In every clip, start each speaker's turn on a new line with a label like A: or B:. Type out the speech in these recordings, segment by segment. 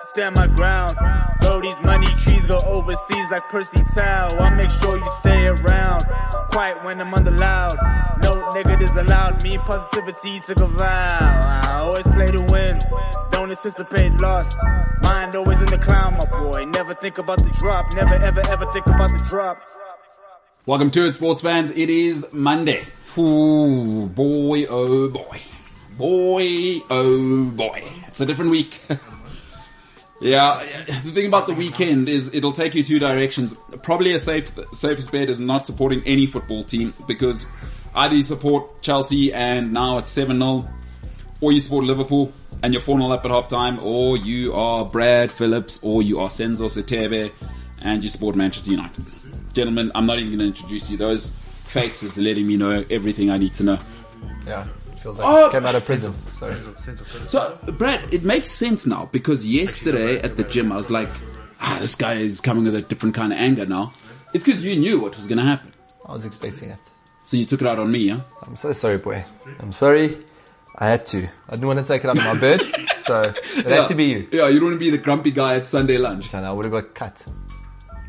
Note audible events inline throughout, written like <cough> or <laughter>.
A: stand my ground. Though these money trees go overseas like Percy Tau. I make sure you stay around. Quiet when I'm under loud. No negatives allowed. Me positivity took a vow. I always play to win. Don't anticipate loss. Mind always in the clown, my boy. Never think about the drop. Never ever ever think about the drop.
B: Welcome to it, sports fans. It is Monday. Ooh, boy, oh boy. Boy, oh boy. It's a different week. <laughs> yeah, the thing about the weekend is it'll take you two directions. Probably a safe, safest bet is not supporting any football team because either you support Chelsea and now it's 7 0, or you support Liverpool and you're 4 0 up at half time, or you are Brad Phillips, or you are Senzo Setebe and you support Manchester United. Gentlemen, I'm not even going to introduce you. Those faces are letting me know everything I need to know.
C: Yeah, feels like
B: Oh!
C: came out of prison. So
B: So, Brad, it makes sense now because yesterday at the gym I was like, ah, this guy is coming with a different kind of anger now. It's because you knew what was going to happen.
C: I was expecting it.
B: So you took it out on me, yeah?
C: I'm so sorry, boy. I'm sorry. I had to. I didn't want to take it out of my bird, so it
B: yeah.
C: had to be you.
B: Yeah, you don't want to be the grumpy guy at Sunday lunch.
C: And I would have got cut.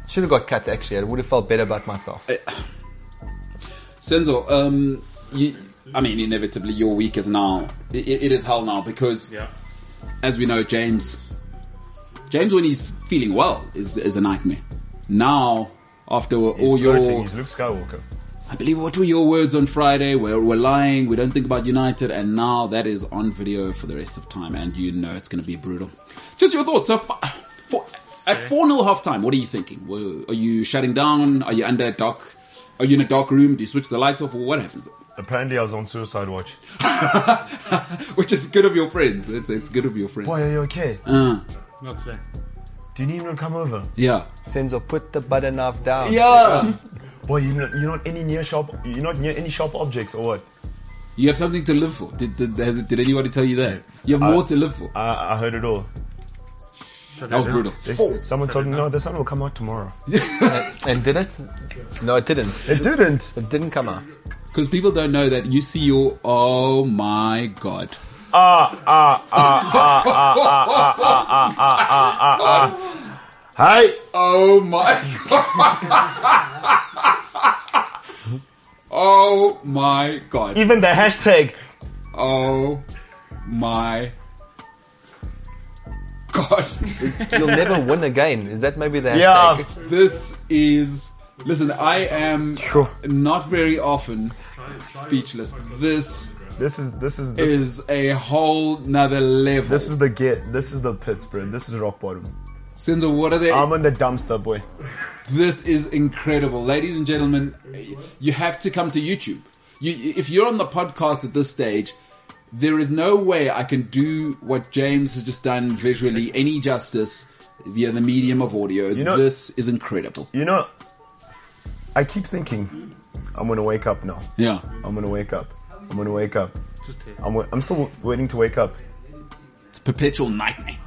C: Should have got cut actually. I would have felt better about myself.
B: Senzo, um, you, I mean, inevitably your week is now, i i- it is hell now because, as we know, James, James when he's feeling well is, is a nightmare. Now, after all
D: He's flirting.
B: your
D: He's Luke Skywalker.
B: I believe what were your words on Friday? We're, we're lying. We don't think about United, and now that is on video for the rest of time, and you know it's going to be brutal. Just your thoughts. So, fa- for, at four 0 half time, what are you thinking? Were- Are you shutting down? Are you under dark? Are you in a dark room? Do you switch the lights off, or what happens? <laughs>
D: Apparently, I was on suicide watch.
B: Which is good of your friends. It's, it's good of your friends.
D: Why are you okay?
B: Uh,
E: Not today.
D: Do you even come over?
B: yeah,
C: Senzo, put the butter knife down.
B: yeah.
D: Boy, you not, you're not any near sharp. You're not near any sharp objects or what?
B: You have something to live for. Did, did, has, did anybody tell you that? You have more to live for.
D: I, I heard it all.
B: That was brutal.
D: They-
B: Four.
D: Someone told me no. The sun will come out tomorrow.
C: And did it? No, it didn't.
D: It didn't.
C: It didn't come out.
B: Because people don't know that you see your oh my god.
D: Ah, Hi.
B: Oh my <laughs> god. oh my god.
D: Even the hashtag.
B: Oh my god.
C: You'll never win again. Is that maybe the
D: Yeah.
C: hashtag?
B: This is listen, I am not very often speechless. This
D: This is this is this,
B: is a whole nother level.
D: this is the get. This is the pits, bro. This is rock bottom.
B: Senzo, what are they?
D: I'm in the dumpster, boy.
B: This is incredible, ladies and gentlemen. You have to come to YouTube. You, if you're on the podcast at this stage, there is no way I can do what James has just done visually any justice via the medium of audio.
D: know-
B: this is incredible.
D: You know, I keep thinking, I'm gonna wake up now.
B: Yeah,
D: I'm gonna wake up. I'm gonna wake up. I'm, wa- I'm still waiting to wake up.
B: it's a perpetual nightmare.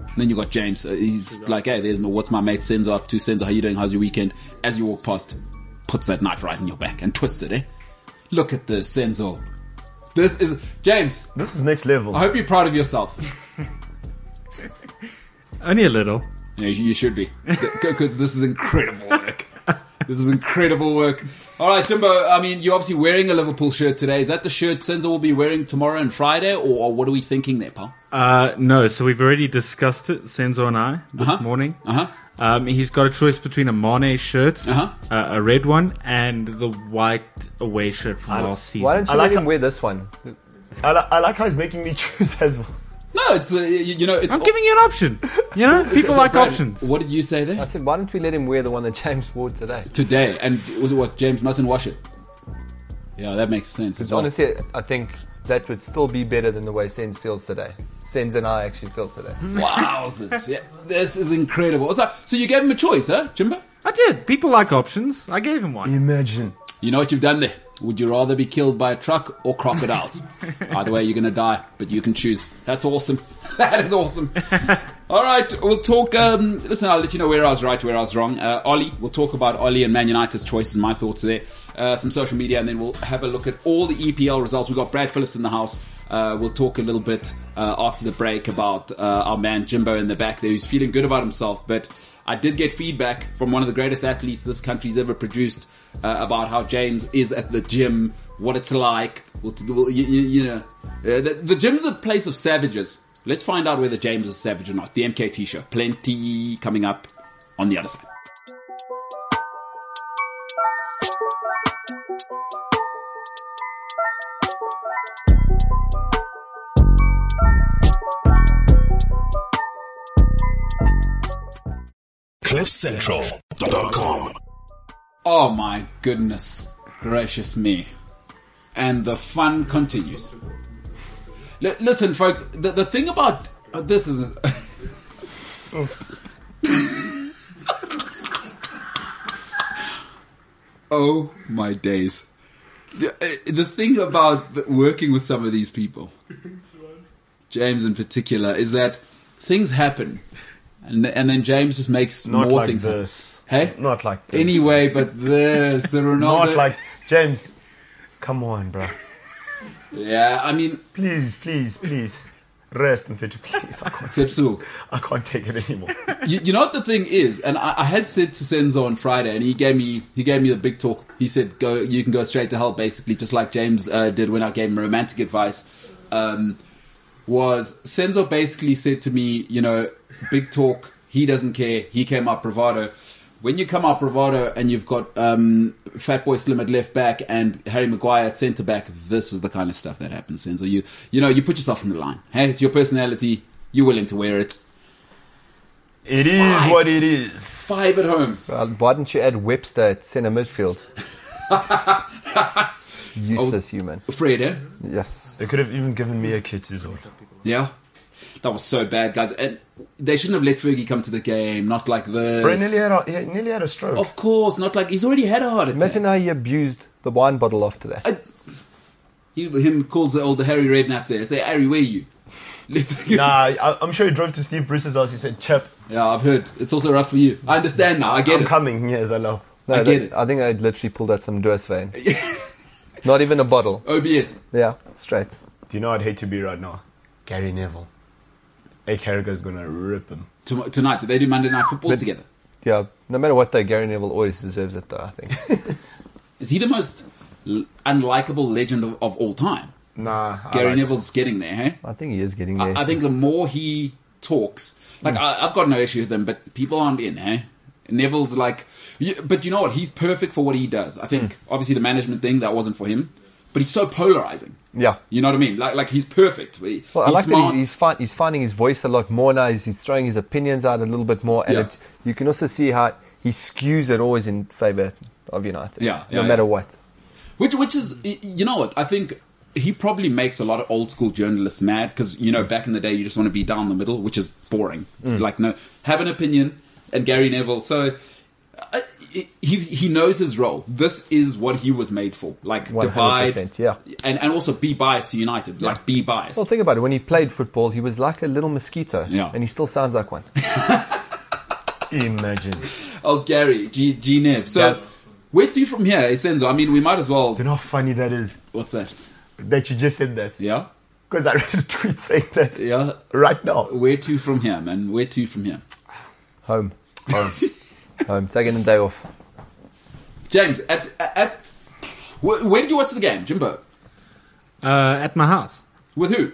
B: And then you got James. Uh, He's like, "Hey, there's my, what's my mate Senzo up to? Senzo, how you doing? How's your weekend?" As you walk past, puts that knife right in your back and twists it. Eh? Look at this, Senzo. This is James.
D: This is next level.
B: I hope you're proud of yourself.
E: <laughs> Only a little.
B: Yeah, you you should be. Because this is incredible work. This is incredible work. All right, Jimbo, I mean, you're obviously wearing a Liverpool shirt today. Is that the shirt Senza will be wearing tomorrow and Friday, or, or what are we thinking there, pal?
E: Uh, no, so we've already discussed it, Senzo and I, this
B: Uh-huh.
E: morning.
B: Uh-huh.
E: Um, he's got a choice between a Mane shirt,
B: Uh-huh.
E: uh, a red one, and the white away shirt from last season.
C: Why don't you
D: I like
C: let him
D: how-
C: wear this one?
D: I, li- I like how he's making me <laughs> choose as well.
B: No, it's, uh, you, you know, it's...
E: I'm giving you an option.
C: <laughs>
E: You know,
B: so-
E: people
B: so,
E: like
B: Brad,
E: options.
B: What did you say
C: I
B: there?
C: said, why don't we let him wear the one that James wore today?
B: Today, and it was what, James mustn't wash it. Yeah, that makes sense as well.
C: Honestly, I think that would still be better than the way Sens feels today. Sens and I actually feel today.
B: Wowzers. Yeah, this is incredible. So, so you gave him a choice, huh, Jimbo?
E: I did. People like options. I gave him one.
D: Imagine.
B: You know what you've done there. Would you rather be killed by a truck or <laughs> crocodiles? Either way, you're going to die, but you can choose. That's awesome. That is awesome. All right, we'll talk. Um, listen, I'll let you know where I was right, where I was wrong. Uh, Ollie, we'll talk about Ollie and Man United's choice and my thoughts there. Uh, some social media, and then we'll have a look at all the EPL results. We've got Brad Phillips in the house. Uh, we'll talk a little bit uh, after the break about uh, our man Jimbo in the back there, who's feeling good about himself. But I did get feedback from one of the greatest athletes this country's ever produced uh, about how James is at the gym, what it's like. We'll, we'll, you, you, you know, uh, the, the gym's a place of savages. Let's find out whether James is a savage or not. The MKT show. Plenty coming up on the other side.
F: CliffCentral.com.
B: Oh my goodness gracious me. And the fun continues. L- listen, folks, the, the thing about uh, this is. <laughs> oh my days. The, uh, the thing about th- working with some of these people, James in particular, is that things happen. And, th- and then James just makes
D: Not
B: more
D: like
B: things happen.
D: this.
B: Hey?
D: Not like this.
B: Anyway, but this, the
D: <laughs>
B: Ronaldo.
D: Not like James. Come on, bro.
B: Yeah, I mean,
D: Please, please, please. Rest and fidget, please. I can't,
B: Sepsu.
D: I can't take it anymore.
B: You, you know what the thing is, and I, I had said to Senzo on Friday, and he gave me he gave me the big talk. He said, "Go, you can go straight to hell," basically, just like James uh, did when I gave him romantic advice. Um, was Senzo basically said to me, you know, big talk. He doesn't care. He came out bravado. When you come out bravado and you've got um, Fat Boy Slim at left back and Harry Maguire at centre back, this is the kind of stuff that happens. Senzo, you you know, you put yourself in the line. Hey, it's your personality. You're willing to wear it.
D: It is what it is.
B: Five at home.
C: Well, why didn't you add Webster at
B: <laughs>
C: centre midfield? Useless human.
B: Afraid, eh?
C: Yes.
D: They could have even given me a kid to sort.
B: Yeah. That was so bad, guys. And they shouldn't have let Fergie come to the game. Not like this.
D: Bro, nearly had, a, he nearly had a stroke.
B: of course, not like he's already had a heart attack.
C: Imagine how he abused the wine bottle after that.
B: He, him calls the old Harry Redknapp there. Say, Harry, where you? <laughs> Let's-
D: Nah, I, I'm sure he drove to Steve Bruce's house. He said, Chap,
B: Yeah, I've heard. It's also rough for you. I understand now. I get
D: I'm
B: it.
D: coming. Yes, I know.
C: No,
B: I
C: that-
B: get it.
C: I think I literally pulled out some Duas
B: <laughs>
C: vein. Not even a bottle.
B: OBS.
C: Yeah, straight.
D: Do you know I'd hate to be right now? Gary Neville. A Carragher's gonna rip him.
B: Tom- tonight, do they do Monday Night Football
C: But-
B: together?
C: Yeah, no matter what though, Gary Neville always deserves it though,
B: <laughs>
C: I think.
B: Is he the most l- unlikable legend of, of all time?
D: Nah. I
B: Gary
D: like-
B: Neville's getting there, hey?
C: I think he is getting there.
B: I, I think the more he talks, like I, I've got no issue with him, but people aren't in, eh? Neville's like, you, but you know what? He's perfect for what he does. I think
C: Hmm.
B: obviously the management thing that wasn't for him, but he's so polarizing.
C: Yeah.
B: you know what I mean. Like, like he's perfect. He-
C: Well, I
B: he's
C: like
B: smart.
C: that he's, he's, fi- he's finding his voice a lot more now. He's, he's throwing his opinions out a little bit more, and
B: Yeah.
C: it, you can also see how he skews it always in favour of United.
B: Yeah,
C: no
B: yeah,
C: matter
B: yeah.
C: what.
B: Which, which is, y- you know what? I think he probably makes a lot of old school journalists mad because you know back in the day you just want to be down the middle, which is boring. It's
C: Mm.
B: like no, have an opinion. And Gary Neville, so uh, he he knows his role. This is what he was made for. Like divide,
C: 100%, yeah.
B: and and also be biased to United. Like be biased.
C: Well, think about it. When he played football, he was like a little mosquito,
B: Yeah.
C: and he still sounds
B: <laughs>
C: like one.
D: Imagine.
B: oh, Gary G G Nev. So
D: Yeah.
B: where to from here, Senzo? I mean, we might as well.
D: Do you know how funny that is?
B: What's that?
D: That you just said that.
B: Yeah,
D: Because I read a tweet saying that.
B: yeah.
D: Right now.
B: Where to from here, man? Where to from here?
C: Home, home, home. Taking a day off.
B: James, at at where, where did you watch the game, Jimbo?
E: Uh, at my house.
B: With who?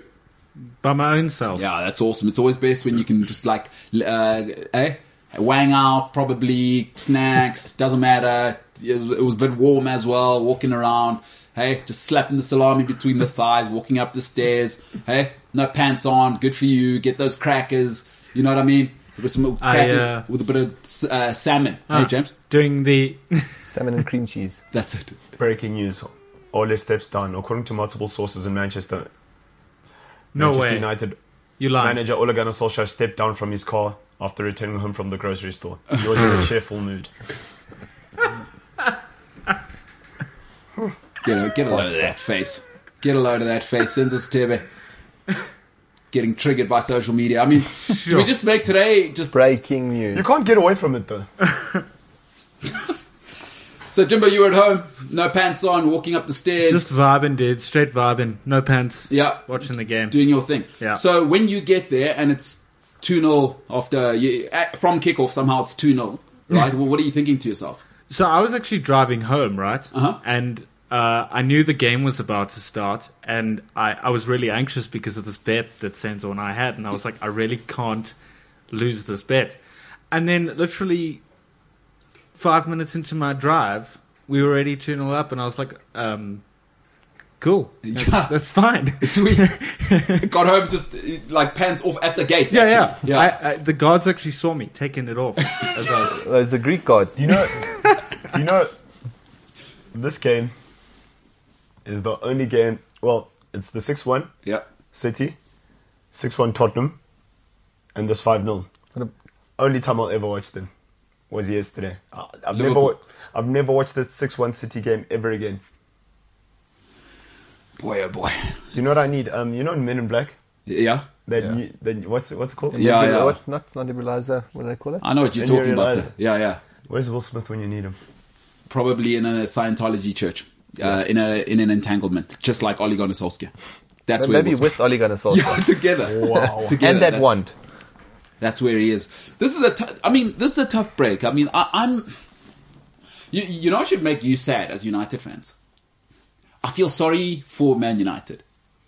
E: By my own self.
B: Yeah, that's awesome. It's always best when you can just like, l- uh, eh, wang out, probably snacks. <laughs> doesn't matter. It was, it was a bit warm as well. Walking around, hey, just slapping the salami between the thighs, walking up the stairs. Hey, no pants on. Good for you. Get those crackers. You know what I mean? With some
E: I,
B: crackers
E: uh,
B: with a bit of uh, salmon.
E: Ah,
B: hey, James,
E: Doing the. <laughs>
C: Salmon and cream cheese.
B: that's it.
D: Breaking news. Ole steps down. According to multiple sources in Manchester,
E: no
D: Manchester
E: way.
D: United
E: You lied.
D: manager Ole Gunnar Solskjaer stepped down from his car after returning home from the grocery store. He was
B: <laughs>
D: in a cheerful mood.
B: Get a, get a load of that face. Get a load of that face. Sends us Tebe. getting triggered by social media. I mean, do we just make today just
F: Breaking news.
D: You can't get away from it though.
B: So Jimbo, you were at home, no pants on, walking up the stairs,
E: Just vibing, dude. Straight vibing. No pants.
B: Yeah.
E: Watching the game.
B: doing your thing.
E: Yeah.
B: So when you get there and it's two 0 after you, at, from kickoff, somehow it's two 0 right? well, what are you thinking to
E: <laughs>
B: yourself?
E: So I was actually driving home, right?
B: Uh-huh.
E: And uh, I knew the game was about to start, and I, I was really anxious because of this bet that Senzo and I had, and I was like, I really can't lose this bet. And then, literally, five minutes into my drive, we were already 2 0 up, and I was like, um, cool.
B: <laughs>
E: That's,
B: Yeah. <laughs>
E: that's fine.
B: Sweet. Got home just uh, like pants off at the gate.
E: Yeah, yeah.
B: actually. yeah.
E: I, I, the guards actually saw me taking
B: <laughs>
E: it off. as I was-
F: Those are Greek gods.
D: You know,
E: <laughs>
D: you know, this game is the only game. Well, it's the six-one
B: yeah.
D: City, six-one Tottenham, and this five-nil. Only time I'll ever watch them was yesterday. I- I've never,
B: Ah, Liverpool.
D: wa- I've never watched this six-one City game ever again.
B: Boy, oh boy.
D: Do you know what I need? Um, you know, in Men in Black,
B: Yeah.
D: that
C: Yeah.
D: new- that what's it- what's it called?
B: Yeah.
C: Nebula- what- Not, not nebulizer, what do they call it?
B: I know what you're
D: And you
B: talking about.
D: realise-
B: there. Yeah, yeah.
D: Where's Will Smith when you need him?
B: Probably in a Scientology church, uh, in a in an entanglement, just like Ole Gunnar Solskjaer. That's where
C: Maybe
B: he was.
C: with Ole Gunnar Solskjaer.
B: <laughs> yeah,
C: <laughs>
B: together.
D: Wow.
B: <laughs> Together,
C: And that
B: that's-
C: wand.
B: That's where he is. This is a. T- I mean, this is a tough break. I mean, I, I'm. You, you know, what should make you sad as United fans. I feel sorry for Man United.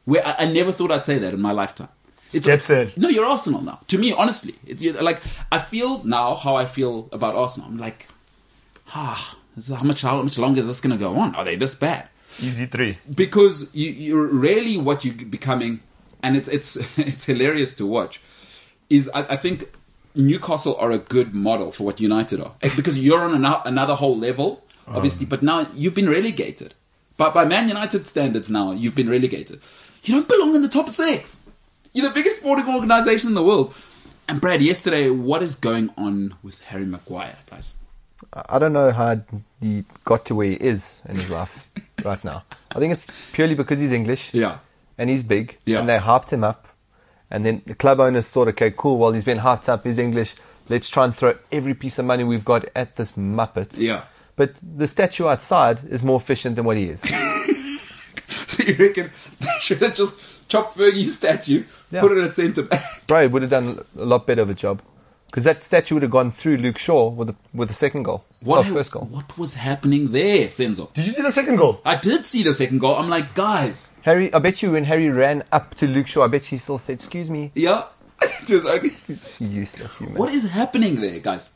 B: Where I, I never thought I'd say that in my lifetime. It's
D: Step said.
B: No, you're Arsenal now. To me, honestly, it, you- like I feel now how I feel about Arsenal. I'm like, ah, this is- how much how much longer is this going to go on? Are they this bad?
D: Easy three.
B: because you, you're really what you're becoming, and it's it's <laughs> it's hilarious to watch. Is I, I think Newcastle are a good model for what United are Eh, because you're on ano- another whole level, obviously. But now you've been relegated, but by Man United standards, now you've been relegated. You don't belong in the top six. You're the biggest sporting organization in the world. And Brad, yesterday, what is going on with Harry Maguire, guys? <laughs>
C: I don't know how he got to where he is in
B: <laughs>
C: his life right now. I think it's purely because he's English.
B: Yeah.
C: And he's big.
B: Yeah.
C: And they hyped him up. And then the club owners thought, okay, cool, well, he's been hyped up, he's English. Let's try and throw every piece of money we've got at this Muppet.
B: Yeah.
C: But the statue outside is more efficient than what he
B: <laughs>
C: is.
B: So you reckon they should have just chopped Fergie's statue,
C: Yeah.
B: put it at centre back?
C: Bro would have done a lot better of a job. Because that statue would have gone through Luke Shaw with the, with the second goal.
B: What,
C: oh, first goal.
B: what was happening there, Senzo?
D: Did you see the second goal?
B: I did see the second goal. I'm like, guys,
C: Harry, I bet you when Harry ran up to Luke Shaw, I bet you he still said, excuse me,
B: yeah. <laughs> To his own-
C: you useless human.
B: what is happening there, guys?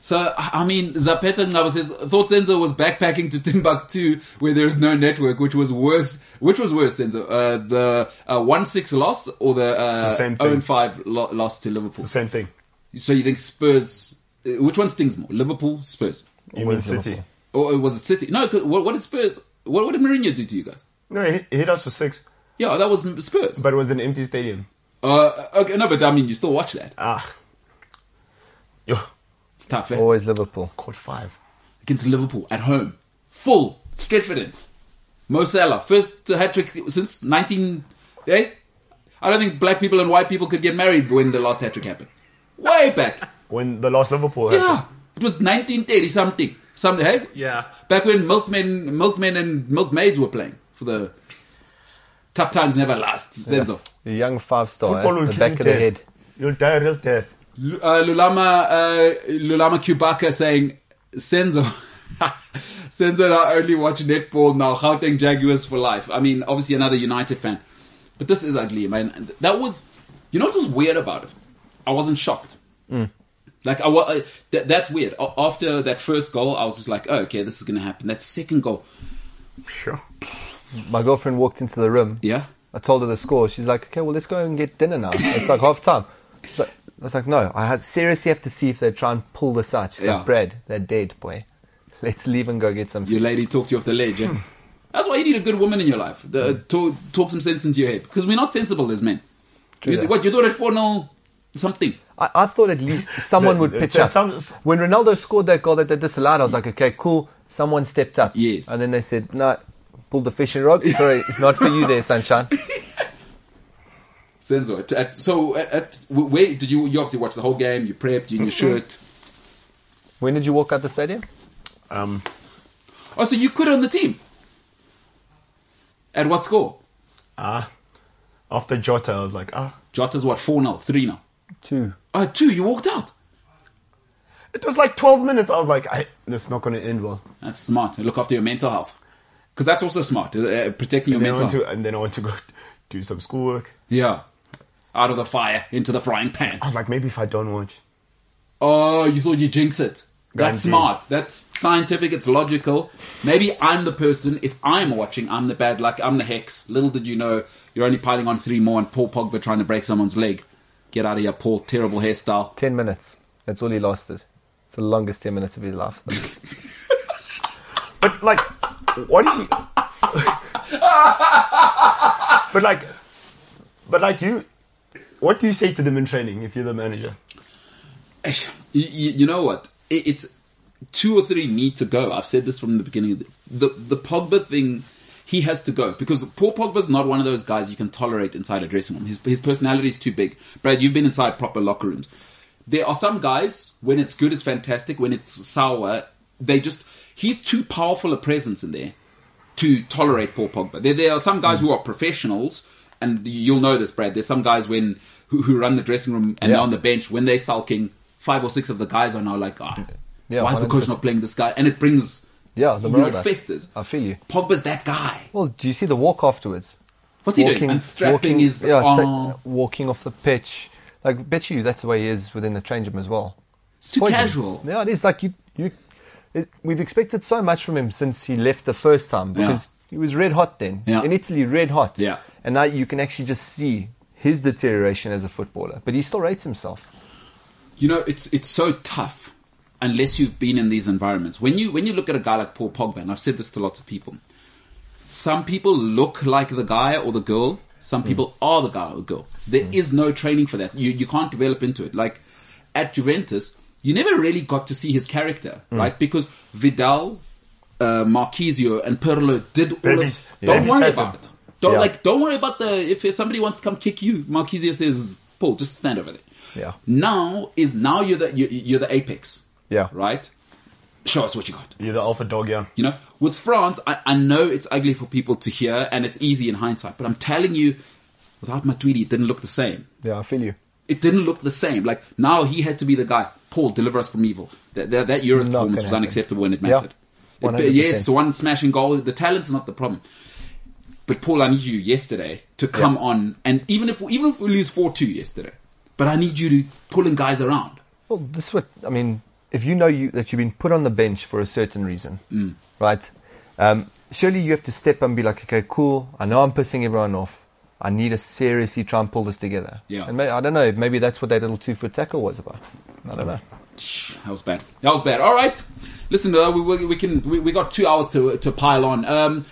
B: So, I I mean, Zapeta Ngaba says, thought Senzo was backpacking to Timbuktu where there is no network, which was worse. Which was worse, Senzo? Uh, the uh, 1-6 loss or the, uh,
D: It's the same thing.
B: 0-5 lo- loss to Liverpool?
D: The same thing.
B: So you think Spurs, uh, which one stings more? Liverpool, Spurs?
D: You mean
C: Always
D: City?
C: Liverpool.
B: Or was it City? No, 'cause what, what did Spurs, what, what did Mourinho do to you guys?
D: No, he he hit us for six,
B: Yeah, that was Spurs.
D: but it was an empty stadium.
B: Uh, okay, no, but I mean, you still watch that.
D: Ah. Yo,
B: It's tough, eh?
C: Always Liverpool.
D: caught five.
B: Against Liverpool at home. Full. Stretford in. Mo Salah. First hat trick since 19. Eh? I don't think black people and white people could get married when the last hat trick happened. Way back.
D: When the last Liverpool happened.
B: Yeah. It was 1930 something. Something, hey?
E: yeah.
B: Back when milkmen, milkmen and milkmaids were playing for the. Tough times never last. Senzo.
C: A young five star,
D: Football will
C: eh? the
D: kill
C: back
D: you
C: of the
D: dead.
C: head.
D: You'll die a real death.
B: Lu- uh, Lulama uh, Lulama Kubaka saying Senzo <laughs> Senzo and I only watch netball now. Gauteng Jaguars for life. I mean, obviously another United fan, but this is ugly, man. And th- That was, you know, what was weird about it. I wasn't shocked. Like I, wa- I that, that's weird. A- After that first goal, I was just like, oh, okay, this is gonna happen. That second goal,
D: Sure.
C: My girlfriend walked into the room.
B: yeah,
C: I told her the score. She's like, okay, well, let's go and get dinner now. It's like half time. She's like- I was like, no, I ha- seriously have to see if they try and pull this out. She's
B: Yeah.
C: like, Brad, they're dead, boy. <laughs> Let's leave and go get some.
B: your lady talked you off the ledge. eh? That's why you need a good woman in your life. The,
C: Hmm.
B: talk, talk some sense into your head because we're not sensible as men.
C: True
B: You-
C: that.
B: what you thought at four 0 something.
C: I, I thought at least someone would
D: There-
C: pitch
D: there's
C: up.
D: some-
C: When Ronaldo scored that goal that they disallowed, I was like, okay, cool. Someone stepped up.
B: Yes.
C: And then they
B: <laughs>
C: said, no, pull the fishing rod. Sorry, not for you there, sunshine.
B: Senzo. At, at, so, at, at where did you? You obviously watched the whole game. You prepped. You in your shirt.
C: When did you walk out the stadium?
D: Um,
C: Hmm.
B: Oh, so you quit on the team. At what score?
D: ah, after Jota, I was like, ah.
B: Jota's what four now, three now.
C: Two.
B: Uh, two. You walked out.
D: It was like 12 minutes. I was like, I, this is not going to end well.
B: That's smart. Look after your mental health, because that's also smart. Uh, protecting your
D: And then, I
B: mental.
D: went
B: health.
D: to, and then I went to go <laughs> do some schoolwork.
B: Yeah. Out of the fire into the frying pan.
D: I was like, maybe if I don't watch.
B: Oh, you thought you jinx it. That's
D: Gandhi.
B: smart. That's scientific. It's logical. Maybe I'm the person. If I'm watching, I'm the bad luck. I'm the hex. Little did you know, you're only piling on three more, and Paul Pogba trying to break someone's leg. Get out of here, Paul. Terrible hairstyle.
C: Ten minutes. That's all he lasted. It's the longest ten minutes of his life.
B: <laughs>
C: though.
D: But like, what do you? <laughs> but like, but like you, what do you say to them in training if you're the manager?
B: Eish, You, you, you know what? It, it's two or three need to go. I've said this from the beginning. The the Pogba thing, he has to go because Paul Pogba's not one of those guys you can tolerate inside a dressing room. His his personality is too big. Brad, you've been inside proper locker rooms. There are some guys when it's good, it's fantastic. When it's sour, they just he's too powerful a presence in there to tolerate Paul Pogba. There, there are some guys
C: Hmm.
B: who are professionals, and you'll know this, Brad. There's some guys when who, who run the dressing room and
C: Yeah.
B: they're on the bench when they're sulking. Five or six of the guys are now like, ah,
C: Yeah,
B: why is the coach
C: 100%.
B: not playing this guy? And it brings
C: Yeah, the
B: you know,
C: morale
B: it
C: back.
B: festers.
C: I feel you.
B: Pogba's that guy.
C: Well, do you see the walk afterwards?
B: What's he doing? Unstrapping
C: walking-
B: his
C: yeah, it's like,
B: arm.
C: uh, walking off the pitch. Like, bet you that's the way he is within the change room as well.
B: It's too
C: Poison.
B: casual.
C: Yeah, it is like you. You, it, we've expected so much from him since he left the first time because he was red hot then
B: Yeah.
C: in Italy, red hot.
B: Yeah.
C: and now you can actually just see his deterioration as a footballer, but he still rates himself.
B: You know, it's it's so tough unless you've been in these environments. When you when you look at a guy like Paul Pogba, and I've said this to lots of people, some people look like the guy or the girl. Some
D: Hmm.
B: people are the guy or girl. There is no training for that. You you can't develop into it. Like at Juventus, you never really got to see his character,
D: Hmm.
B: right? Because Vidal, uh, Marquisio, and Pirlo did all
D: Babies-
B: of. Don't
D: baby
B: worry
D: Saturn.
B: about it. Don't
C: Yeah.
B: like. Don't worry about the if somebody wants to come kick you. Marquisio says, "Paul, just stand over there."
C: Yeah.
B: Now is now you're the you're, you're the apex.
C: Yeah.
B: Right. Show us what you got.
D: You're the alpha dog, yeah.
B: You know, with France, I, I know it's ugly for people to hear, and it's easy in hindsight. But I'm telling you, without Matuidi, it didn't look the same.
C: Yeah, I feel you.
B: It didn't look the same. Like now, he had to be the guy. Paul, deliver us from evil. That that, that Euros performance
C: Not gonna
B: was
C: happen.
B: unacceptable when it
C: Yeah.
B: mattered. It-
C: 100%.
B: yes, one smashing goal. The talent's not the problem. But Paul, I need you yesterday to come on, and even if even if we lose four two yesterday, but I need you to pulling guys around.
C: Well, this what I mean. If you know you that you've been put on the bench for a certain reason,
B: Mm.
C: right? Um, surely you have to step up and be like, okay, cool. I know I'm pissing everyone off. I need to seriously try and pull this together.
B: Yeah.
C: And may, I don't know. Maybe that's what that little two foot tackle was about. I don't know.
B: That was bad. That was bad. All right. Listen, uh, we, we, we can we, we got two hours to to pile on. Um,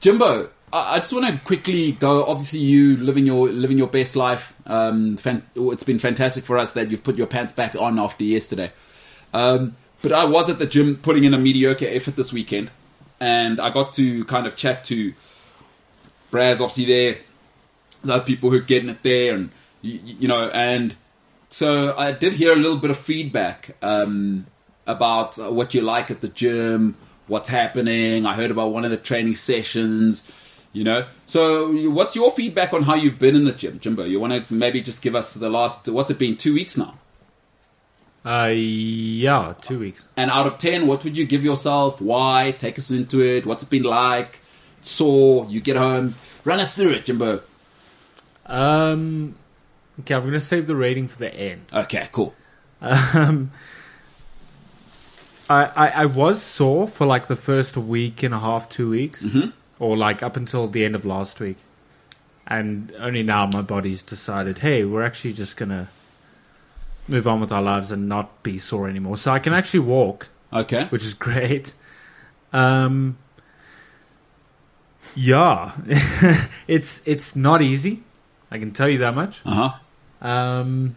B: Jimbo, I, I just want to quickly go. Obviously, you living your living your best life. Um, fan, it's been fantastic for us that you've put your pants back on after yesterday. Um, but I was at the gym putting in a mediocre effort this weekend, and I got to kind of chat to Brad's obviously there. There's other people who are getting it there, and you, you know, and so I did hear a little bit of feedback um, about uh, what you like at the gym, what's happening. I heard about one of the training sessions, you know. So, you- what's your feedback on how you've been in the gym, Jimbo? You want to maybe just give us the last what's it been two weeks now?
E: Uh, yeah, two weeks.
B: And out of ten, what would you give yourself? Why? Take us into it. What's it been like? Sore? You get home? Run us through it, Jimbo.
E: Um, okay, I'm gonna save the rating for the end.
B: Okay, cool.
E: Um, I, I I was sore for like the first week and a half, two weeks, or like up until the end of last week, and only now my body's decided, hey, we're actually just gonna move on with our lives and not be sore anymore. So I can actually walk,
B: Okay.
E: which is <laughs> great. Um, yeah, <laughs> it's it's not easy. I can tell you that much.
B: Uh huh.
E: Um,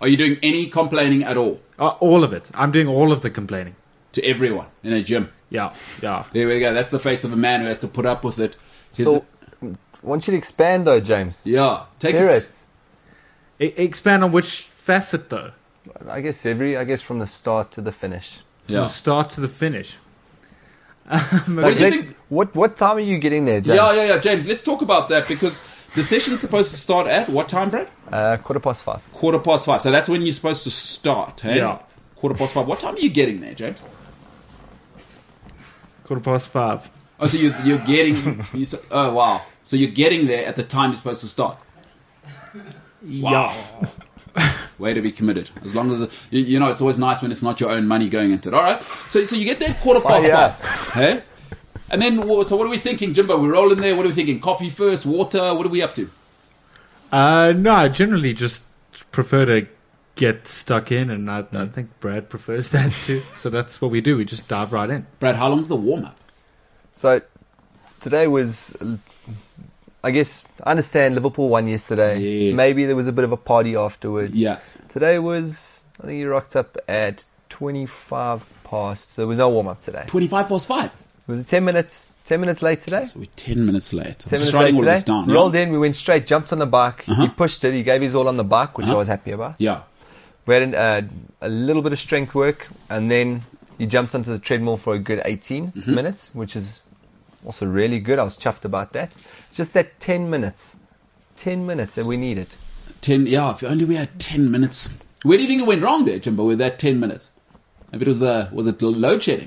B: Are you doing any complaining at all
E: uh, all of it. I'm doing all of the complaining.
B: to everyone in a gym?
E: Yeah, yeah.
B: There we go. That's the face of a man who has to put up with it. Here's
C: So, I want you to expand though, James.
B: the- yeah, take
C: Hear
B: us.
C: it.
E: E- expand on which facet though?
C: I guess every, I guess from the start to the finish.
E: From
B: Yeah.
E: the start to the finish.
B: What do you
C: Let's-
B: think?
C: What what time are you getting there, James?
B: Yeah, yeah, yeah, James. Let's talk about that because the session's supposed to start at what time, Brad?
C: Uh, quarter past five.
B: Quarter past five. So that's when you're supposed to start. Hey?
E: Yeah.
B: Quarter past five. What time are you getting there, James?
E: Quarter past five.
B: Oh, so you're, you're
C: <laughs>
B: getting. You, s- oh, wow. So you're getting there at the time you're supposed to start.
E: Yeah.
B: Way to be committed. As long as you, you know, it's always nice when it's not your own money going into it. All right. So so you get there quarter past
C: yeah.
B: five. Hey. And then wha- so what are we thinking, Jimbo? We're rolling there. What are we thinking? Coffee first, water. What are we up to?
E: Uh, no, I generally just prefer to get stuck in, and I, I think Brad prefers <laughs> that too. so that's what we do. We just dive right in.
B: Brad, how long's the warm up?
C: So today was, I guess, I understand Liverpool won yesterday.
B: Yes.
C: Maybe there was a bit of a party afterwards.
B: Yeah.
C: Today was, I think you rocked up at 25 past. So there was no warm up today.
B: Twenty five past five.
C: It was 10 minutes, 10 minutes late today.
B: So we're ten minutes late. I'm
C: 10
B: just
C: minutes
B: writing
C: late
B: all
C: today.
B: of this down.
C: Rolled
B: yeah?
C: in, we went straight, jumped on the bike. He pushed it, he gave his all on the bike, which
B: Uh-huh.
C: I was happy about.
B: Yeah.
C: We had an, uh, a little bit of strength work, and then you jumped onto the treadmill for a good 18 minutes, which is also really good. I was chuffed about that. Just that 10 minutes, 10 minutes that we needed.
B: Ten. Yeah. If only we had ten minutes. Where do you think it went wrong there, Jimbo? With that ten minutes? Maybe it was the was it load shedding?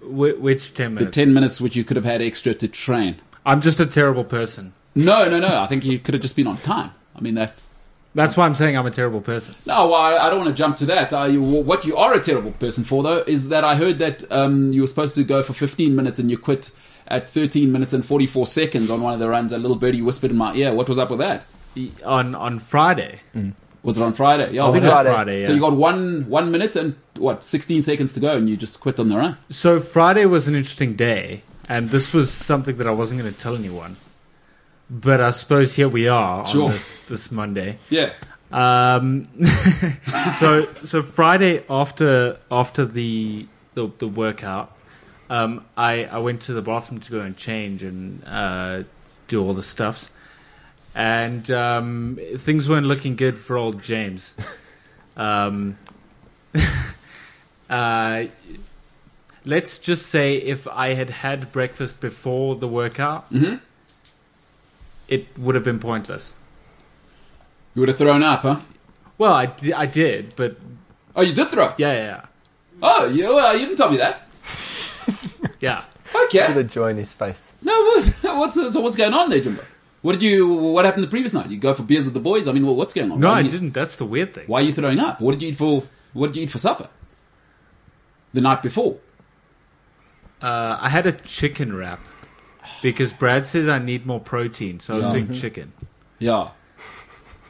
E: Wh- which ten
B: The
E: minutes?
B: ten minutes which you could have had extra to train.
E: I'm just a terrible person.
B: No, no, no. I think you could have just been on time. I mean that.
E: That's why I'm saying I'm a terrible person.
B: No, well, I, I don't want to jump to that. Uh, you, what you are a terrible person for, though, is that I heard that um, you were supposed to go for 15 minutes and you quit at 13 minutes and 44 seconds on one of the runs. A little birdie whispered in my ear. What was up with that?
E: E- On on Friday,
B: Was it on Friday? Yeah, I
C: Oh,
B: think
E: Last
B: it was-
C: Friday.
E: Friday. yeah.
B: So you got one one minute and what 16 seconds to go, and you just quit on the run.
E: So Friday was an interesting day, and this was something that I wasn't going to tell anyone. But I suppose here we are on
B: Sure.
E: this this Monday.
B: Yeah,
E: Um, so so Friday after after the the, the workout, um, I I went to the bathroom to go and change and uh, do all the stuffs, and um, things weren't looking good for old James. Um, <laughs> uh, let's just say if I had had breakfast before the workout, it would have been pointless.
B: you would have thrown up, huh?
E: Well, I, di- I did, but
B: Oh, you did throw. up?
E: yeah, yeah,
B: Oh, you, well, you didn't tell me that.
E: yeah. yeah.
C: Put a
B: Okay.
C: joy in his face.
B: No, what's, <laughs> what's so what's going on there, Jimbo? What did you? What happened the previous night? You go for beers with the boys. I mean, what- what's going on?
E: No,
B: Why
E: I
B: you-
E: didn't. That's the weird thing.
B: Why are you throwing up? What did you eat for? What did you eat for supper? The night before.
E: Uh, I had a chicken wrap because Brad says I need more protein, so I was
B: Yeah.
E: doing chicken.
B: Yeah.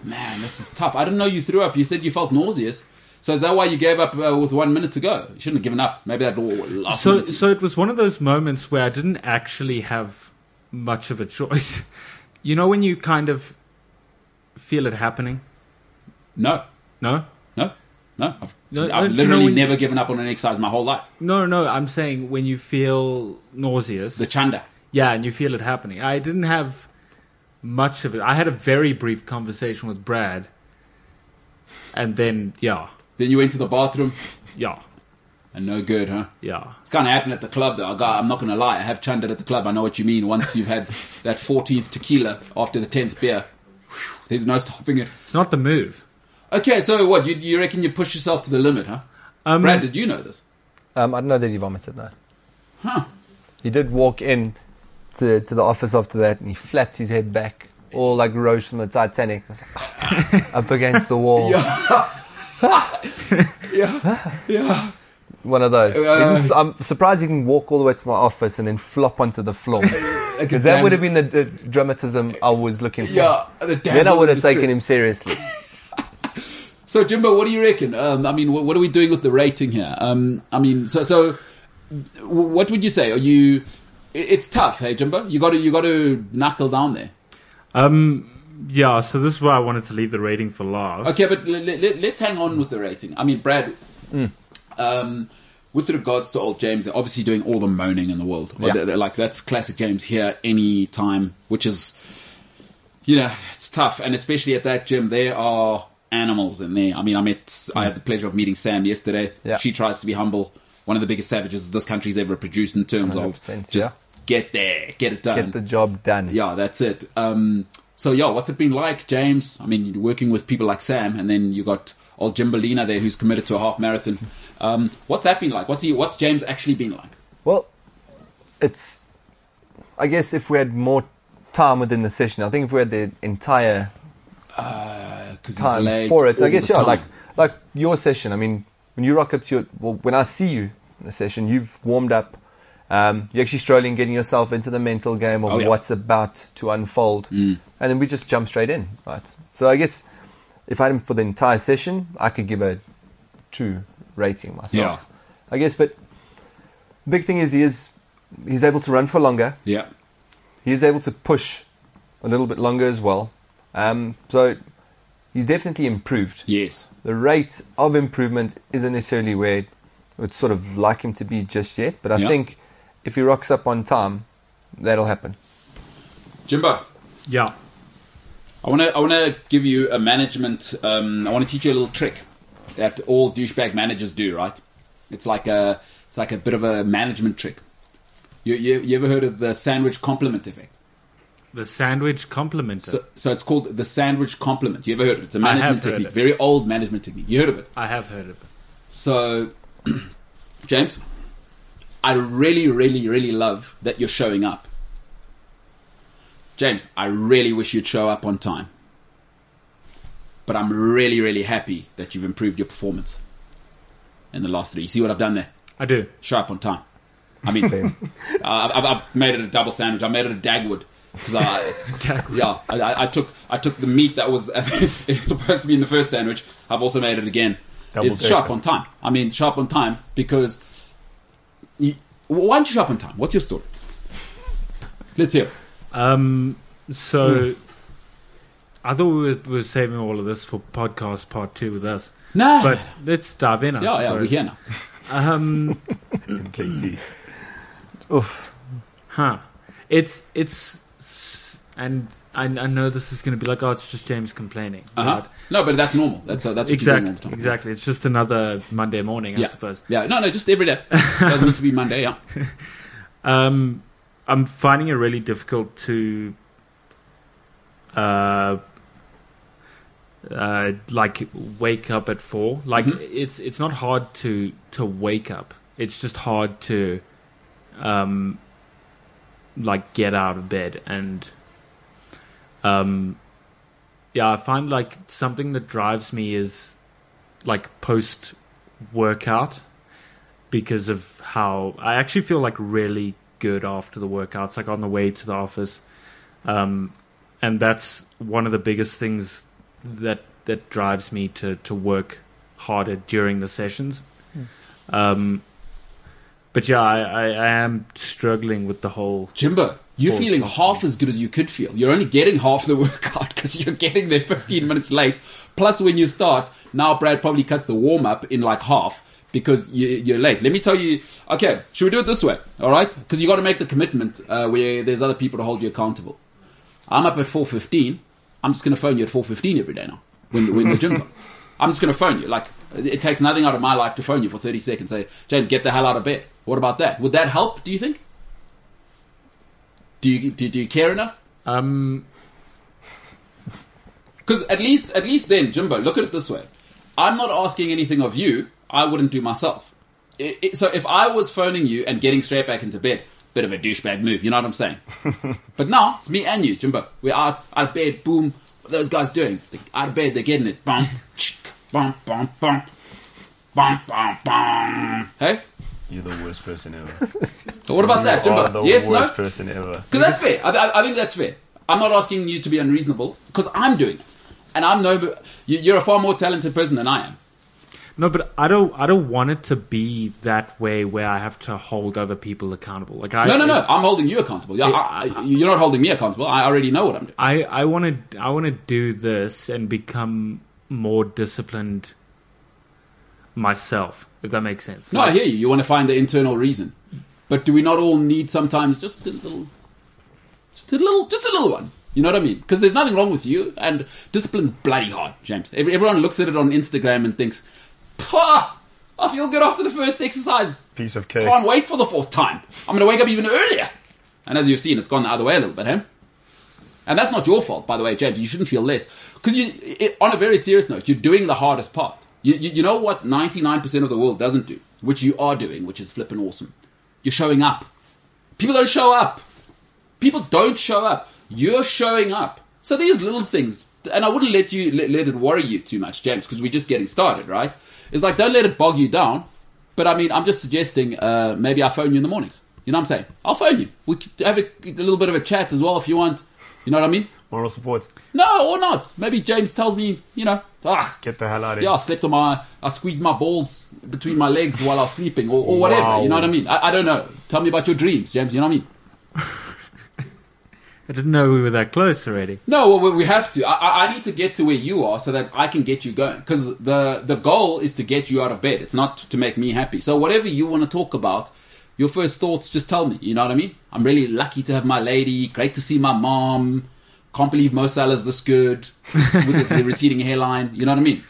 B: Man, this is tough. I didn't know you threw up. You said you felt nauseous. So is that why you gave up uh, with one minute to go? You shouldn't have given up. Maybe that last
E: So,
B: minute.
E: so it was one of those moments where I didn't actually have much of a choice. <laughs> You know when you kind of feel it happening?
B: no,
E: No,
B: no, no. I've,
E: No, no,
B: I've
E: you
B: literally
E: know when-
B: never given up on an exercise my whole life.
E: no, no. I'm saying when you feel nauseous.
B: The chanda.
E: Yeah, and you feel it happening. I didn't have much of it. I had a very brief conversation with Brad, and then yeah,
B: Then you went to the bathroom
E: yeah,
B: and no good, huh?
E: yeah.
B: It's kind of happened at the club, though. I got, I'm not going to lie. I have chundered at the club. I know what you mean. Once you've had that 14th tequila after the 10th beer, whew, there's no stopping it.
E: It's not the move.
B: Okay, so what? You, you reckon you push yourself to the limit, huh?
E: Um,
B: Brad, did you know this?
C: Um, I don't know that he vomited, no.
B: Huh.
C: He did walk in to, to the office after that, and he flapped his head back, all like Rose from the Titanic. I was like, <laughs> "Ah," up against
B: <laughs>
C: the wall.
B: Yeah. Yeah.
C: One of those. He
B: Uh,
C: didn't- I'm surprised he can walk all the way to my office and then flop onto
B: <laughs>
C: the floor. Because that would have been the, the dramatism I was looking for.
B: Yeah. The
C: Then I
B: damsel
C: would
B: in
C: have taken
B: distress. <laughs>
C: him seriously.
B: So, Jimbo, what do you reckon? Um, I mean, what, what are we doing with the rating here? Um, I mean, so, so w- what would you say? Are you. it- It's tough, hey, Jimbo? You got to you got to knuckle down there.
E: Um, yeah. So this is why I wanted to leave the rating for last.
B: Okay, but l- l- let's hang on with the rating. I mean, Brad,
C: Hmm.
B: um, with regards to old James, they're obviously doing all the moaning in the world. Like,
C: Yeah.
B: they're- they're like that's classic James here at any time, which is, you know, it's tough, and especially at that gym, they are animals in there. I mean, I met, I had the pleasure of meeting Sam yesterday.
C: Yeah.
B: She tries to be humble. One of the biggest savages this country's ever produced in terms of
C: 100%,
B: just get there, get it done.
C: Get the job done.
B: yeah, that's it. Um, so yeah, what's it been like, James? I mean, you're working with people like Sam, and then you got old Jimbalina there who's committed to a half marathon. Um, what's that been like? What's he? What's James actually been like?
C: Well, it's. I guess if we had more time within the session, I think if we had the entire
B: Because
C: Uh, time for it, I guess yeah, like like your session. I mean, when you rock up to your, well, when I see you in the session, you've warmed up. Um, you're actually strolling, getting yourself into the mental game of
B: Oh, yeah. Mm.
C: what's about to unfold, and then we just jump straight in, right? So I guess if I had him for the entire session, I could give a two rating myself.
B: Yeah.
C: I guess, but the big thing is he is he's able to run for longer
B: yeah,
C: he is able to push a little bit longer as well. Um, so he's definitely improved.
B: yes,
C: The rate of improvement isn't necessarily where it's sort of like him to be just yet, but I
B: Yeah.
C: think if he rocks up on time, that'll happen.
B: Jimbo.
E: Yeah.
B: I want to I want to give you a management. Um, I want to teach you a little trick that all douchebag managers do. Right? It's like a it's like a bit of a management trick. You you, you ever heard of the sandwich compliment effect?
E: The sandwich complimenter.
B: So, so it's called the sandwich compliment. You ever heard of it? It's a
E: I have
B: management
E: heard
B: technique,
E: it.
B: very old management technique. You heard of it?
E: I have heard of it.
B: So, <clears throat> James, I really, really, really love that you're showing up. James, I really wish you'd show up on time. But I'm really, really happy that you've improved your performance in the last three. You see what I've done there?
E: I do.
B: Show up on time. I mean, uh, I've, I've made it a double sandwich. I made it a Dagwood. 'Cause I,
E: Dagwood.
B: yeah, I, I- I took I took the meat that was <laughs> it was supposed to be in the first sandwich. I've also made it again.
D: Double
B: it's sharp
D: bacon.
B: on time. I mean, sharp on time because you, why don't you sharp on time? What's your story? Let's hear. it.
E: Um, so
B: Hmm.
E: I thought we were, we were saving all of this for podcast part two with us,
B: No,
E: but let's dive in. I
B: yeah, yeah, we're
E: suppose.
B: here now.
E: Um,
D: Completely.
C: Oof.
E: Huh. It's it's s- and I, I know this is going to be like oh it's just James complaining.
B: Uh-huh.
E: right?
B: No, but that's normal. That's uh, that's what you're doing all the
E: Exactly.
B: time.
E: Exactly. It's just another Monday morning, I
B: Yeah.
E: suppose.
B: Yeah. No, no, just every day. Doesn't need to be Monday. Yeah.
E: Um, I'm finding it really difficult to, uh, uh, like wake up at four. Like it's it's not hard to to wake up. It's just hard to, um, like get out of bed and, um, yeah. I find like something that drives me is like post workout because of how I actually feel like really good after the workouts, like on the way to the office. Um, and that's one of the biggest things that that drives me to to work harder during the sessions. Um, but yeah, I, I, I am struggling with the whole.
B: Jimbo, you're
E: Oh,
B: feeling
E: fuck
B: half as good as you could feel. You're only getting half the <laughs> workout because you're getting there 15 minutes late. Plus, when you start, now Brad probably cuts the warm up in like half because you, you're late. Let me tell you, okay, should we do it this way? All right? Because you got to make the commitment uh, where there's other people to hold you accountable. I'm up at 4.15. I'm just going to phone you at 4.15 every day now when, when the gym's on. I'm just going to phone you. Like, it takes nothing out of my life to phone you for 30 seconds. Say, James, get the hell out of bed. What about that? Would that help, do you think? Do you do, do you care enough?
E: Um,
B: Because at least at least then, Jimbo, look at it this way: I'm not asking anything of you. I wouldn't do myself. I i so if I was phoning you and getting straight back into bed, bit of a douchebag move. You know what
D: <laughs>
B: I'm saying? but now it's me and you, Jimbo. We're out out of bed. Boom. What are those guys doing? They, out of bed. They're getting it. Bum,
D: <laughs>
B: chick, bum, bum, bum, bum, bum, bum. Hey.
D: You're the worst person ever.
B: So what about that,
D: You are
B: Jimbo?
D: the
B: Yes,
D: worst
B: no.
D: person ever.
B: Because that's fair. I, I, I think that's fair. I'm not asking you to be unreasonable because I'm doing it, and I'm no. you- You're a far more talented person than I am.
E: no, but I don't. I don't want it to be that way where I have to hold other people accountable. Like I
B: No, no, no. I'm holding you accountable. Yeah, I, I, you're not holding me accountable. I already know what I'm doing.
E: I I want to I want to do this and become more disciplined myself, if that makes sense.
B: No, I
E: Like,
B: hear you. You want to find the internal reason, but do we not all need sometimes just a little, just a little, just a little one? You know what I mean? Because there's nothing wrong with you, and discipline's bloody hard, James. Every, everyone looks at it on Instagram and thinks, "Pah, I feel good after the first exercise.
D: Piece of cake.
B: Can't wait for the fourth time. I'm going to wake up even earlier." And as you've seen, it's gone the other way a little bit, huh? And that's not your fault, by the way, James. You shouldn't feel less. Because you, it, on a very serious note, you're doing the hardest part. You, you, you know what 99% of the world doesn't do, which you are doing, which is flipping awesome. You're showing up. People don't show up. People don't show up. You're showing up. So these little things, and I wouldn't let you let, let it worry you too much, James, because we're just getting started, right? It's like don't let it bog you down. But I mean, I'm just suggesting uh, maybe I phone you in the mornings. You know what I'm saying? I'll phone you. We could have a, a little bit of a chat as well if you want. You know what I mean?
D: Moral support.
B: No, or not. Maybe James tells me, you know, ah,
D: Get the hell out of
B: yeah, I
D: here.
B: slept on my, I squeezed my balls between my legs while I was sleeping, or, or whatever.
D: Wow.
B: You know what I mean? I, I don't know. Tell me about your dreams, James. You know what I mean?
E: I didn't know we were that close already. <laughs>
B: No, well, we- we have to. I- I, I need to get to where you are so that I can get you going. Because the the goal is to get you out of bed. It's not to make me happy. So whatever you want to talk about, your first thoughts, just tell me. You know what I mean? I'm really lucky to have my lady. Great to see my mom. Can't believe Mo Salah's this good with his <laughs> receding hairline. You know what I mean?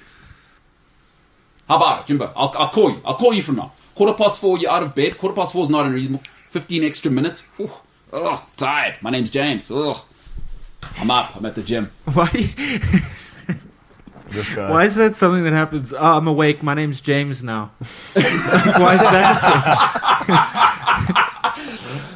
B: How about it, Jimbo? I'll, I'll call you. I'll call you from now. Quarter past four, you're out of bed. Quarter past four is not unreasonable. 15 extra minutes. Whew. Ugh, tired. My name's James. Ugh. I'm up. I'm at the gym.
E: Why?
D: This guy.
E: Why is that something that happens? Oh, I'm awake. My name's James now. <laughs> Why is that?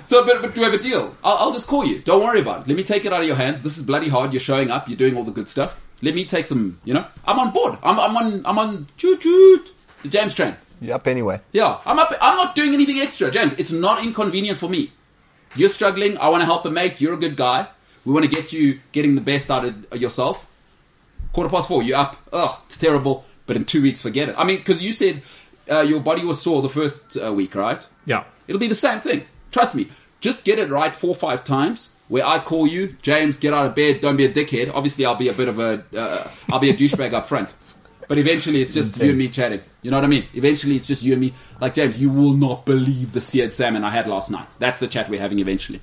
B: So, but, but do we have a deal? I'll, I'll just call you. Don't worry about it. Let me take it out of your hands. This is bloody hard. You're showing up. You're doing all the good stuff. Let me take some. You know, I'm on board. I'm, I'm on. I'm on. Choo choo. The James train.
C: You're up anyway.
B: Yeah, I'm up. I'm not doing anything extra, James. It's not inconvenient for me. You're struggling. I want to help a mate. You're a good guy. We want to get you getting the best out of yourself. Quarter past four. You're up. Ugh, it's terrible. But in two weeks, forget it. I mean, because you said uh, your body was sore the first uh, week, right?
E: yeah.
B: It'll be the same thing. Trust me. Just get it right four or five times. Where I call you, James, get out of bed. Don't be a dickhead. Obviously, I'll be a bit of a, uh, I'll be a douchebag up front. But eventually, it's just you and me chatting. You know what I mean? Eventually, it's just you and me. Like James, you will not believe the seared salmon I had last night. That's the chat we're having eventually.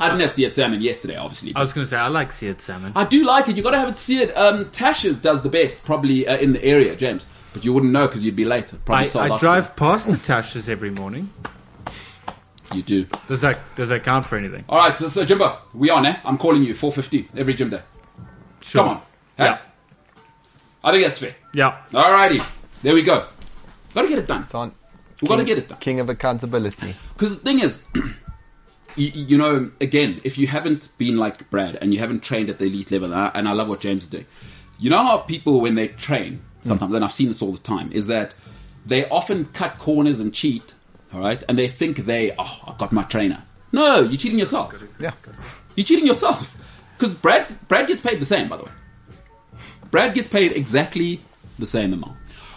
B: I didn't have seared salmon yesterday, obviously.
E: I was going to say, I like seared salmon.
B: I do like it. You got to have it seared. Um, Tasha's does the best, probably uh, in the area, James. But you wouldn't know because you'd be late. Probably
E: I,
B: sold
E: I
B: out.
E: drive past Natasha's every morning.
B: You do.
E: Does that does that count for anything?
B: All right, so, so Jimbo, we on, eh? I'm calling you 4.50 every gym day.
E: Sure.
B: Come on. Hey?
E: Yeah.
B: I think that's fair.
E: Yeah.
B: All righty. There we go. Got to get it done.
C: It's on.
B: we got to get it done.
C: King of accountability.
B: Because the thing is, <clears throat> you, you know, again, if you haven't been like Brad and you haven't trained at the elite level, and I, and I love what James is doing, you know how people, when they train, sometimes, and I've seen this all the time, is that they often cut corners and cheat, all right? And they think they, oh, I got my trainer. No, you're cheating yourself.
C: Yeah.
B: You're cheating yourself. <laughs> Because Brad, Brad gets paid the same, by the way. Brad gets paid exactly the same amount.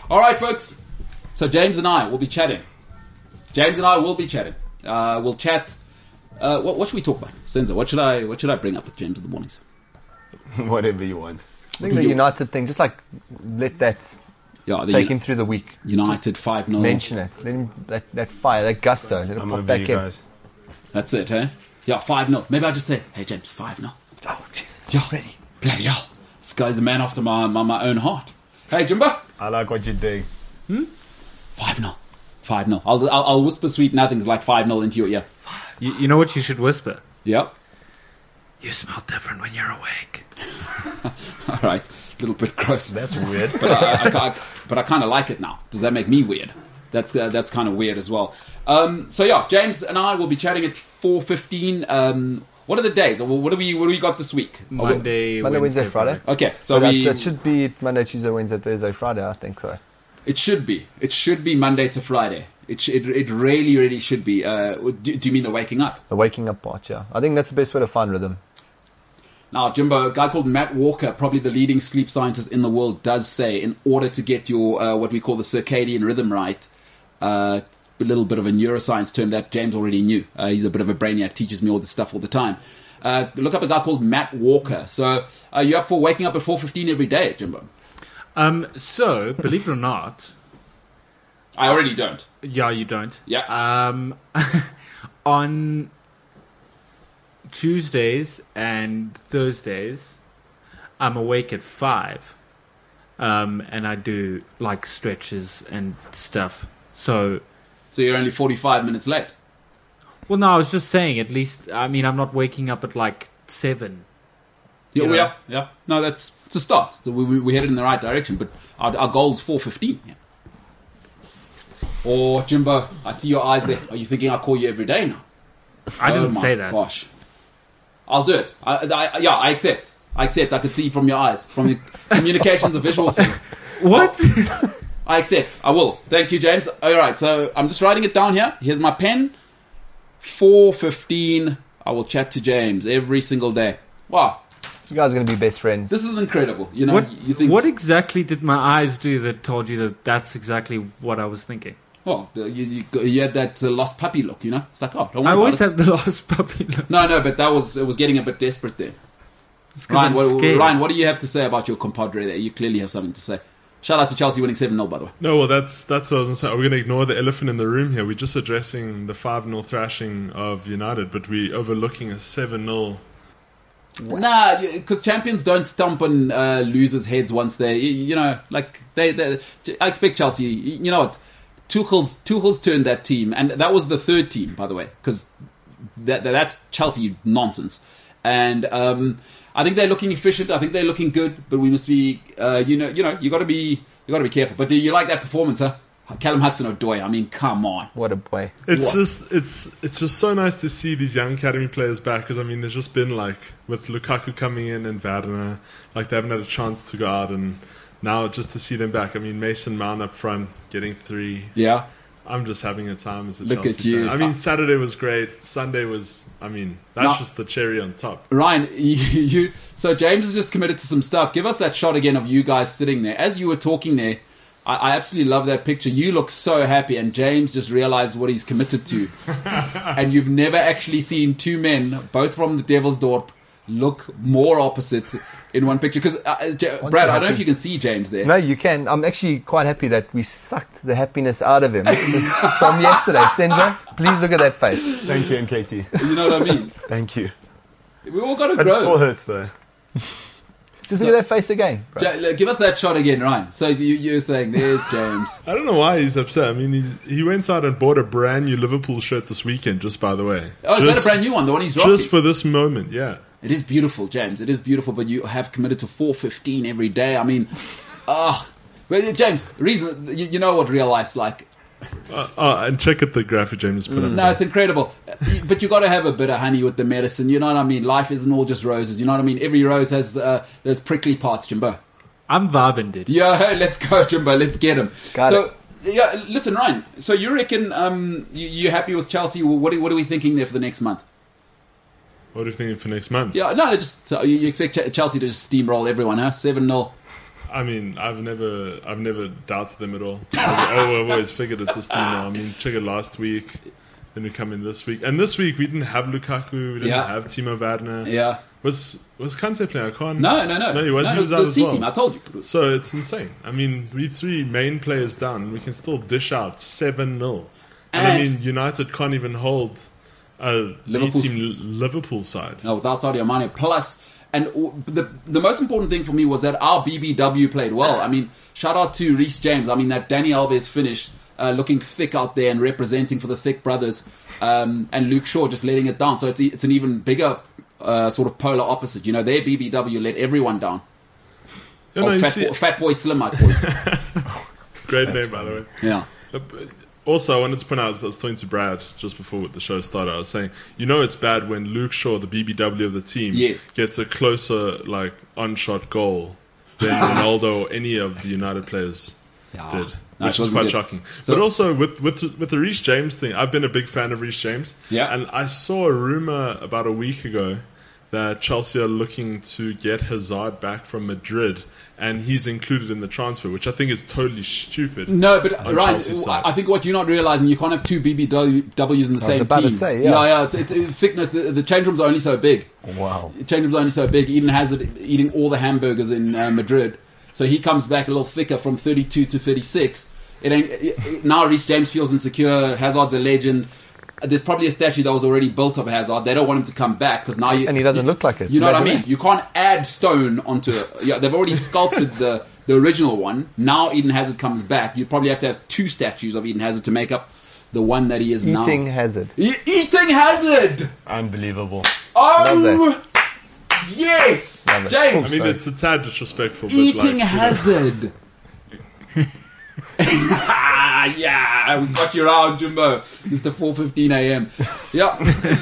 B: All right, folks. So James and I will be chatting. James and I will be chatting. Uh, we'll chat. Uh, what, what should we talk about, Senzo? What should I What should I bring up with James in the mornings?
D: <laughs> Whatever you want.
C: I think the United thing, just like let that
B: Yeah, the
C: take him
B: Uni-
C: through the week.
B: United five 0
C: Mention it. Let him that, that fire, that gusto. Let him
D: I'm
C: pop
D: over you
C: back in.
D: guys.
B: That's it, eh? Yeah, five 0 Maybe I just say, hey James, five 0
C: Oh Jesus!
B: Yeah,
C: Ready?
B: bloody hell, this guy's a man after my my, my own heart. Hey Jimbo,
D: I like what you're doing.
B: five 0 five 0 I'll, I'll I'll whisper sweet nothings like five 0 into your ear.
E: You, you know what you should whisper?
B: Yep.
E: You smell different when you're awake.
B: <laughs> All right. A little bit gross.
D: That's weird.
B: I, I, I, but I kind of like it now. Does that make me weird? That's uh, that's kind of weird as well. Um, so yeah, James and I will be chatting at four fifteen. Um, what are the days? Or What do we what do we got this week?
E: Monday,
C: Monday, Wednesday, Friday.
B: Okay, so
C: So
B: we,
C: it should be Monday, Tuesday, Wednesday, Thursday, Friday. I think so.
B: It should be. It should be Monday to Friday. It sh- it, it really really should be. Uh, do, do you mean the waking up?
C: The waking up part. Yeah. I think that's the best way to find rhythm.
B: Now, Jimbo, a guy called Matt Walker, probably the leading sleep scientist in the world, does say in order to get your uh, what we call the circadian rhythm right, uh, a little bit of a neuroscience term that James already knew. Uh, he's a bit of a brainiac, teaches me all this stuff all the time. Uh, look up a guy called Matt Walker. So uh, you're up for waking up at 4.15 every day, Jimbo.
E: Um, so, believe it or not,
B: I already don't.
E: Uh, Um, <laughs> yeah, you don't.
B: Yeah.
E: Um, on Tuesdays and Thursdays, I'm awake at five, um, and I do like stretches and stuff. So,
B: So you're only 45 minutes late.
E: well, no, I was just saying. At least, I mean, I'm not waking up at like seven.
B: Yeah,
E: You
B: we
E: know?
B: are. Yeah. No, that's it's a start. So we, we, we're headed in the right direction, but our, our goal's 4.15. Yeah. Or, Jimbo, I see your eyes there. Are you thinking I call you every day now?
E: I
B: Oh
E: didn't
B: my
E: say that.
B: Gosh, I'll do it. I, I, yeah, I accept. I accept. I could see from your eyes. From
E: <laughs>
B: your communication's a visual thing.
E: What?
B: <laughs> I accept. I will. Thank you, James. All right. So I'm just writing it down here. Here's my pen. Four fifteen. I will chat to James every single day. Wow,
C: You guys are going to be best friends.
B: this is incredible. You know,
E: what?
B: you think
E: what exactly did my eyes do that told you that that's exactly what I was thinking?
B: Well, the- you, you, go- you had that uh, lost puppy look, you know. It's like, oh, don't worry
E: I
B: about
E: always
B: it.
E: have the <laughs> last puppy. Look.
B: No, no, but that was it was getting a bit desperate there.
E: It's 'cause
B: Ryan,
E: I'm
B: what,
E: scared.
B: Ryan, what do you have to say about your compadre there? You clearly have something to say. Shout out to Chelsea winning seven 0 by the way.
F: No, well, that's that's what I was going to say. We're going to ignore the elephant in the room here. We're just addressing the 5 0 thrashing of United, but we're overlooking a 7 0.
B: Nah, because champions don't stomp on uh, losers' heads once they, you, you know, like they, they. I expect Chelsea. You you know what? Tuchel's Tuchel's turned that team, and that was the third team, by the way, because that, that that's Chelsea nonsense. And um, I think they're looking efficient. I think they're looking good, but we must be, uh, you know, you know, you got to be, you got to be careful. But do you like that performance, huh? Callum Hudson Odoi. I mean, come on.
C: What a boy.
F: It's
B: What?
F: just it's it's just so nice to see these young academy players back because I mean there's just been like with Lukaku coming in and Varner like they haven't had a chance to go out and now just to see them back I mean Mason Mount up front getting three
B: Yeah.
F: I'm just having a time as a
B: Look
F: Chelsea
B: at you.
F: fan. I mean Saturday was great Sunday was I mean that's
B: Now-
F: just the cherry on top
B: Ryan, <laughs> you, you so James is just committed to some stuff. Give us that shot again of you guys sitting there as you were talking there. I, I absolutely love that picture. You look so happy, and James just realized what he's committed
F: <laughs>
B: to. and you've never actually seen two men, both from the Devil's Dorp, look more opposite in one picture. Because uh, J- Brad, I don't know if you can see James there.
C: No, you can. I'm actually quite happy that we sucked the happiness
B: <laughs>
C: out of him from yesterday. Sandra, please look at that face.
D: Thank you, NKT.
B: You know what I mean?
D: Thank you.
B: We all got to
D: But it still
B: grow.
D: hurts though.
C: Just look at that face again. bro.
B: Ja- like, give us that shot again, Ryan. So you, you're saying, there's James.
F: I don't know why he's upset I mean he's, he went out and bought a brand new Liverpool shirt this weekend just by the way
B: Oh, is
F: just,
B: that a brand new one? The one he's rocking?
F: just for this moment yeah
B: It is beautiful, James. It is beautiful, but you have committed to 415 every day. I mean, ah. well, yeah, James, reason you, you know what real life's like.
F: Uh, uh, and check out the graphic James put up.
B: No, it's incredible. Uh, you- But you got to have a bit of honey with the medicine. You know what I mean? Life isn't all just roses. You know what I mean? Every rose has uh, those prickly parts, Jimbo. <laughs>
E: I'm vibing, dude.
B: Yeah, hey, let's go, Jimbo. Let's get him.
C: Got
B: so, yeah, listen, Ryan. So you reckon um, you, you're happy with Chelsea? What are, what are we thinking there for the next month?
F: What do you think for next month?
B: Yeah, no, just so you you expect Ch- Chelsea to just steamroll everyone, huh? Seven 0
F: I mean, I've never, I've never doubted them at all. <laughs> oh, I've always figured it's a steamer. I mean, check it last week, then we come in this week, and this week we didn't have Lukaku, we didn't
B: Yeah.
F: have Timo Werner.
B: Yeah.
F: was was Kante playing? I can't.
B: No, no, no.
F: No, he was. he
B: it
F: was
B: the
F: out as
B: C
F: well.
B: team. I told you.
F: So it's insane. I mean, we three main players down, we can still dish out 7 0. And, I
B: And-
F: mean, United can't even hold a
B: Liverpool's- Oh,
F: team Liverpool side.
B: No, without Sadio Mane. Plus, and w- the the most important thing for me was that our BBW played well. I mean, shout out to Reece James. I mean, that Danny Alves finish, uh, looking thick out there and representing for the thick brothers, um, and Luke Shaw just letting it down. So it's e- it's an even bigger uh, sort of polar opposite. You know, their BBW let everyone down.
F: You
B: Or
F: know, you
B: fat,
F: see,
B: boy, fat boy Slim, I call
F: <laughs>
B: it.
F: great name, by the way.
B: yeah.
F: Also, I wanted to point out, I was talking to Brad just before the show started. I was saying, you know, it's bad when Luke Shaw, the BBW of the team,
B: Yes.
F: gets a closer, like, unshot goal
B: <laughs>
F: than Ronaldo or any of the United players
B: Yeah.
F: did,
B: No, it
F: which is
B: wasn't
F: quite
B: good.
F: shocking.
B: So-
F: but also, with, with, with the Reece James thing, I've been a big fan of Reece James.
B: Yeah.
F: And I saw a rumor about a week ago that Chelsea are looking to get Hazard back from Madrid. And he's included in the transfer, which I think is totally stupid.
B: No, but
F: on
B: Ryan,
F: Chelsea's side.
B: I I think what you're not realizing, you can't have two BBWs in the same
C: about to
B: team.
C: say, yeah.
B: yeah, it's, it's, it's thickness. The, the change rooms are only so big.
C: Wow.
B: The change rooms are only so big. Eden Hazard eating all the hamburgers in uh, Madrid, so he comes back a little thicker from 32 to 36. It ain't, it- it- now Reece James feels insecure. Hazard's a legend. there's probably a statue that was already built of Hazard. They don't want him to come back because now you,
C: And he doesn't
B: you-
C: look like it.
B: You know what I
C: Imagine
B: mean? You can't add stone onto it. Yeah, they've
C: <laughs>
B: already sculpted the the original one. Now Eden Hazard comes back. You probably have to have two statues of Eden Hazard to make up the one that he is
C: Eating
B: now.
C: hazard.
B: E- Eating Hazard.
D: Unbelievable.
B: Oh yes,
C: Love it.
B: James.
F: I mean, it's a tad disrespectful. But like,
B: Eating
F: you know. <laughs>
B: hazard. <laughs> Ah, yeah, we got you round, Jumbo. Mr. 4:15 a.m. Yeah,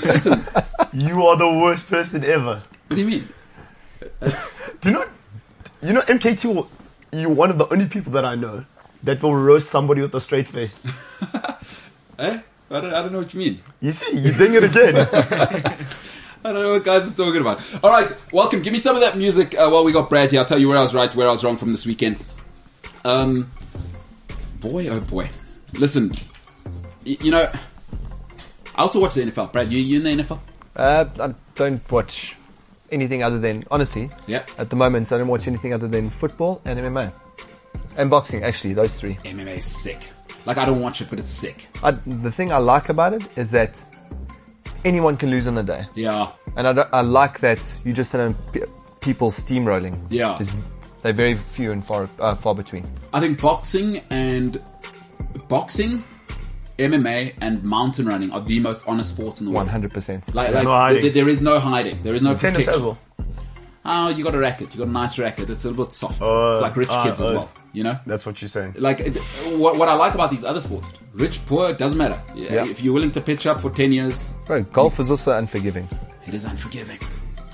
B: listen. What
D: You are the worst person ever.
B: do you mean?
D: Do you know? You know, MKT. will- You're one of the only people that I know that will roast somebody with a straight face.
B: Eh? I don't, I don't know what you mean.
D: You see, you're doing it again. <laughs>
B: I don't know what guys is talking about. All right, welcome. Give me some of that music uh, while we got Brad here. I'll tell you where I was right, where I was wrong from this weekend. Um, boy, oh boy. Listen, y- you know, I also watch the NFL. Brad, you, you in the NFL?
C: Uh, I don't watch anything other than, honestly,
B: Yeah.
C: at the moment, I don't watch anything other than football and MMA. And boxing, actually, those three.
B: MMA is sick. Like, I don't watch it, but it's sick.
C: I, the thing I like about it is that anyone can lose on the day.
B: Yeah.
C: And I, don't- I like that you just don't have pe- people steamrolling.
B: Yeah.
C: There's- they're very few and far, uh, far between.
B: I think boxing and boxing, MMA, and mountain running are the most honest sports in the world.
C: 100%.
B: Like,
D: no
B: like
D: hiding.
B: there- there is no hiding. There is no
D: Tennis
B: protection.
D: as well.
B: Oh, you got a racket. You got a nice racket. It's a little bit soft.
D: Oh,
B: it's like rich
D: ah,
B: kids as
D: oh.
B: well. You know,
D: That's what you're saying.
B: like it- what, what I like about these other sports, rich, poor, doesn't matter. Yeah,
C: Yeah.
B: If you're willing to pitch up for ten years,
C: Bro, golf is also unforgiving.
B: it is unforgiving.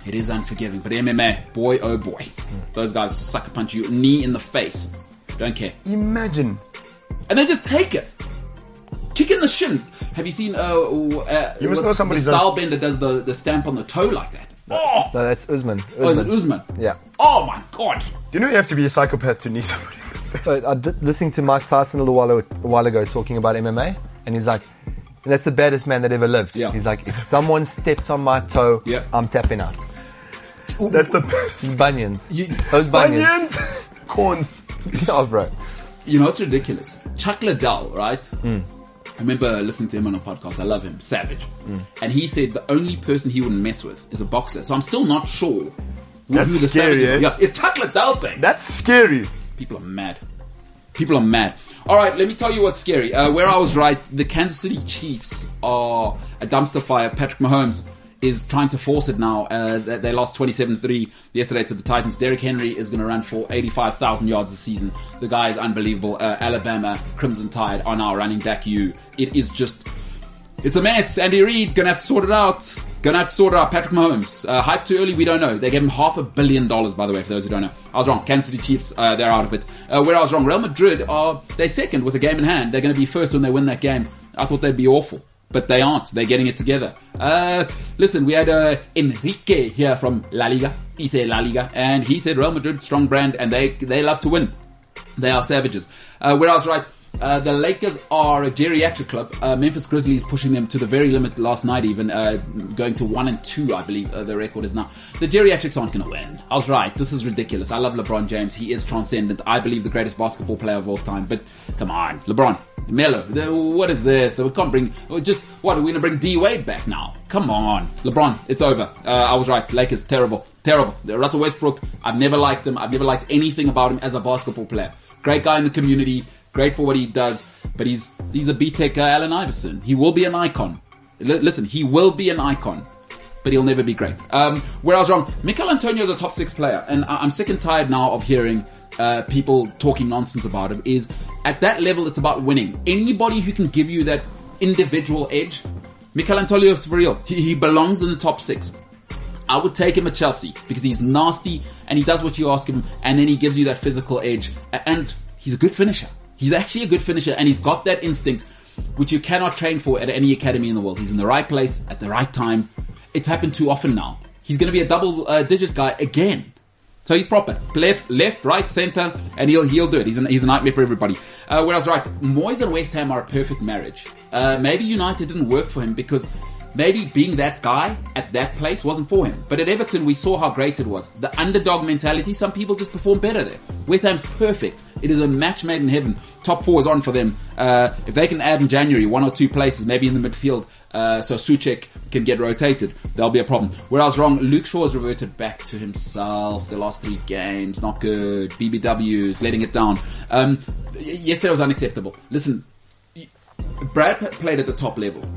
B: It is unforgiving. But MMA, boy, oh boy, those guys sucker punch you knee in the face. Don't care,
D: Imagine.
B: and they just take it. Kick in the shin. Have you seen? Uh, uh,
D: You must
B: what-
D: know somebody's
B: the style
D: done-
B: bender does the, the stamp on the toe like that. Oh,
C: No, that's Usman.
B: oh, is it Usman?
C: Yeah.
B: Oh my god.
D: Do you know you have to be a psychopath to knee somebody?
C: <laughs> But I did listening to Mike Tyson a little while, a while ago talking about MMA, and he's like, and that's the baddest man that ever lived.
B: Yeah.
C: He's like, if someone stepped on my toe,
B: Yeah.
C: I'm tapping out.
D: That's the best.
C: Bunions.
B: You-
C: Those bunions.
D: Onions! <laughs> Corns.
C: Oh, bro.
B: You know, it's ridiculous. Chuck Liddell, right?
D: Hmm.
B: I remember listening to him on a podcast. I love him, Savage.
D: Hmm.
B: And he said the only person he wouldn't mess with is a boxer. So I'm still not sure who
D: That's
B: the
D: scary,
B: Savage is.
D: eh?
B: Yeah, it's Chuck Liddell thing.
D: That's scary.
B: People are mad. People are mad. All right, let me tell you what's scary. Uh, where I was right, the Kansas City Chiefs are a dumpster fire. Patrick Mahomes is trying to force it now. Uh, they they lost 27-3 yesterday to the Titans. Derrick Henry is going to run for 85,000 yards this season. The guy is unbelievable. Uh, Alabama Crimson Tide are now running back you. It is just... It's a mess. Andy Reid gonna have to sort it out. Gonna have to sort it out. Patrick Mahomes uh, hyped too early. We don't know. They gave him half a billion dollars, by the way. For those who don't know, I was wrong. Kansas City Chiefs, uh, they're out of it. Uh, where I was wrong, Real Madrid are they second with a game in hand. They're gonna be first when they win that game. I thought they'd be awful, but they aren't. They're getting it together. Uh, listen, we had uh, Enrique here from La Liga. He said La Liga, and he said Real Madrid strong brand, and they they love to win. They are savages. Uh, where I was right, uh, the Lakers are a geriatric club. Uh, Memphis Grizzlies pushing them to the very limit last night, even uh, going to one and two, I believe uh, the record is now. The geriatrics aren't going to win. I was right. This is ridiculous. I love LeBron James. He is transcendent. I believe the greatest basketball player of all time. But come on, LeBron, Melo, the- what is this? They- We can't bring we just what are we going to bring D Wade back now? Come on, LeBron, it's over. Uh, I was right. Lakers terrible, terrible. Russell Westbrook, I've never liked him. I've never liked anything about him as a basketball player. Great guy in the community, great for what he does, but he's he's a B-Tech uh, Allen Iverson. He will be an icon. L- listen, he will be an icon, but he'll never be great. Um, where I was wrong, Mikel Antonio is a top six player, and I- I'm sick and tired now of hearing uh, people talking nonsense about him. Is at that level, it's about winning. Anybody who can give you that individual edge, Mikel Antonio is for real. He, he belongs in the top six. I would take him at Chelsea because he's nasty and he does what you ask him, and then he gives you that physical edge. A- And he's a good finisher. He's actually a good finisher, and he's got that instinct which you cannot train for at any academy in the world. He's in the right place at the right time. It's happened too often now. He's going to be a double uh, digit guy again. So he's proper. Left, left, right, center, and he'll he'll do it. He's, an, he's a nightmare for everybody. Uh, whereas, right, Moyes and West Ham are a perfect marriage. Uh, maybe United didn't work for him because maybe being that guy at that place wasn't for him. But at Everton, we saw how great it was. The underdog mentality, some people just perform better there. West Ham's perfect. It is a match made in heaven. Top four is on for them. Uh, if they can add in January one or two places, maybe in the midfield, uh, so Suchek can get rotated, that'll be a problem. Where I was wrong, Luke Shaw has reverted back to himself. The last three games, not good. BBW's letting it down. Um, y- yesterday was unacceptable. Listen, y- Brad p- played at the top level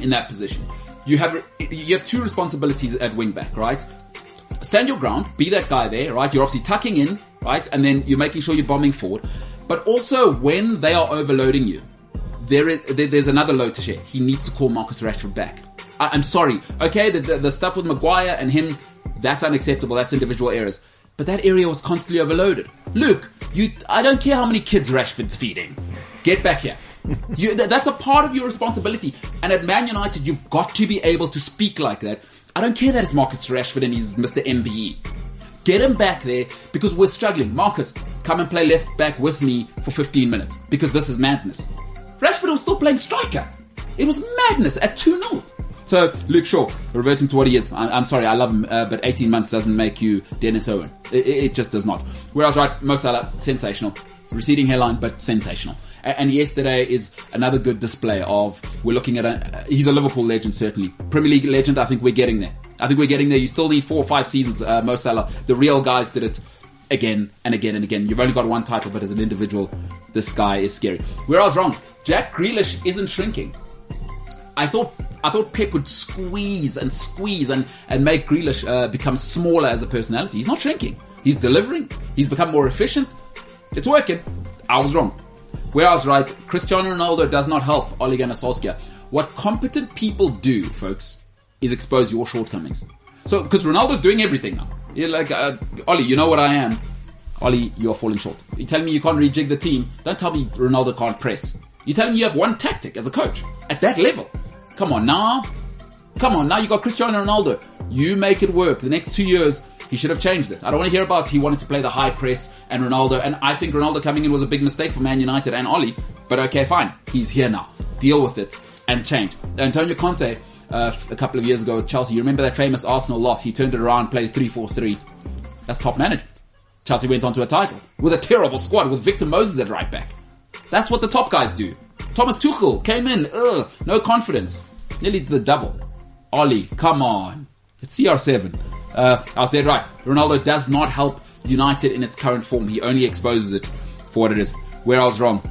B: in that position. You have you have two responsibilities at wing back, right? Stand your ground, be that guy there, right? You're obviously tucking in, right, and then you're making sure you're bombing forward. But also, when they are overloading you, there is there, there's another load to share. He needs to call Marcus Rashford back. I, I'm sorry, okay, the, the the stuff with Maguire and him, that's unacceptable. That's individual errors. But that area was constantly overloaded. Luke, you, I don't care how many kids Rashford's feeding. Get back here. You, th- that's a part of your responsibility. And at Man United, you've got to be able to speak like that. I don't care that it's Marcus Rashford and he's Mr. MBE. E. Get him back there because we're struggling. Marcus, come and play left back with me for 15 minutes because this is madness. Rashford was still playing striker. It was madness at 2 0. So, Luke Shaw, reverting to what he is. I'm, I'm sorry, I love him, uh, but 18 months doesn't make you Dennis Owen. It, it, it just does not. Whereas, right, Mo Salah, sensational. Receding hairline, but sensational. A- And yesterday is another good display of we're looking at a. He's a Liverpool legend, certainly. Premier League legend, I think we're getting there. I think we're getting there. You still need four or five seasons, uh, Mo Salah. The real guys did it again and again and again. You've only got one title, but as an individual, this guy is scary. Where I was wrong, Jack Grealish isn't shrinking. I thought I thought Pep would squeeze and squeeze and and make Grealish uh, become smaller as a personality. He's not shrinking. He's delivering. He's become more efficient. It's working. I was wrong. Where I was right, Cristiano Ronaldo does not help Ole Gunnar Solskjaer. What competent people do, folks, is expose your shortcomings. So, because Ronaldo's doing everything now. You're like, uh, Ollie, you know what I am. Ollie, you are falling short. You're telling me you can't rejig the team. Don't tell me Ronaldo can't press. You're telling me you have one tactic as a coach at that level. Come on now. Come on now. You got Cristiano Ronaldo. You make it work. The next two years, he should have changed it. I don't want to hear about he wanted to play the high press and Ronaldo. And I think Ronaldo coming in was a big mistake for Man United and Ollie. But okay, fine. He's here now. Deal with it and change. Antonio Conte, uh, f- a couple of years ago with Chelsea, you remember that famous Arsenal loss? He turned it around, played 3 4 3. That's top management. Chelsea went on to a title with a terrible squad with Victor Moses at right back. That's what the top guys do. Thomas Tuchel came in, ugh, no confidence. Nearly did the double. Ollie, come on. It's CR7. Uh, I was dead right. Ronaldo does not help United in its current form. He only exposes it for what it is. Where I was wrong,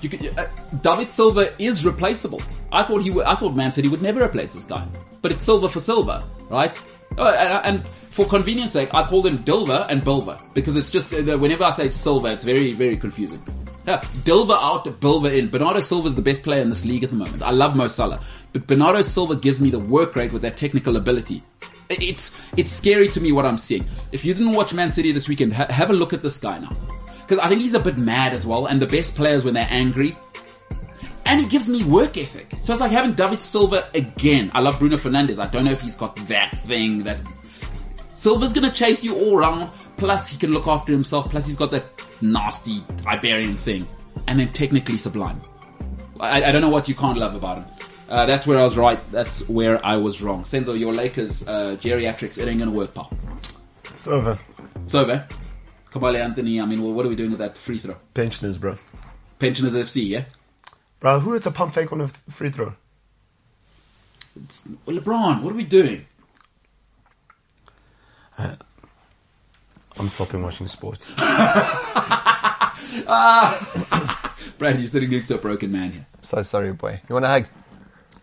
B: you could, uh, David Silva is replaceable. I thought he. Would, I thought Man City would never replace this guy, but it's Silva for Silva, right? Oh, and, and for convenience' sake, I call them Dilva and Bilva because it's just uh, whenever I say Silva, it's very very confusing. Yeah, Dilva out, Bilva in. Bernardo Silva's the best player in this league at the moment. I love Mo Salah, but Bernardo Silva gives me the work rate with that technical ability. It- It's it's scary to me what I'm seeing. If you didn't watch Man City this weekend, ha- have a look at this guy now because I think he's a bit mad as well. And the best players when they're angry, and he gives me work ethic. So it's like having David Silva again. I love Bruno Fernandez. I don't know if he's got that thing that Silva's gonna chase you all round. Plus he can look after himself. Plus he's got that nasty Iberian thing, and then technically sublime. I, I don't know what you can't love about him. Uh, that's where I was right. That's where I was wrong. Senzo, your Lakers uh, geriatrics, it ain't gonna work, pal.
D: It's over.
B: It's over. Kabale Anthony, I mean, well, what are we doing with that free throw?
D: Pensioners, bro.
B: Pensioners FC, yeah?
D: Bro, who is a pump fake on a f- free throw?
B: It's, well, LeBron, what are we doing?
D: I'm stopping watching sports.
B: Brad, you're sitting next to a broken man here.
C: So sorry, boy. You want a hug?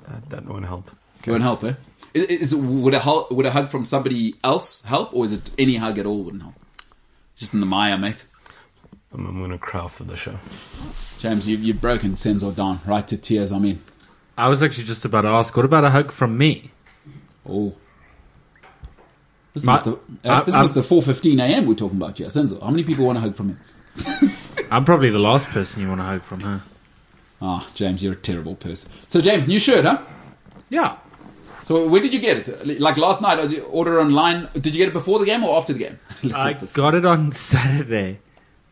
D: That, that won't help.
B: You won't help, eh? Is, is, would, a hug, would a hug from somebody else help, or is it any hug at all wouldn't help? Just in the Maya, mate.
D: I'm, I'm gonna cry after the show.
B: James, you've, you've broken Senzo down, right to tears, I mean.
E: I was actually just about to ask, what about a hug from me?
B: Oh. This
E: My-
B: was the, uh,
E: I-
B: this
E: I'm-
B: was the 4.15 a.m. we're talking about, yeah, Senzo. How many people want a hug from you?
E: I'm probably the last person you want a hug from, huh?
B: Ah, James, you're a terrible person. So, James, new shirt, huh?
E: Yeah.
B: So where did you get it? Like last night, did you order online? Did you get it before the game or after the game? <laughs> Look at
E: I
B: this.
E: got it on <laughs> Saturday,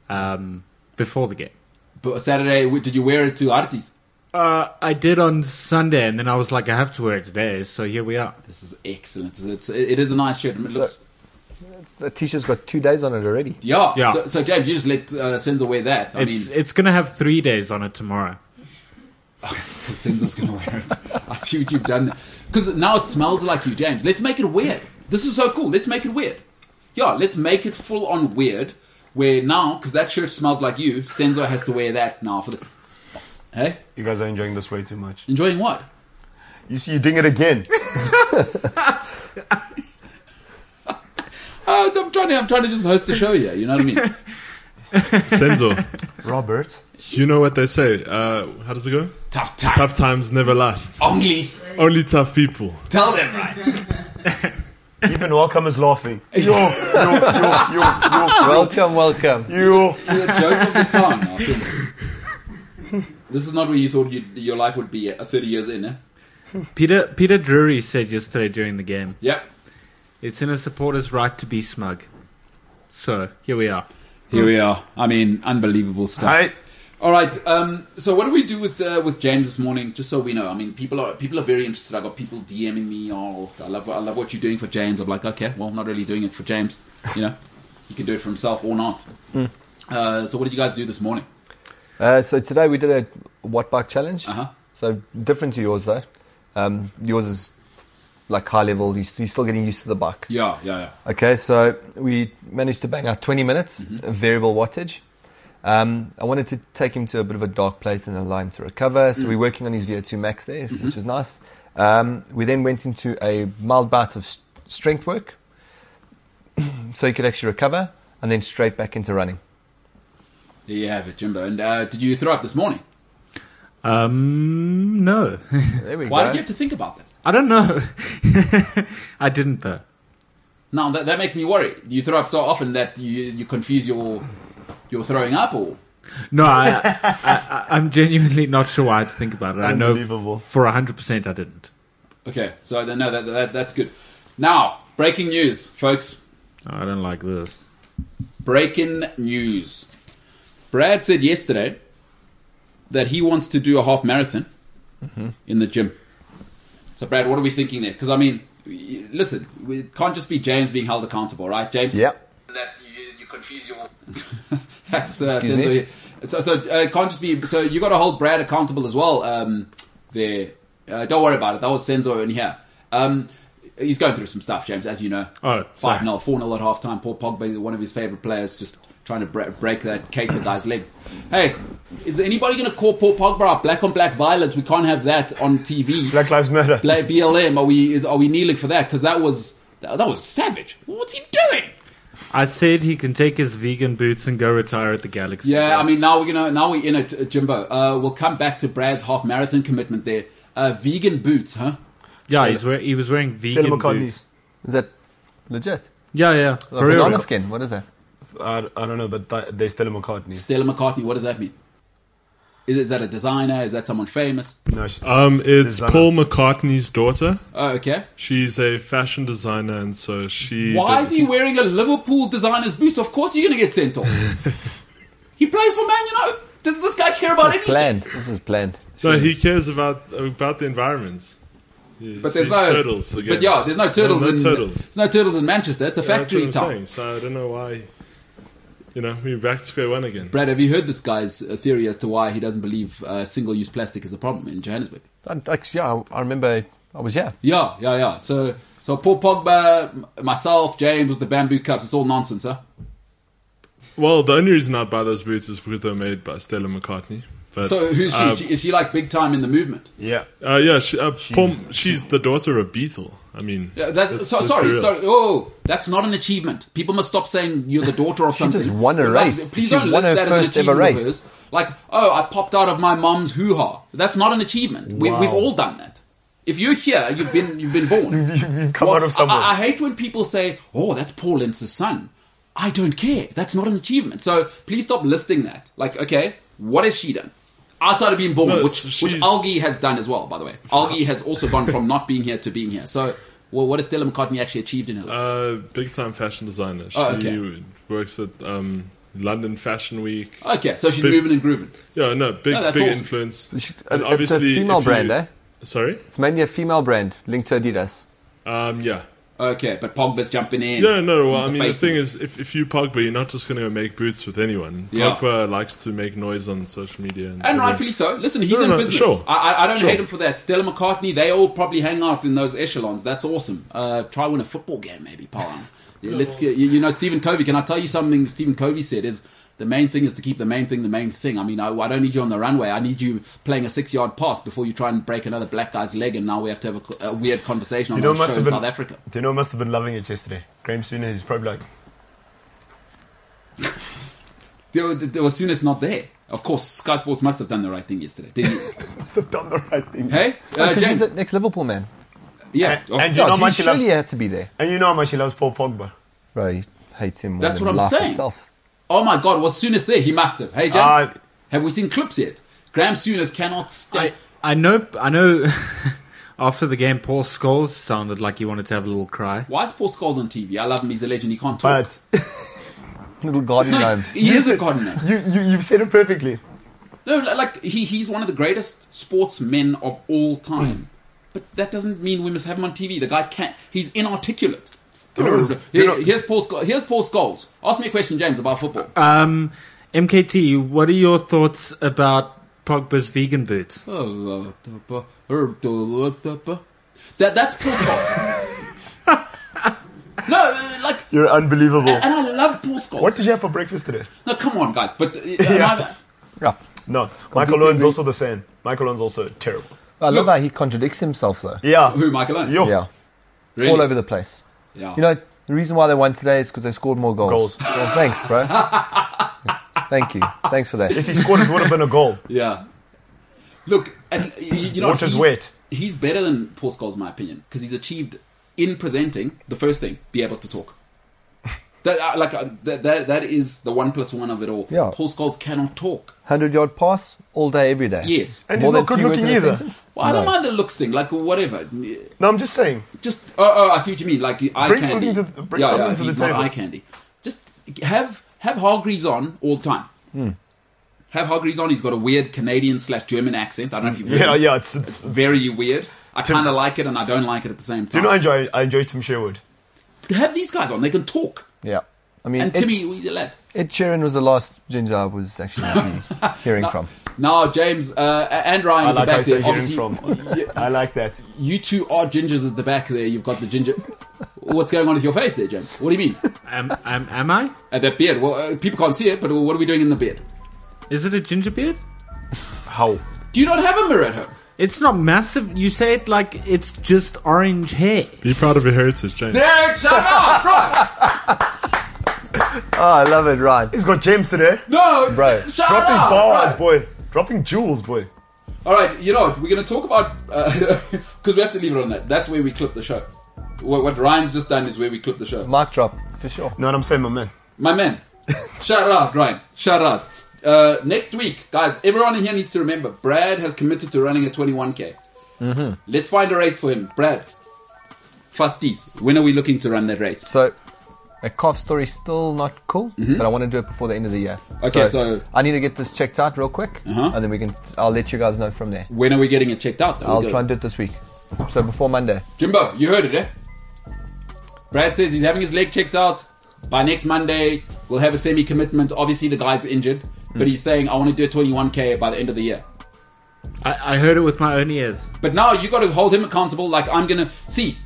E: um, before the game.
B: But Saturday, w- did you wear it to Artis?
E: Uh, I did on Sunday, and then I was like, I have to wear it today, so here we are.
B: This is excellent. It's, it's, it is a nice shirt. It looks,
C: The t-shirt's got two days on it already.
B: Yeah.
E: Yeah.
B: So, so James, you just let uh, Senza wear that. I
E: It's <laughs>
B: mean, <laughs>
E: it's gonna have three days on it tomorrow.
B: because Senza's going to wear it. I see what you've done. Because now it smells like you, James. Let's make it weird. This is so cool. Let's make it weird. Yeah, let's make it full on weird. Where now, because that shirt smells like you, Senzo has to wear that now for the. Hey,
D: You guys are enjoying this way too much.
B: enjoying what?
D: You see, you're doing it again.
B: Uh, I'm trying to. I'm trying to just host a show here. You know what I mean?
F: Senzo,
D: <laughs> Robert.
F: you know what they say. Uh, how does it go?
B: <laughs> tough time.
F: Tough times never last.
B: Only
F: Only tough people.
B: tell them right.
D: Even Welcome is laughing. Yo, yo, yo, yo, yo,
C: Welcome, welcome.
D: yo.
B: You're a joke of the town now, Senzo. This is not where you thought you'd, your life would be. Uh, Thirty years in, eh?
E: Peter Peter Drury said yesterday during the game,
B: Yep.
E: "It's in a supporter's right to be smug." So here we are.
B: Here we are. I mean, unbelievable stuff.
D: Hi.
B: All right. Um, so, what do we do with uh, with James this morning? Just so we know. I mean, people are people are very interested. I got people DMing me. Oh, I love I love what you're doing for James. I'm like, okay, well, I'm not really doing it for James. You know, he can do it for himself or not. Uh, so, what did you guys do this morning?
C: Uh, so today we did a what bike challenge.
B: Uh-huh.
C: So different to yours though. Um, yours is like high level. He's, he's still getting used to the bike.
B: Yeah, yeah, yeah.
C: Okay, so we managed to bang out 20 minutes of variable wattage. Um, I wanted to take him to a bit of a dark place and allow him to recover. So we're working on his VO2 max there, which is nice. Um, we then went into a mild bout of s- strength work, <clears throat> so he could actually recover, and then straight back into running.
B: There you have it, Jimbo. And uh, did you throw up this morning?
E: Um, no, <laughs>
C: There we
B: Why
C: go.
B: did you have to think about that?
E: I don't know. <laughs> I didn't though.
B: Now that that makes me worry. You throw up so often that you you confuse your your throwing up or
E: No, I, I, I, I'm genuinely not sure why I had to think about it. I know
D: Unbelievable.
E: f- for hundred percent I didn't.
B: okay. So then, no, that, that that's good. Now, breaking news, folks.
E: I don't like this.
B: Breaking news. Brad said yesterday that he wants to do a half marathon in the gym. So, Brad, what are we thinking there? Because, I mean, y- listen, we- it can't just be James being held accountable, right, James?
C: Yep.
B: That you, you confuse your. That's uh,
C: Excuse
B: Senzo
C: me?
B: here. So, so uh, it can't just be. So, you got to hold Brad accountable as well. Um, there. Uh, don't worry about it. That was Senzo in here. Um, he's going through some stuff, James, as you know.
E: Oh,
B: Five
E: sorry.
B: 0 four 0 at half time. Paul Pogba, one of his favourite players, just trying to bre- break that cater guy's leg. Hey, is anybody going to call Paul Pogba out black on black violence? We can't have that on TV.
D: Black Lives Matter.
B: Bla- BLM, are we is are we kneeling for that? Because that was that, that was savage. What's he doing?
E: I said he can take his vegan boots and go retire at the Galaxy.
B: Yeah, I mean now we're gonna now we're in it, uh, Jimbo. Uh, we'll come back to Brad's half marathon commitment there. Uh, vegan boots, huh?
E: yeah, he's wear, he was wearing
D: Still
E: vegan boots.
D: McCartney's.
C: Is that legit?
E: Yeah, yeah,
C: Like
E: for real.
C: banana skin. What is that?
D: I, I don't know, but th- they're still McCartney's.
B: Stella McCartney, what does that mean? Is, is that a designer? Is that someone famous?
D: No, sh-
F: Um, it's
D: Designer.
F: Paul McCartney's daughter.
B: Oh, okay.
F: She's a fashion designer, and so she.
B: Why
F: did-
B: is he wearing a Liverpool designer's boots? Of course you're going to get sent <laughs> off. he plays for Man United. Does this guy care about anything?
C: Planned. This is planned.
F: No, he cares about about the environments.
B: But there's no
F: turtles. Again.
B: But yeah, there's no turtles.
F: No, no
B: in,
F: turtles.
B: There's no turtles in Manchester. It's a
F: Yeah, that's
B: factory
F: what I'm
B: town.
F: saying. So I don't know why. You know, we're back to square one again.
B: Brad, have you heard this guy's uh, theory as to why he doesn't believe uh, single-use plastic is a problem in Johannesburg?
C: And Actually, yeah, I, I remember I was yeah.
B: Yeah, yeah, yeah. So, so Paul Pogba, m- myself, James with the bamboo cups. It's all nonsense, huh?
F: Well, the only reason I'd buy those boots is because they were made by Stella McCartney. But,
B: So who's she?
F: uh,
B: she? Is she like big time in the movement?
D: yeah.
F: uh, yeah, she, uh, Paul, she's the daughter of Beatle. I mean,
B: Yeah, that's,
F: let's-
B: so,
F: let's be
B: sorry,
F: real.
B: sorry. Oh, that's not an achievement. People must stop saying you're the daughter of something.
C: just won a
B: Like,
C: race.
B: Please
C: She
B: don't
C: won
B: list
C: her
B: that as an
C: first
B: achievement
C: ever
B: of
C: race.
B: hers. Like, oh, I popped out of my mom's hoo-ha. That's not an achievement. We, we've all done that. If you're here, you've been you've been born.
D: You've come
B: Well,
D: out of somewhere.
B: I, I hate when people say, "Oh, that's Paul Lentz's son." I don't care. That's not an achievement. So please stop listing that. Like, okay, what has she done? Outside of being born,
F: No,
B: which
F: it's-
B: which
F: she's-
B: Algie has done as well, by the way. Algie has also gone from not being here to being here. So, well, what has Stella McCartney actually achieved in her life?
F: Uh, big time fashion designer. She
B: Oh, okay.
F: works at um, London Fashion Week.
B: okay, so she's
F: big-
B: moving and grooving.
F: Yeah, no, big
B: No, that's
F: big
B: awesome.
F: influence.
C: She- uh,
F: And
C: it's a
F: obviously,
C: female
F: if you-
C: brand, eh?
F: Sorry,
C: It's mainly a female brand linked to Adidas.
F: um, yeah,
B: Okay, but Pogba's jumping in.
F: Yeah, no, well,
B: He's
F: I mean, the
B: face
F: thing
B: of-
F: is, if, if you Pogba, you're not just going to make boots with anyone.
B: Yeah.
F: Pogba likes to make noise on social media. And,
B: And rightfully so. Listen, he's
F: No,
B: in
F: no,
B: business.
F: sure.
B: I, I- I don't
F: Sure.
B: hate him for that. Stella McCartney, they all probably hang out in those echelons. That's awesome. Uh, try win a football game, maybe,
D: <laughs>
B: Palm. Yeah, let's get, you, you know, Stephen Covey, can I tell you something Stephen Covey said is the main thing is to keep the main thing the main thing. I mean, I, I don't need you on the runway. I need you playing a six yard pass before you try and break another black guy's leg, and now we have to have a co- a, weird conversation on
D: You know,
B: our
D: must
B: show in
D: have been-
B: South Africa.
D: Do you know I must have been loving it yesterday? Graham Sooner is probably like,
B: There, there was soon as not there. Of course, Sky Sports must have done the right thing yesterday.
D: <laughs>
B: Did you?
D: must have done the right thing.
B: hey, uh,
C: Because
B: James.
C: he's the next Liverpool man.
B: Yeah,
D: And- and
C: Yeah,
D: You know
C: he
D: much he
C: surely
D: loves-
C: had to be there.
D: And you know how much he loves Paul Pogba.
C: Bro, he hates him more
B: That's
C: than
B: what I'm
C: life
B: saying.
C: itself.
B: Oh my God, was Soonest there? He must have. Hey, James,
D: Uh,
B: have we seen clips yet? Graham Soonest cannot
E: I,
B: stay.
E: I know, I know. <laughs> after the game, Paul Scholes sounded like he wanted to have a little cry.
B: Why is Paul Scholes on TV? I love him. He's a legend. He can't talk.
D: But
C: Little garden gnome.
B: he is a gardener.
D: you, you, you've said it perfectly.
B: No, li- like he, he's one of the greatest sportsmen of all time.
D: Hmm.
B: But that doesn't mean we must have him on TV. The guy can't. He's inarticulate. Here-
D: not-
B: here's Paul. Scholes, here's Paul Scholes. Ask me a question, James, about football.
E: Um, MKT, what are your thoughts about Pogba's vegan boots?
D: Uh,
B: That that's
D: <laughs>
B: Paul Scholes. no, like,
D: You're
B: <laughs>
D: unbelievable.
B: and I love Paul Scholes.
D: What did you have for breakfast today?
B: No, come on, guys.
C: <laughs>
B: But uh, am
C: Yeah.
D: No, Michael Owen's also the same. Michael Owen's also terrible.
C: I love
B: Look-
C: how he contradicts himself though.
D: Yeah.
B: I- who Michael Owen?
D: Yo.
C: Yeah.
B: Really?
C: All over the place.
B: Yeah.
C: You know, the reason why they won today is because they scored more goals.
D: Goals.
C: Well, thanks,
B: <laughs>
C: bro. Thank you. Thanks for that.
D: If he scored, it would have been a
B: <laughs>
D: goal.
B: yeah. Look, and y- y- you know,
D: Water's
B: he's,
D: wet.
B: He's better than Paul Scholes, in my opinion, because he's achieved in presenting the first thing: be able to
C: <laughs>
B: talk. That, uh, like uh, that, that, that is the one plus one of it all.
C: Yeah.
B: Paul Scholes cannot talk.
C: 100 yard pass all day, every day.
B: Yes.
D: And
C: More
D: he's
C: than
D: not good
C: three words
D: looking
C: in a
D: either.
C: sentence?
B: Well, I don't
C: No.
B: mind the looks thing, like whatever.
D: No, I'm just saying.
B: Just oh, oh, I see what you mean. Like eye
D: Bring
B: candy.
D: something to- bring
B: yeah,
D: something
B: yeah,
D: to the
B: he's not
D: table.
B: eye candy. Just have have Hargreaves on all the time.
D: Hmm.
B: Have Hargreaves on. He's got a weird Canadian slash German accent. I don't know if you've heard.
D: Yeah,
B: it.
D: yeah. It's, it's,
B: It's very weird. I kind of like it and I don't like it at the same
D: do you
B: time.
D: know I enjoy? I enjoy Tim Sherwood.
B: have these guys on. They can talk.
C: Yeah. I mean,
B: And
C: Ed,
B: Timmy, he's a lad.
C: Ed Sheeran was the last ginger I was actually
B: <laughs>
C: happy hearing from.
B: Now, James uh, and
D: I
B: Ryan at the
D: like how
B: back
D: you
B: there.
D: said
B: Obviously,
D: hearing from. I like that.
B: you two are gingers at the back there. You've got the ginger. What's going on with your face there, James? What do you mean?
E: Am, am, am I?
B: At that beard. Well, uh, people can't see it, but what are we doing in the beard?
E: Is it a ginger beard?
D: How?
B: Do you not have a mirror at home?
E: It's not massive. You say it like it's just orange hair.
F: Be proud of your heritage, James.
B: Derek, shut up, right?
C: Oh, I love it, Ryan.
D: He's got gems today.
B: <laughs> No,
C: Bro,
B: shut
D: Dropping
B: up.
D: bars,
B: right.
D: boy. Dropping jewels, boy.
B: All right, you know what? We're going to talk about <laughs> because we have to leave it on that. That's where we clip the show. What, what Ryan's just done is where we clip the show.
C: Mic drop, for sure.
D: No, what I'm saying, my man.
B: My <laughs> man, shout out, Ryan. Shout out. Uh, next week, guys, everyone in here needs to remember Brad has committed to running a 21k. Mm-hmm. Let's find a race for him, Brad. Fasties, when are we looking to run that race?
C: So, a cough story still not cool, but I want to do it before the end of the year.
B: Mm-hmm. Okay, so-
C: I need to get this checked out real quick,
B: Uh-huh.
C: and then we can. I'll let you guys know from there.
B: When are we getting it checked out? Though?
C: I'll
B: We go-
C: try and do it this week. So before Monday.
B: Jimbo, you heard it, eh? Brad says he's having his leg checked out. By next Monday, we'll have a semi commitment. Obviously, the guy's injured, but he's saying, I want to do a 21K by the end of the year.
E: I, I heard it with my own ears.
B: But now you got to hold him accountable. Like, I'm going to see.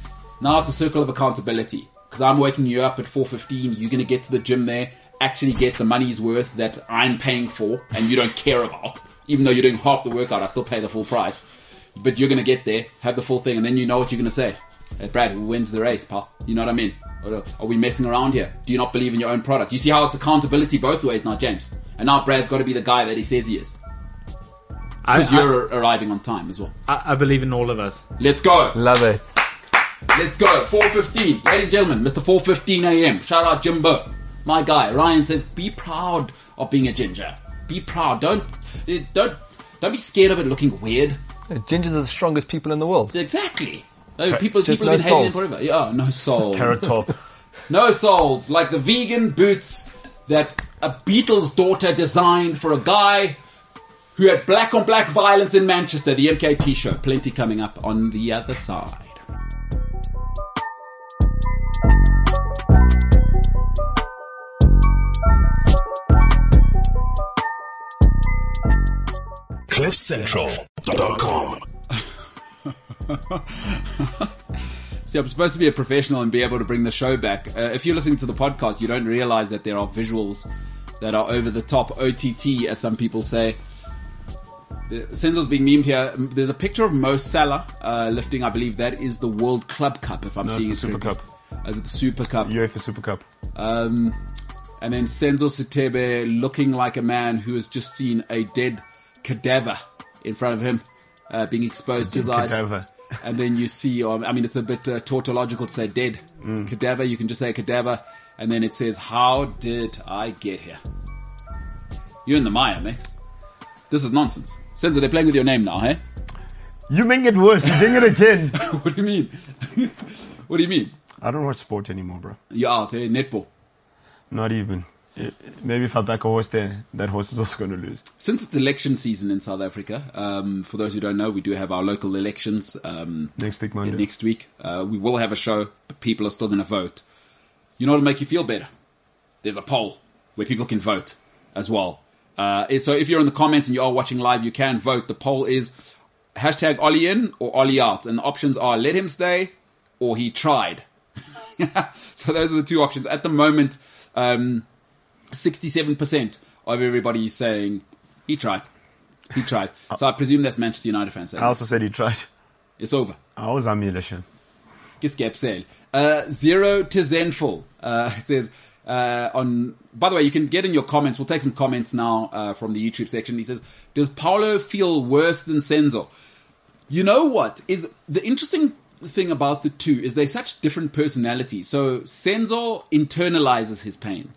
B: Now it's a circle of accountability because I'm waking you up at 4.15. You're going to get to the gym there, actually get the money's worth that I'm paying for and you don't care about. Even though you're doing half the workout, I still pay the full price. But you're going to get there, have the full thing, and then you know what you're going to say. Hey, Brad, who wins the race, pal? You know what I mean? Or are we messing around here? Do you not believe in your own product? You see how it's accountability both ways now, James. And now Brad's got to be the guy that he says he is.
E: I,
B: Because
E: I,
B: you're arriving on time as well.
E: I, I believe in all of us.
B: Let's go.
C: Love it.
B: Let's go. 4.15. Ladies and gentlemen, Mr. 4.15 a.m. Shout out Jimbo. My guy, Ryan says, be proud of being a ginger. Be proud. Don't, eh, don't, don't be scared of it looking weird.
C: Gingers are the strongest people in the world.
B: Exactly. Oh, people,
C: Just
B: people have been
C: no
B: hating it
C: souls.
B: forever. Yeah, no souls.
D: Carrot top.
B: <laughs> No souls. Like the vegan boots that a Beatles daughter designed for a guy who had black on black violence in Manchester. The MKT show. Plenty coming up on the other side.
G: CliffCentral.com.
B: See, I'm supposed to be a professional and be able to bring the show back. Uh, if you're listening to the podcast, you don't realize that there are visuals that are over the top, OTT, as some people say. The- Senzo's being memed here. M- There's a picture of Mo Salah uh, lifting, I believe that is the World Club Cup, if I'm
D: No, it's
B: seeing
D: the
B: it
D: Super
B: correctly.
D: Cup.
B: As it the Super Cup.
D: UEFA Super Cup.
B: Um, and then Senzo Sitebe looking like a man who has just seen a dead cadaver in front of him, uh, being exposed to his eyes.
D: Cadaver.
B: <laughs> And then you see, um, I mean, it's a bit uh, tautological to say dead. Cadaver, you can just say cadaver. And then it says, How did I get here? You're in the Maya, mate. This is nonsense. Senzo, they're playing with your name now, hey? <laughs>
D: You make it worse. You're doing it again.
B: what do you mean? <laughs> what do you mean?
D: <laughs> I don't watch sport anymore, bro.
B: You're out, hey? Netball.
D: Not even. Eh, Maybe if I back a horse there, that horse is also going to lose.
B: Since it's election season in South Africa, um, for those who don't know, we do have our local elections um,
D: Next week, Monday.
B: next week. Uh, we will have a show, but people are still going to vote. You know what'll make you feel better? There's a poll where people can vote as well. Uh, so if you're in the comments and you are watching live, you can vote. The poll is hashtag Ollie in or Ollie out, and the options are let him stay or he tried. <laughs> so those are the two options at the moment. Um, 67% of everybody is saying he tried. He tried. So I presume that's Manchester United fans. saying
D: I also said he tried.
B: It's over.
D: I was ammunition.
B: Geskepsel. Uh, zero to Zenful. Uh, <laughs> it says, uh, on, by the way, you can get in your comments. We'll take some comments now, uh, from the YouTube section. He says, does Paolo feel worse than Senzo? You know what is the interesting thing about the two is they're such different personalities. So Senzo internalizes his pain.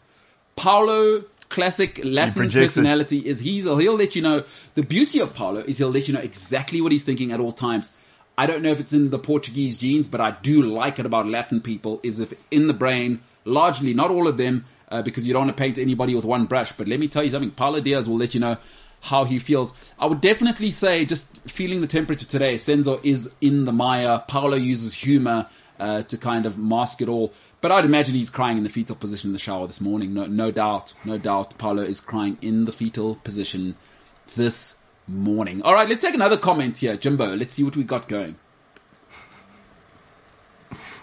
B: Paolo, classic Latin
D: projects it.
B: personality, is he's he'll let you know. The beauty of Paolo is he'll let you know exactly what he's thinking at all times. I don't know if it's in the Portuguese genes, but I do like it about Latin people is if it's in the brain, largely not all of them, uh, because you don't want to paint anybody with one brush. But let me tell you something, Paolo Diaz will let you know how he feels. I would definitely say, just feeling the temperature today, Senzo is in the mire. Paolo uses humor uh, to kind of mask it all. But I'd imagine he's crying in the fetal position in the shower this morning. No, no doubt, no doubt. Paolo is crying in the fetal position this morning. All right, let's take another comment here, Jimbo. Let's see what we got going.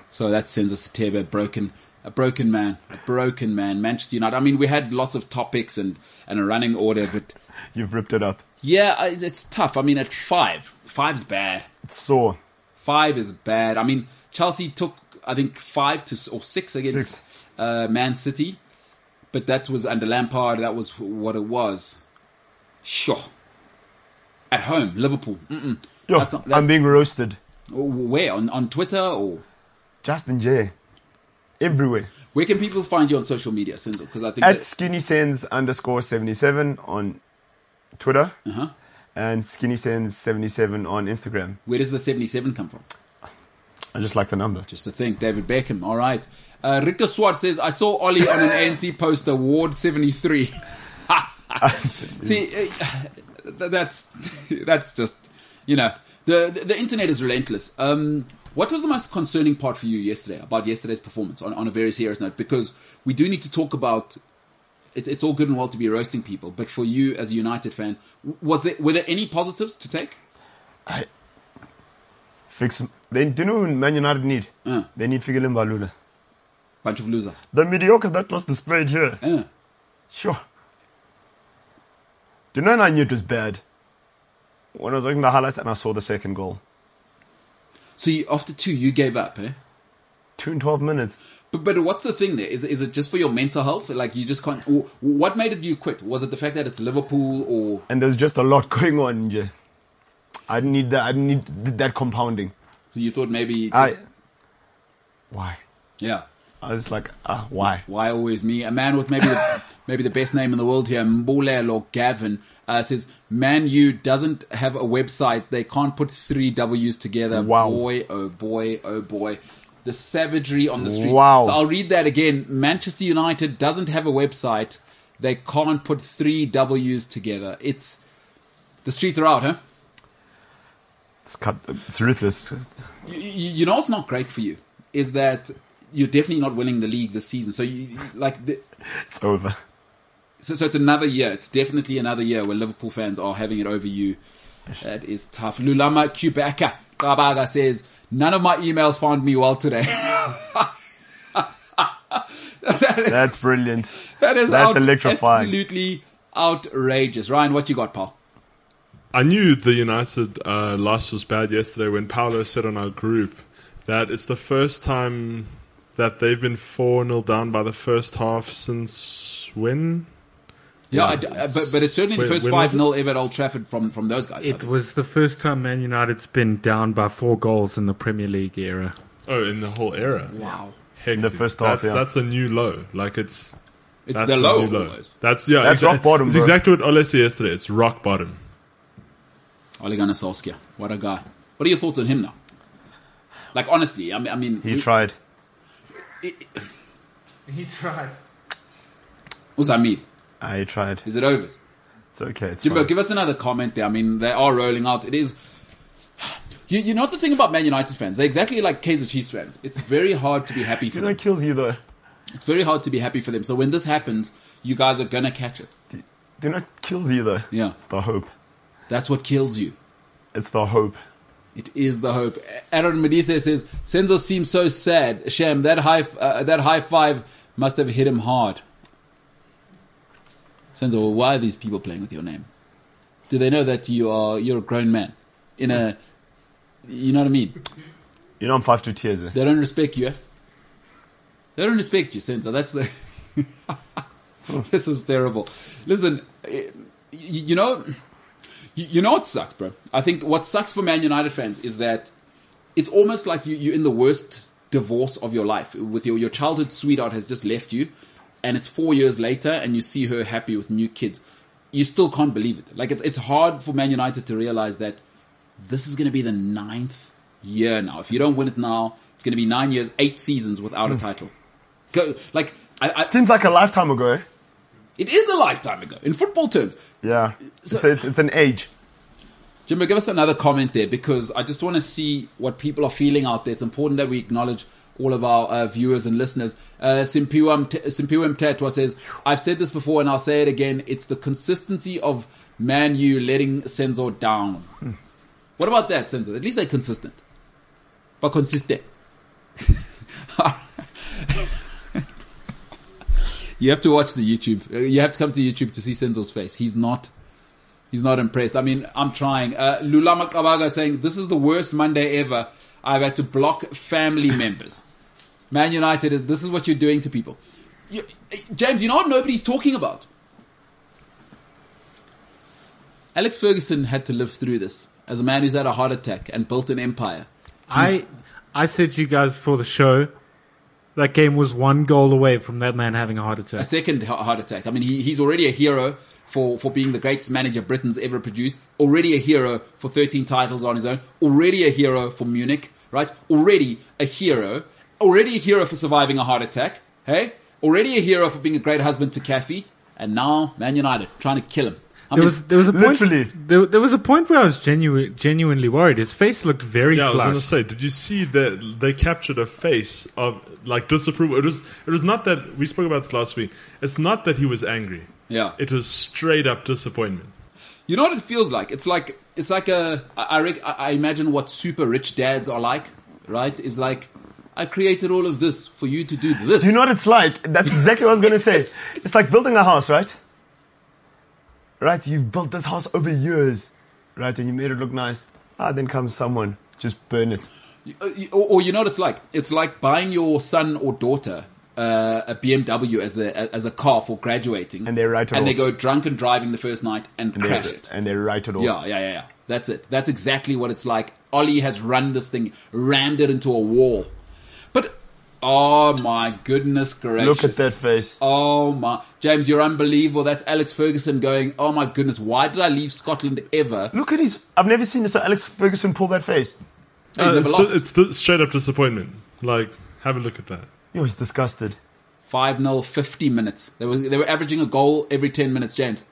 B: So that sends us to Tebe, broken, a broken man, a broken man. Manchester United. I mean, we had lots of topics and and a running order, but
D: You've ripped it up.
B: yeah, I- it's tough. I mean, at five, five's bad.
D: It's sore.
B: Five is bad. I mean, Chelsea took I think five to s- or six against Uh, Man City, but that was under Lampard. That was what it was. Sure. At home, Liverpool. Mm-mm.
D: Yo,
B: That's not- that-
D: I'm being roasted.
B: Where on on Twitter or
D: Justin J. Everywhere.
B: where can people find you on social media, Senzo? Because I think
D: At
B: that-
D: skinny sends underscore 77 on Twitter
B: uh-huh.
D: and skinny sends 77 on Instagram.
B: where does the seventy-seven come from?
D: I just like the number.
B: Just to think, David Beckham. All right. Uh, Rico Swart says, I saw Ollie on an ANC poster, Ward 73. <laughs> See, uh, th- that's, <laughs> that's just, you know, the, the, the internet is relentless. Um, what was the most concerning part for you yesterday about yesterday's performance on, on a very serious note? Because we do need to talk about it's, it's all good and well to be roasting people, but for you as a United fan, w- was there, were there any positives to take?
D: I fix. They do you know what Man United need.
B: Uh.
D: They need Figueroa Balula.
B: Bunch of losers.
D: The mediocre that was displayed here.
B: Uh,
D: Sure. Do you know when I knew it was bad? When I was looking at the highlights and I saw the second goal.
B: so you, after two, you gave up, eh?
D: Two and twelve minutes.
B: But, but what's the thing there? Is is it just for your mental health? Like you just can't. wh- What made it you quit? Was it the fact that it's Liverpool or
D: And there's just a lot <laughs> going on. Nje. I didn't need that. I didn't need th- that compounding.
B: you thought maybe? Just,
D: I. Why?
B: yeah.
D: I was like, ah, why?
B: Why always me? A man with
D: <laughs>
B: maybe the, maybe the best name in the world here, Mbulelo Gavin, uh, says Man U doesn't have a website. They can't put three W's together.
D: Wow.
B: Boy, oh boy, oh boy. The savagery on the streets.
D: Wow.
B: So I'll read that again. Manchester United doesn't have a website. They can't put three W's together. It's the streets are out, huh?
D: It's cut. It's ruthless.
B: you, you you know what's not great for you is that you're definitely not winning the league this season. So you you- like the,
D: It's over.
B: so, so it's another year. It's definitely another year where Liverpool fans are having it over you. That is tough. Lulama Kubeka Kabaga says, none of my emails found me well today. <laughs> that is,
D: That's brilliant.
B: that is
D: that's
B: out-
D: electrifying.
B: absolutely outrageous. Ryan, what you got, pal?
F: I knew the United uh, loss was bad yesterday when Paolo said on our group that it's the first time that they've been 4 0 down by the first half since when?
B: Yeah, I d uh but but it's certainly the
F: Wait,
B: first
F: when
B: five
F: was
B: 0 ever at Old Trafford from from those guys. I
E: It
B: think.
E: was the first time Man United's been down by four goals in the Premier League era.
F: Oh, in the whole era.
B: wow,
F: Hectic.
D: the first
F: that's,
D: half, yeah.
F: That's a new low. Like it's
B: it's
F: that's
B: the
F: a
B: low.
F: new
B: of all those.
F: That's yeah.
D: That's rock bottom,
F: It's
D: bro.
F: exactly what Ole said yesterday. It's rock bottom.
B: Ole Gunnar Solskjaer, what a guy. What are your thoughts on him now? Like honestly, I mean, I mean,
D: He
B: we-
D: tried.
E: He tried.
B: what's that mean?
D: Ah, he tried.
B: Is it over?
D: It's okay. It's
B: Jimbo,
D: fine.
B: give us another comment there. I mean, they are rolling out. It is. <sighs> You, you know what the thing about Man United fans? They're exactly like Kaiser Chiefs fans. It's very hard to be happy
D: <laughs>
B: for
D: You know
B: them.
D: what kills you though?
B: It's very hard to be happy for them. So when this happens, you guys are gonna catch it.
D: Do you know what kills you though?
B: Yeah.
D: It's the hope.
B: That's what kills you.
D: It's the hope.
B: It is the hope. Aaron Medice says Senzo seems so sad. Sham, that high uh, that high five must have hit him hard. Senzo, why are these people playing with your name? Do they know that you are you're a grown man in a you know what I mean?
D: You know I'm five two tears. eh?
B: They don't respect you. eh? They don't respect you, Senzo. That's the <laughs> This is terrible. Listen, eh, you, you know you, you know what sucks, bro? I think what sucks for Man United fans is that it's almost like you, you're in the worst divorce of your life. With your, your childhood sweetheart has just left you, and it's four years later, and you see her happy with new kids. You still can't believe it. Like, it's, it's hard for Man United to realize that this is going to be the ninth year now. If you don't win it now, it's going to be nine years, eight seasons without a title. Go, like, I, I,
D: Seems like a lifetime ago. eh?
B: it is a lifetime ago in football terms.
D: Yeah.
B: So-
D: it's, it's, it's an age.
B: Jimbo, give us another comment there because I just want to see what people are feeling out there. It's important that we acknowledge all of our uh, viewers and listeners. Uh, Simpiwam Te- Simpiwam Tatwa says, I've said this before and I'll say it again. It's the consistency of Man U letting Senzo down. What about that, Senzo? At least they're consistent. But consistent. <laughs> you have to watch the YouTube. Uh, You have to come to YouTube to see Senzo's face. He's not He's not impressed. I mean, I'm trying. Uh, Lula Makabaga saying, this is the worst Monday ever. I've had to block family members. Man United, is this is what you're doing to people. You, James, you know what nobody's talking about? Alex Ferguson had to live through this as a man who's had a heart attack and built an empire.
E: I I said to you guys before the show that game was one goal away from that man having a heart
B: a
E: attack.
B: second he- heart attack. I mean, he, he's already a hero for, for being the greatest manager Britain's ever produced, already a hero for 13 titles on his own, already a hero for Munich, right? Already a hero, already a hero for surviving a heart attack, hey? Already a hero for being a great husband to Kathy, and now Man United trying to kill him. I
E: There
B: mean,
E: was there was a point
D: Literally.
E: there, there was a point where I was genuine, genuinely worried. His face looked very
F: Yeah, I was
E: flushed.
F: gonna say, did you see that they captured a face of like disapproval? It was it was not that we spoke about this last week. It's not that he was angry.
B: Yeah.
F: It was straight up disappointment.
B: You know what it feels like? It's like it's like a I I, rec- I I imagine what super rich dads are like, right? Is like I created all of this for you to do this.
D: You know what it's like? That's exactly what I was going to say. It's like building a house, right? Right? You've built this house over years, right? And you made it look nice. Ah, then comes someone, just burn it.
B: Uh, or, or you know what it's like? It's like buying your son or daughter uh, a BMW as a as a car for graduating,
D: And they write it
B: and they
D: off.
B: go drunk and driving the first night and,
D: And they-
B: crash it.
D: And they write it all.
B: Yeah, yeah, yeah, yeah. That's it. That's exactly what it's like. Ollie has run this thing, rammed it into a wall. But oh my goodness gracious!
D: Look at that face.
B: Oh my, James, you're unbelievable. That's Alex Ferguson going. Oh my goodness, why did I leave Scotland ever?
D: Look at his. I've never seen this. Alex Ferguson pull that face.
B: He's never
F: Uh, it's
B: lost.
F: di- it's di- straight up disappointment. Like, have a look at that.
D: Yo, he's disgusted.
B: 5 0, 50 minutes. They were, they were averaging a goal every 10 minutes, James.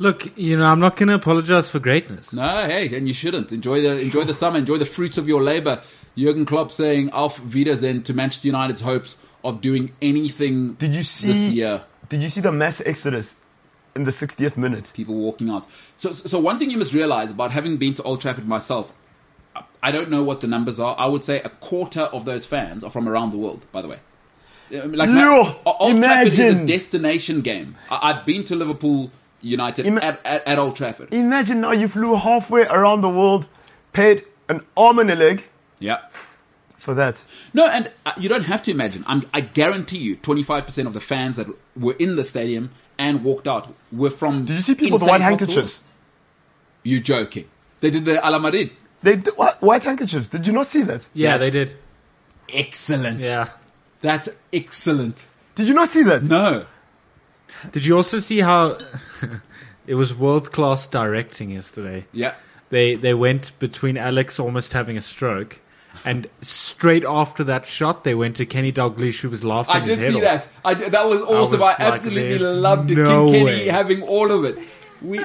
E: Look, you know, I'm not going to apologize for greatness.
B: No, hey, and you shouldn't. Enjoy the enjoy the summer, enjoy the fruits of your labor. Jurgen Klopp saying Auf Wiedersehen to Manchester United's hopes of doing anything
D: Did you see
B: this year.
D: Did you see the mass exodus in the 60th minute?
B: people walking out. So, so one thing you must realize about having been to Old Trafford myself, I don't know what the numbers are. I would say a quarter of those fans are from around the world. By the way, Um, like my-
D: Yo,
B: Old Trafford is a
D: imagine.
B: destination game. I, I've been to Liverpool United
D: Ima-
B: at, at, at Old Trafford.
D: Imagine now you flew halfway around the world, paid an arm and a leg
B: yeah.
D: for that.
B: No, and uh, you don't have to imagine. I'm, I guarantee you, 25% of the fans that were in the stadium and walked out were from.
D: Did you see people with white handkerchiefs?
B: You joking? They did the Ala Madrid.
D: They d- whi- white handkerchiefs. Did you not see that?
E: Yeah,
B: That's-
E: they did.
B: Excellent.
E: Yeah.
B: That's excellent.
D: Did you not see that?
B: No.
E: Did you also see how <laughs> it was world class directing yesterday?
B: Yeah.
E: They they went between Alex almost having a stroke, and straight after that shot, they went to Kenny Dalglish who was laughing
B: I
E: his
B: did
E: head
B: see
E: off.
B: that. I did, that was awesome. I,
E: was like,
B: absolutely
E: there's
B: loved it.
E: no
B: King Kenny
E: way.
B: having all of it. We.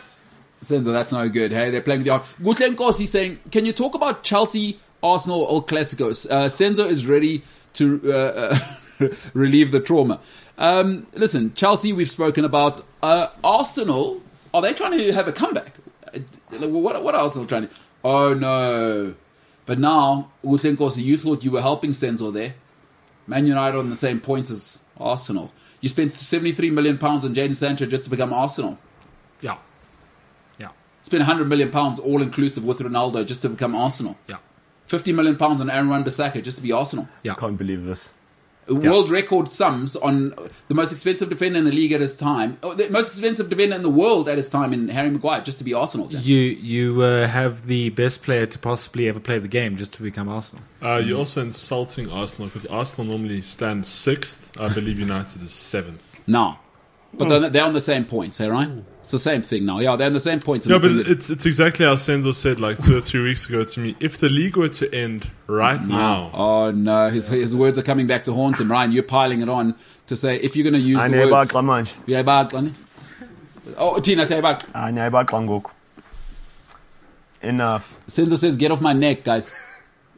B: <laughs> Senzo, that's no good. Hey, they're playing with the art. Gutlen Kossi saying, can you talk about Chelsea, Arsenal, or Clásicos? Uh, Senzo is ready to uh, uh, <laughs> relieve the trauma. Um, listen, Chelsea, we've spoken about. Uh, Arsenal, are they trying to have a comeback? Uh, like, What, what are Arsenal trying to... Oh, no. But now, Gutlen Kossi, you thought you were helping Senzo there. Man United on the same points as Arsenal. You spent 73 million pounds on Jadon Sancho just to become Arsenal.
E: Yeah, yeah,
B: Spent 100 million pounds all inclusive with Ronaldo just to become Arsenal.
E: yeah,
B: 50 million pounds on Aaron Wan-Bissaka just to be Arsenal.
E: yeah.
D: Can't believe this.
B: World record sums on the most expensive defender in the league at his time. Oh, the most expensive defender in the world at his time in Harry Maguire just to be Arsenal. Dan.
E: You you uh, have the best player to possibly ever play the game just to become Arsenal.
F: Uh, you're also insulting Arsenal because Arsenal normally stand sixth. I believe United is seventh.
B: No. But they're, they're on the same points, eh, right? It's the same thing now. Yeah, they're on the same points. in
F: Yeah,
B: the
F: but
B: league.
F: it's it's exactly how Senzo said like two or three weeks ago to me. If the league were to end right now,
B: Oh no, his, his words are coming back to haunt him. Ryan, you're piling it on to say if you're going to use
D: I
B: the
D: know about
B: words.
D: Clamage.
B: Yeah, bad one. Oh, Tina, say back.
D: I know about Klangok. Enough.
B: Senzo says, "Get off my neck, guys."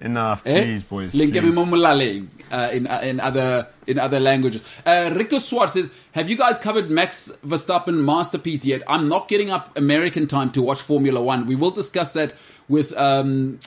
D: Enough.
B: Eh?
D: Please, boys.
B: Link
D: please.
B: Mumulale uh, in uh, in other in other languages. Uh, Rico Swart says, "Have you guys covered Max Verstappen masterpiece yet? I'm not getting up American time to watch Formula One. We will discuss that with um,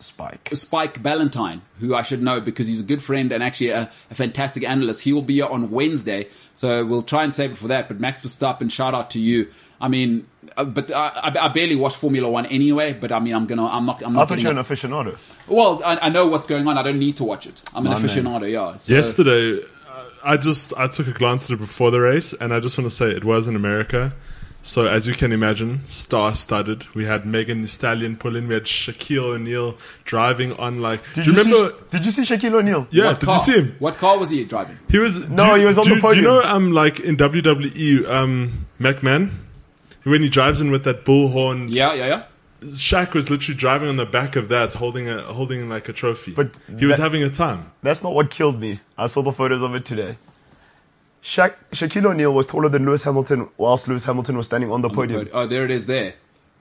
D: Spike.
B: Spike Ballantyne, who I should know because he's a good friend and actually a, a fantastic analyst. He will be here on Wednesday, so we'll try and save it for that. But Max Verstappen, shout out to you. I mean, uh, but I, I, I barely watch Formula One anyway. But I mean, I'm gonna, I'm not, I'm
D: I thought
B: not getting.
D: you were an
B: up-
D: aficionado.
B: well, I, I know what's going on. I don't need to watch it. I'm an
D: My man.
B: aficionado. Yeah. So,
F: yesterday uh, I just I took a glance at it before the race, and I just want to say it was in America. So as you can imagine, star-studded. We had Megan Thee Stallion pull in. We had Shaquille O'Neal driving on like.
D: Did
F: do you, remember?
D: See, did you see Shaquille O'Neal?
F: yeah,
B: what
F: did
B: car?
F: you see him?
B: What car was he driving?
F: He was
D: No,
F: do you-
D: he was on
F: do
D: the
F: you-
D: podium.
F: Do you know, um, like in WWE, um, McMahon, when he drives in with that bullhorn,
B: Yeah, yeah, yeah.
F: Shaq was literally driving on the back of that, holding a holding like a trophy.
D: But
F: he was
D: that-
F: having a time.
D: That's not what killed me. I saw the photos of it today. Shaq, Shaquille O'Neal was taller than Lewis Hamilton whilst Lewis Hamilton was standing on the podium.
B: Oh, there it is. There.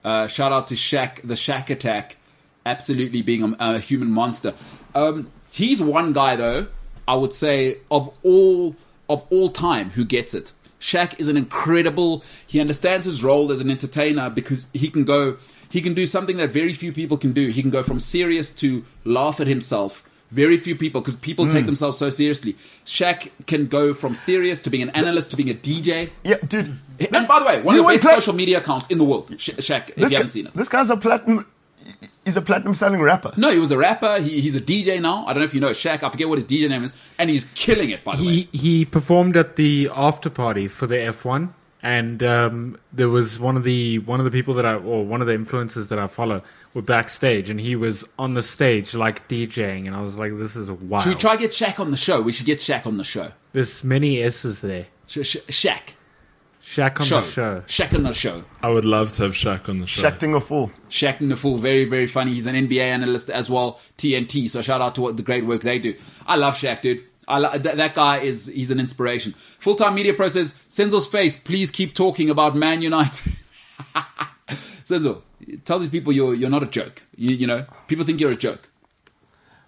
B: Uh, shout out to Shaq, the Shaq attack, absolutely being a, a human monster. Um, he's one guy though. I would say of all of all time who gets it. Shaq is an incredible. He understands his role as an entertainer because he can go. He can do something that very few people can do. He can go from serious to laugh at himself. Very few people, because people take themselves so seriously. Shaq can go from serious to being an analyst to being a DJ.
D: Yeah, dude.
B: And by the way, one
D: You
B: of the
D: went
B: best
D: plat-
B: social media accounts in the world, Sh- Shaq, if
D: this
B: you
D: guy-
B: haven't seen it.
D: This guy's a platinum. He's a platinum selling rapper.
B: No, he was a rapper. He, he's a DJ now. I don't know if you know Shaq. I forget what his DJ name is. And he's killing it, by the way.
E: He he performed at the after party for the F1, and um, there was one of the one of the people that I or one of the influencers that I follow were backstage, and he was on the stage like DJing, and I was like, this is wild.
B: Should we try to get Shaq on the show? We should get Shaq on the show.
E: There's many S's there.
B: Sh- sh- Shaq.
E: Shaq on
B: Show.
E: the show.
B: Shaq on the show.
F: I would love to have Shaq on the show.
D: Shaq Ting a fool.
B: Shaq in the Fool, very, very funny. He's an NBA analyst as well, TNT. So shout out to what the great work they do. I love Shaq, dude. I lo- that, that guy is he's an inspiration. Full time media pro says Senzo's face. Please keep talking about Man United. <laughs> Senzo, tell these people you're you're not a joke. You, you know people think you're a joke.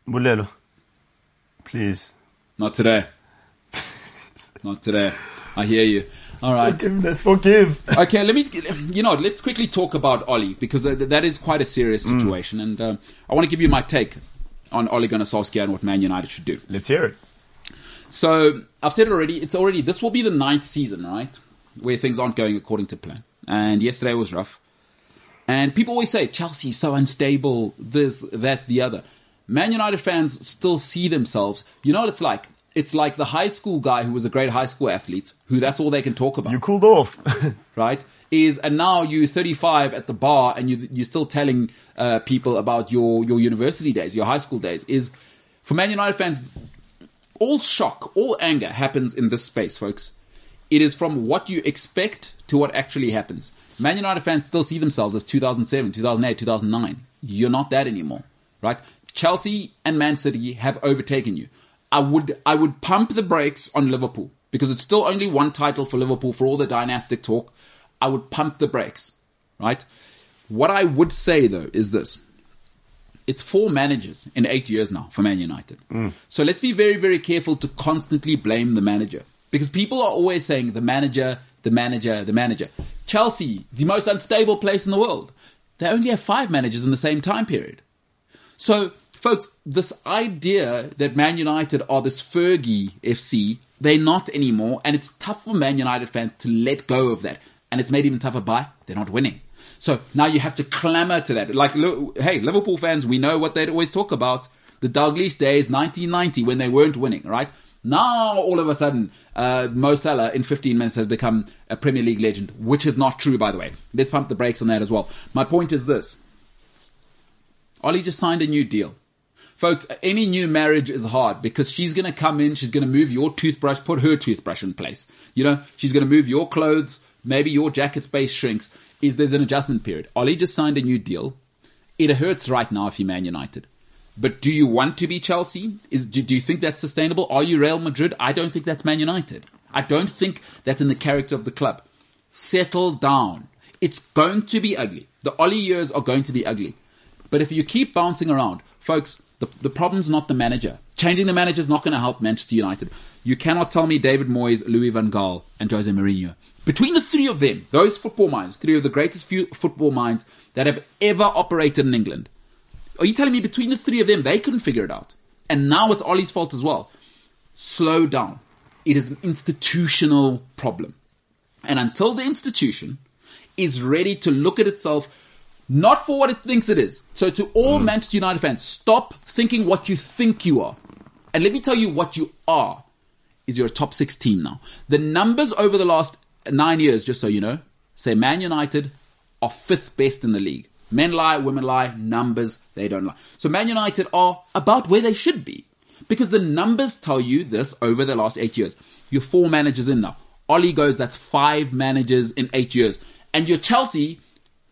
D: Bulelo. Please.
B: Not today. Not today. I hear you. All right.
D: Forgiveness, forgive.
B: okay, let me. You know, what, let's quickly talk about Ollie because th- that is quite a serious situation, and um, I want to give you my take on Ole Gunnar Solskjaer and what Man United should do.
D: Let's hear it.
B: So I've said it already. It's already. This will be the ninth season, right, where things aren't going according to plan. And yesterday was rough. And people always say Chelsea is so unstable. This, that, the other. Man United fans still see themselves. You know what it's like. It's like the high school guy who was a great high school athlete, who that's all they can talk about
D: You cooled off. <laughs>
B: right? Is and now you're 35 at the bar and you you're still telling uh, people about your your university days, your high school days. Is for Man United fans, all shock, all anger happens in this space, folks. It is from what you expect to what actually happens. Man United fans still see themselves as 2007, 2008, 2009. You're not that anymore, right? Chelsea and Man City have overtaken you. I would I would pump the brakes on Liverpool because it's still only one title for Liverpool for all the dynastic talk. I would pump the brakes, right? What I would say though is this it's four managers in eight years now for Man United. So let's be very, very careful to constantly blame the manager because people are always saying the manager, the manager, the manager. Chelsea, the most unstable place in the world. They only have five managers in the same time period. So, folks, this idea that Man United are this Fergie FC, they're not anymore, and it's tough for Man United fans to let go of that. And it's made even tougher by they're not winning. So now you have to clamour to that. Like, lo- hey, Liverpool fans, we know what they'd always talk about the Dalglish days, 1990, when they weren't winning, right? Now, all of a sudden, uh, Mo Salah in 15 minutes has become a Premier League legend, which is not true, by the way. Let's pump the brakes on that as well. My point is this. Ollie just signed a new deal. Folks, any new marriage is hard because she's going to come in, she's going to move your toothbrush, put her toothbrush in place. You know, she's going to move your clothes, maybe your jacket space shrinks. Is there's an adjustment period? Ollie just signed a new deal. It hurts right now if you're Man United. But do you want to be Chelsea? Is do, do you think that's sustainable? Are you Real Madrid? I don't think that's Man United. I don't think that's in the character of the club. Settle down. It's going to be ugly. The Ollie years are going to be ugly. But if you keep bouncing around, folks, the, the problem's not the manager. Changing the manager is not going to help Manchester United. You cannot tell me David Moyes, Louis van Gaal, and Jose Mourinho. Between the three of them, those football minds, three of the greatest few football minds that have ever operated in England, are you telling me between the three of them, they couldn't figure it out? And now it's Ollie's fault as well. Slow down. It is an institutional problem. And until the institution is ready to look at itself, not for what it thinks it is. So to all Manchester United fans, stop thinking what you think you are. And let me tell you what you are. Is you're a top six team now. The numbers over the last nine years, just so you know, say Man United are fifth best in the league. Men lie, women lie, numbers, they don't lie. So Man United are about where they should be. Because the numbers tell you this over the last eight years. You're four managers in now. Ollie goes, that's five managers in eight years. And you're Chelsea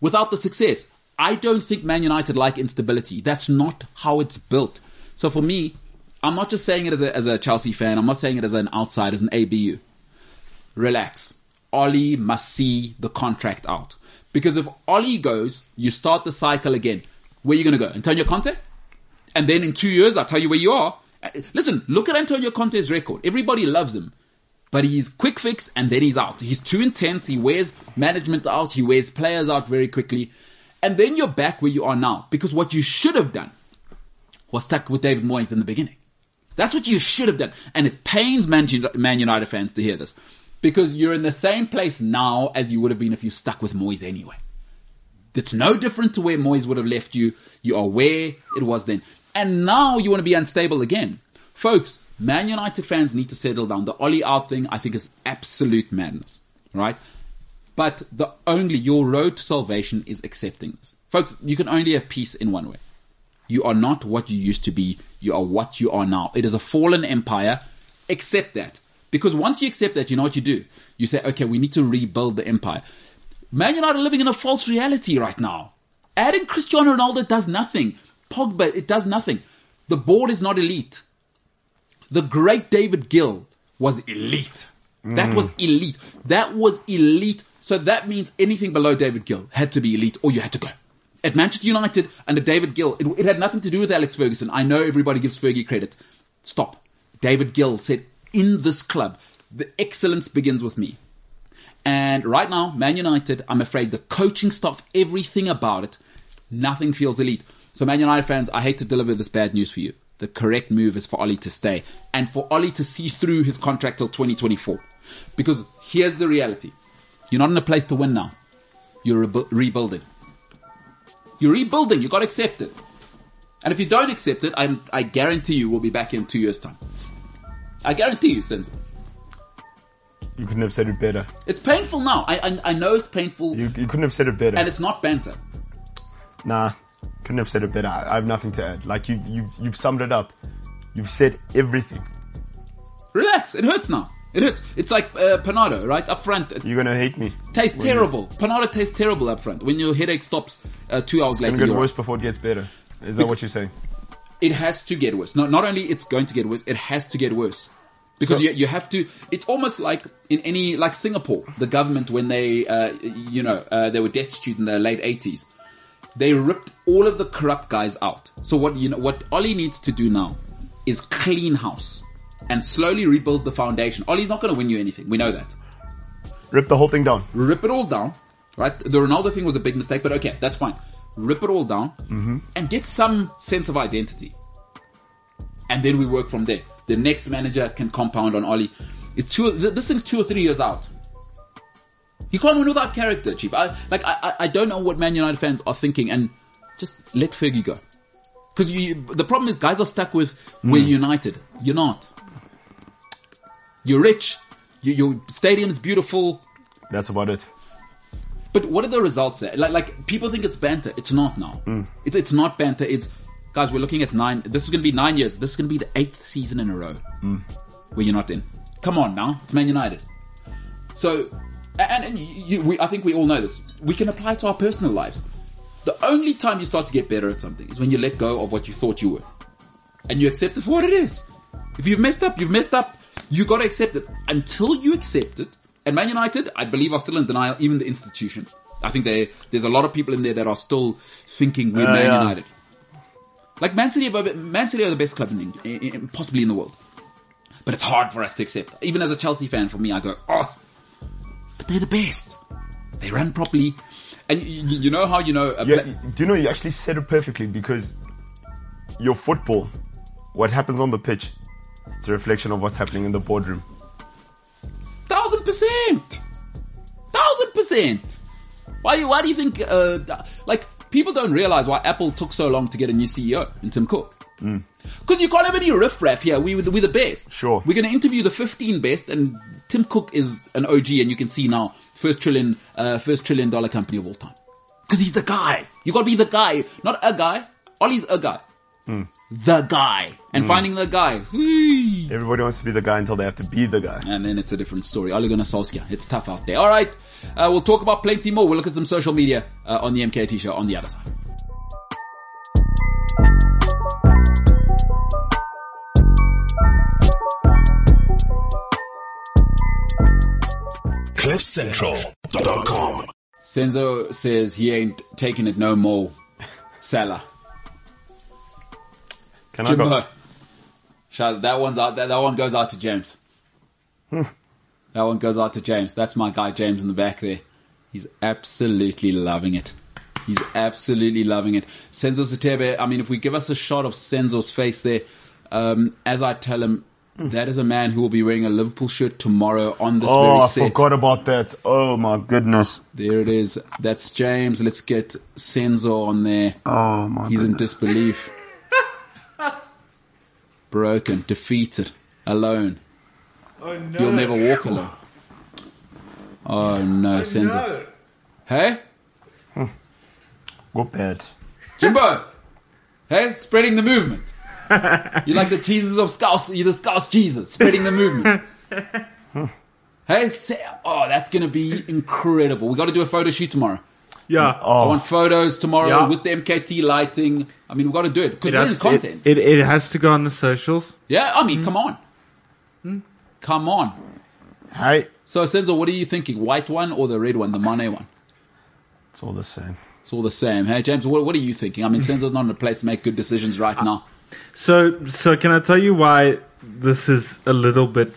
B: without the success. I don't think Man United like instability. That's not how it's built. So for me, I'm not just saying it as a, as a Chelsea fan. I'm not saying it as an outside, as an ABU. Relax. Ollie must see the contract out. Because if Ollie goes, you start the cycle again. Where are you going to go? Antonio Conte? And then in two years, I'll tell you where you are. Uh, Listen, look at Antonio Conte's record. Everybody loves him. But he's quick fix and then he's out. He's too intense. He wears management out. He wears players out very quickly. And then you're back where you are now. Because what you should have done was stuck with David Moyes in the beginning. That's what you should have done. And it pains Man, Man United fans to hear this. Because you're in the same place now as you would have been if you stuck with Moyes anyway. It's no different to where Moyes would have left you. You are where it was then. And now you want to be unstable again. Folks, Man United fans need to settle down. The Ollie out thing, I think, is absolute madness, right? But the only, your road to salvation is accepting this. Folks, you can only have peace in one way. You are not what you used to be. You are what you are now. It is a fallen empire. Accept that. Because once you accept that, you know what you do. You say, okay, we need to rebuild the empire. Man United are living in a false reality right now. Adding Cristiano Ronaldo does nothing. Pogba, it does nothing. The board is not elite. The great David Gill was elite. That was elite. That was elite. So that means anything below David Gill had to be elite or you had to go. At Manchester United under David Gill, it, it had nothing to do with Alex Ferguson. I know everybody gives Fergie credit. Stop. David Gill said, in this club, The excellence begins with me. And right now, Man United, I'm afraid the coaching staff, everything about it, nothing feels elite. So, Man United fans, I hate to deliver this bad news for you. The correct move is for Ollie to stay and for Ollie to see through his contract till 2024. Because here's the reality you're not in a place to win now, you're rebu- rebuilding. You're rebuilding, you got to accept it. And if you don't accept it, I'm, I guarantee you we'll be back in two years' time. I guarantee you, Senzo.
D: You couldn't have said it better.
B: It's painful now. I, I, I know it's painful,
D: You, you couldn't have said it better.
B: and it's not banter.
D: Nah, couldn't have said it better. I, I have nothing to add. Like you, you've you've summed it up. You've said everything.
B: Relax. It hurts now. It hurts. It's like uh, panado, right? Up front, it
D: You're gonna hate me.
B: tastes terrible. Panado tastes terrible up front. When your headache stops uh, two hours
D: It's
B: later,
D: gonna get
B: you're
D: worse before it gets better. Is that what you're saying?
B: it has to get worse. No, not only it's going to get worse, it has to get worse. Because you, you have to, it's almost like in any, like Singapore, the government when they, uh, you know, uh, they were destitute in the late 80s, they ripped all of the corrupt guys out. So what, you know, what Ollie needs to do now is clean house and slowly rebuild the foundation. Ollie's not going to win you anything. We know that.
D: Rip the whole thing down.
B: Rip it all down, right? The Ronaldo thing was a big mistake, but okay, that's fine. Rip it all down and get some sense of identity and then we work from there. The next manager can compound on Ollie. It's two. th- This thing's two or three years out. You can't win without character, Chief. I like. I, I- I don't know what Man United fans are thinking, and just let Fergie go. Because you, the problem is, guys are stuck with we're United. You're not. You're rich. You, your stadium's beautiful.
D: That's about it.
B: But what are the results there? Like, like people think it's banter. It's not now. It's it's not banter. It's guys. We're looking at nine. This is going to be nine years. This is going to be the eighth season in a row where you're not in. Come on now, it's Man United. So, a- and, and you, we, I think we all know this. We can apply it to our personal lives. The only time you start to get better at something is when you let go of what you thought you were, and you accept it for what it is. If you've messed up, you've messed up. You got to accept it. Until you accept it, and Man United, I believe, are still in denial. Even the institution, I think they, there's a lot of people in there that are still thinking we're
D: Uh,
B: Man
D: yeah.
B: United. Like Man City, are- Man City are the best club in England, i- i- possibly in the world. But it's hard for us to accept. Even as a Chelsea fan, for me, I go, oh, but they're the best. They run properly, and you, you know how you know. A
D: Yeah,
B: pla-
D: do you know you actually said it perfectly because your football, what happens on the pitch, it's a reflection of what's happening in the boardroom.
B: Thousand percent. Thousand percent. Why do you, why do you think, uh, da- like, people don't realize why Apple took so long to get a new CEO in Tim Cook? Because you can't have any riffraff here. We, we're the best.
D: Sure.
B: We're going to interview the 15 best, and Tim Cook is an OG, and you can see now, first trillion, uh, first trillion dollar company of all time. Because he's the guy. You got to be the guy, not a guy. Ollie's a guy. The guy. And finding the guy. Whee.
D: Everybody wants to be the guy until they have to be the guy.
B: And then it's a different story. Ole Gunnar Solskjaer. It's tough out there. All right. Uh, we'll talk about plenty more. We'll look at some social media uh, on the MKT show on the other side.
G: CliffCentral.com.
B: Senzo says he ain't taking it no more. Salah.
D: Can I
B: Jimbo.
D: go?
B: Shout, that one's out. That, that one goes out to James.
D: Hmm.
B: that one goes out to James. That's my guy, James, in the back there. He's absolutely loving it. He's absolutely loving it. Senzo Satebe, I mean, if we give us a shot of Senzo's face there, um, as I tell him,
D: Hmm.
B: that is a man who will be wearing a Liverpool shirt tomorrow on this
D: Oh,
B: very
D: I
B: set.
D: forgot about that. Oh my goodness.
B: There it is. That's James. Let's get Senzo on there.
D: Oh my.
B: He's in
D: goodness.
B: disbelief. Broken, defeated, alone.
F: Oh no!
B: You'll never walk alone. Oh no, Senzo. Hey?
D: Go bad.
B: Jimbo! hey? Spreading the movement. You're like the Jesus of Scouse. You're the Scouse Jesus, spreading the movement. hey? Sa- Oh, that's going to be incredible. we got to do a photo shoot tomorrow.
F: Yeah.
B: I want photos tomorrow
E: Yeah.
B: with the MKT lighting. I mean, we've got to do it because
E: It
B: we're in
E: has,
B: content.
E: it, it, it has to go on the socials.
B: Yeah, I mean, come
D: Hmm.
B: on. Come on.
D: Hey,
B: So, Senzo, what are you thinking? White one or the red one, the Mane one?
D: it's all the same.
B: It's all the same. Hey, James, what, what are you thinking? I
D: Hmm.
B: mean, Senzo's not in a place to make good decisions right
D: Uh,
B: now.
E: So, so can I tell you why this is a little bit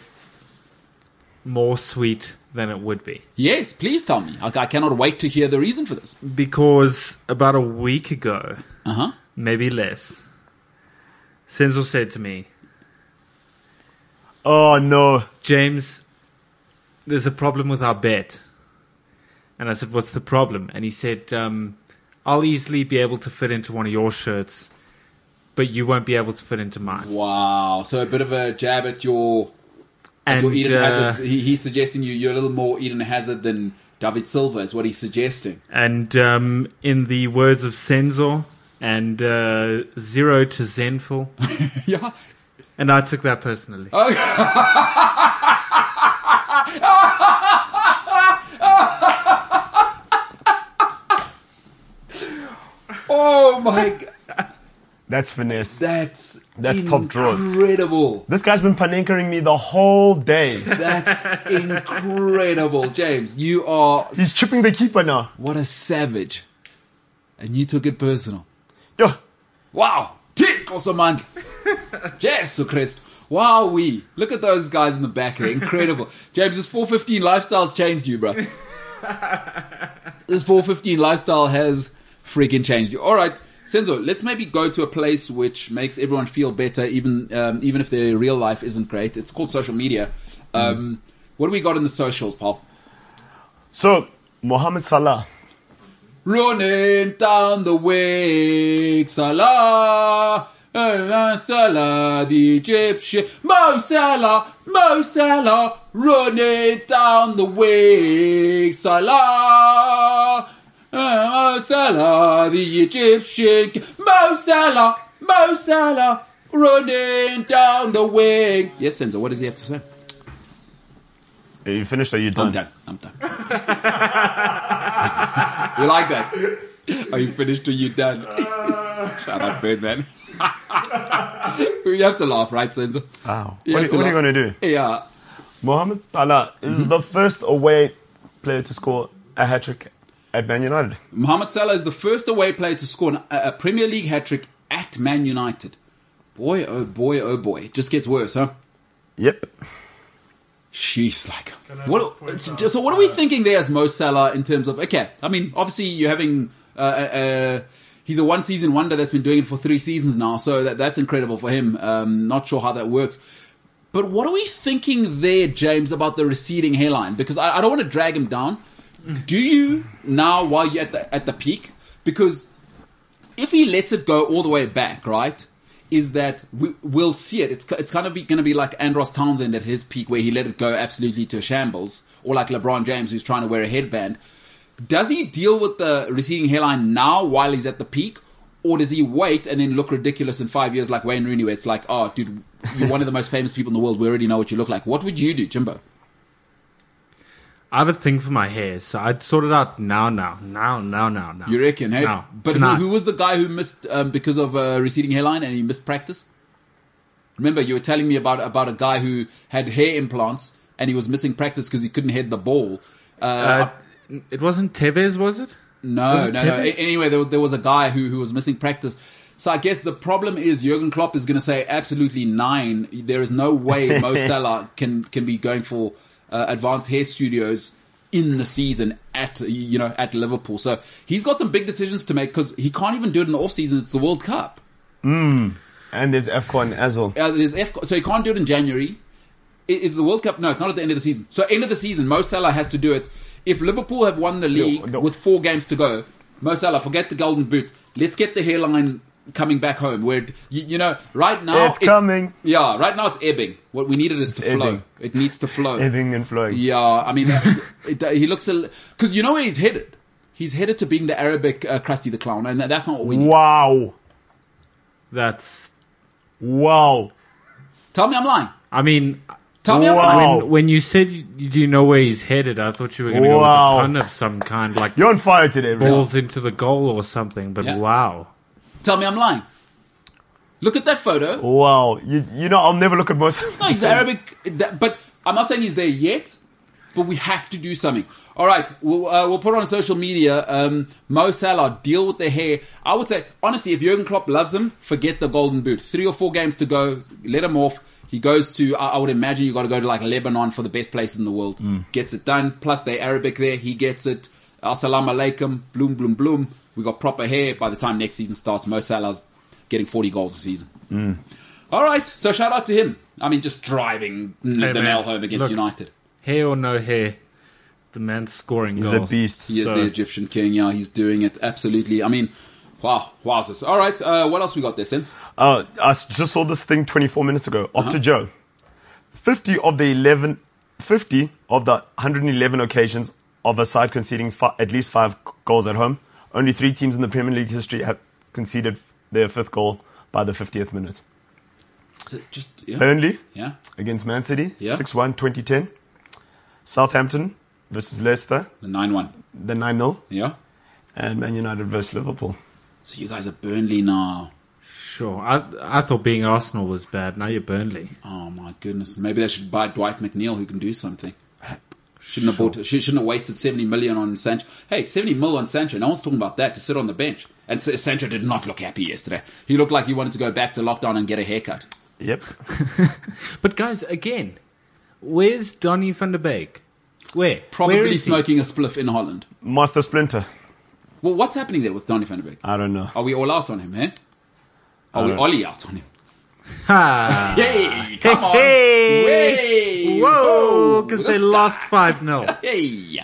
E: more sweet than it would be.
B: Yes, please tell me. I, I cannot wait to hear the reason for this.
D: Hmm.
E: Because about a week ago,
B: Uh huh.
E: maybe less, Senzo said to me,
D: Oh no.
E: James, there's a problem with our bet. And I said, What's the problem? And he said, um, I'll easily be able to fit into one of your shirts, but you won't be able to fit into mine.
B: Wow. So a bit of a jab at your at your Eden
E: uh,
B: Hazard. He, he's suggesting you you're a little more Eden Hazard than David Silva is what
D: <laughs>
B: he's suggesting.
E: And um, in the words of Sensor and uh, Zero to Zenful,
B: yeah.
E: and I took that personally.
B: Oh my. g-
D: That's finesse.
B: That's
D: That's top drawer.
B: Incredible.
D: This guy's been paninkering me the whole
B: <laughs>
D: day.
B: That's incredible, James. You are
D: He's chipping the keeper now.
B: What a savage. And you took it personal.
D: Yo,
B: Wow. Tick also man. <laughs> Jesus Christ. Wow, we look at those guys in the back. They're incredible. James, this 415 lifestyle's changed you, bro. this 415 lifestyle has freaking changed you. All right, Senzo, let's maybe go to a place which makes everyone feel better, even um, even if their real life isn't great. It's called social media. Um, What do we got in the socials, Paul?
D: so Mohammed Salah.
B: Running down the wake, Salah, Alan Salah, the Egyptian, Mo Salah, Mo Salah, running down the wake, Salah, Mo Salah, the Egyptian, Mo Salah, Mo Salah, running down the wing. Yes, Senzo, what does he have to say?
D: You finished or you done?
B: I'm done. I'm done. <laughs> you like that? Are you finished or you done? Shout out Birdman. <laughs> you have to laugh, right, Senzo?
D: Wow.
B: You
D: What,
B: have
D: do- what are you
B: laugh.
D: going to do?
B: Yeah.
D: Mohamed Salah is
B: Mm-hmm.
D: the first away player to score a hat trick at Man United.
B: Mohamed Salah is the first away player to score an, a a Premier League hat trick at Man United. Boy, oh boy, oh boy. It just gets worse, huh?
D: Yep.
B: She's like, what? so, so what are we thinking there as Mo Salah in terms of? Okay, I mean, obviously you're having, uh, uh, uh, he's a one-season wonder that's been doing it for three seasons now, so that that's incredible for him. Um, not sure how that works, but what are we thinking there, James, about the receding hairline? Because I, I don't want to drag him down. Do you now while you're at the at the peak? Because if he lets it go all the way back, right, is that we, we'll see it. It's it's kind of going to be like Andros Townsend at his peak, where he let it go absolutely to shambles, or like LeBron James, who's trying to wear a headband. Does he deal with the receding hairline now while he's at the peak, or does he wait and then look ridiculous in five years like Wayne Rooney, where it's like, oh, dude, you're one of the most famous people in the world. We already know what you look like. What would you do, Jimbo?
E: I have a thing for my hair, so I'd sort it out now, now, now, now, now, now.
B: You reckon, hey?
E: Now,
B: but who,
E: tonight.
B: who was the guy who missed um, because of uh, receding hairline and he missed practice? Remember, you were telling me about about a guy who had hair implants and he was missing practice because he couldn't head the ball. Uh,
E: Uh, it wasn't Tevez, was it?
B: no,
E: it
B: no, no.
E: Kevin?
B: A- Anyway, there, was- there was a guy who, who was missing practice. So I guess the problem is Jurgen Klopp is going to say absolutely nine. There is no
E: <laughs>
B: way Mo Salah can, can be going for uh, advanced hair studios in the season at you know at Liverpool. So he's got some big decisions to make because he can't even do it in the off season. It's the World Cup.
D: And there's Afcon as well.
B: Uh, there's F- so he can't do it in January. I- Is the World Cup? No, it's not at the end of the season. So end of the season, Mo Salah has to do it. If Liverpool have won the league
D: no.
B: with four games to go, Mo Salah, forget the golden boot. Let's get the hairline coming back home. Where it- you, you know, right now
D: It's coming.
B: Yeah, right now it's ebbing. What we needed is to flow.
D: ebbing.
B: It needs to flow.
D: Ebbing and flowing.
B: Yeah, I mean,
D: <laughs>
B: it, it- he looks a because you know where he's headed. He's headed to being the Arabic uh, Krusty the Clown, and that- that's not what we need.
D: Wow.
E: That's.
D: Wow.
B: Tell me I'm lying.
E: I mean,
B: Tell me I'm lying.
D: Wow.
E: when, when you said you, do you know where he's headed, I thought you were going to
D: Wow.
E: go with a pun of some kind, like
D: You're on fire today, bro.
E: balls into the goal or something. But
B: Yeah.
E: wow,
B: Tell me I'm lying. Look at that photo.
D: Wow. You, you know, I'll never look at most.
B: No, he's the Arabic. That, but I'm not saying he's there yet. But we have to do something. All right, we'll, uh, we'll put it on social media. Um, Mo Salah, deal with the hair. I would say, honestly, if Jurgen Klopp loves him, forget the golden boot. Three or four games to go, let him off. He goes to, I, I would imagine you got to go to like Lebanon for the best places in the world. Gets it done. Plus they Arabic there. He gets it. Assalamu alaikum. Bloom, bloom, bloom. We got proper hair. By the time next season starts, Mo Salah's getting 40 goals a season. All right. So shout out to him. I mean, just driving
E: Hey,
B: the
E: man.
B: nail home against
E: Look.
B: United.
E: Hair or no hair, the man's scoring
D: He's a
E: goals.
D: beast.
B: He is
D: so-
B: the Egyptian king. Yeah, he's doing it absolutely. I mean, wow, wowzers. All right, uh, what else we got there, Sense?
D: Uh, I s- just saw this thing 24 minutes ago.
B: Uh-huh.
D: Up to Joe. 50 of the 11, 50 of the 111 occasions of a side conceding fi- at least five g- goals at home, only three teams in the Premier League history have conceded their fifth goal by the 50th minute.
B: So Just yeah,
D: Burnley
B: yeah,
D: against Man City,
B: Yeah.
D: 6-1, 2010. Southampton versus Leicester,
B: the nine one.
D: the 9-0.
B: Yeah.
D: And Man United versus Liverpool.
B: So you guys are Burnley now.
E: Sure. I I thought being Arsenal was bad. Now you're Burnley.
B: Oh my goodness. Maybe they should buy Dwight McNeil, who can do something. Shouldn't have bought. She shouldn't have wasted seventy million on Sancho. Hey, it's seventy mil on Sancho. No one's talking about that to sit on the bench. And S- Sancho did not look happy yesterday. He looked like he wanted to go back to lockdown and get a haircut.
D: Yep.
E: But guys, again, where's Donny van der Beek? Where?
B: Probably
E: Where is he?
B: smoking a spliff in Holland.
D: Master Splinter.
B: Well, what's happening there with Donny van der Beek?
D: I don't know.
B: Are we all out on him, eh? Are
E: Uh,
B: we Ollie out on him?
E: Ha!
B: Hey, come on. Hey.
E: Whoa! Because
B: With
E: they
B: a
E: lost
B: star.
E: 5
B: <laughs>
E: 0.
B: Hey.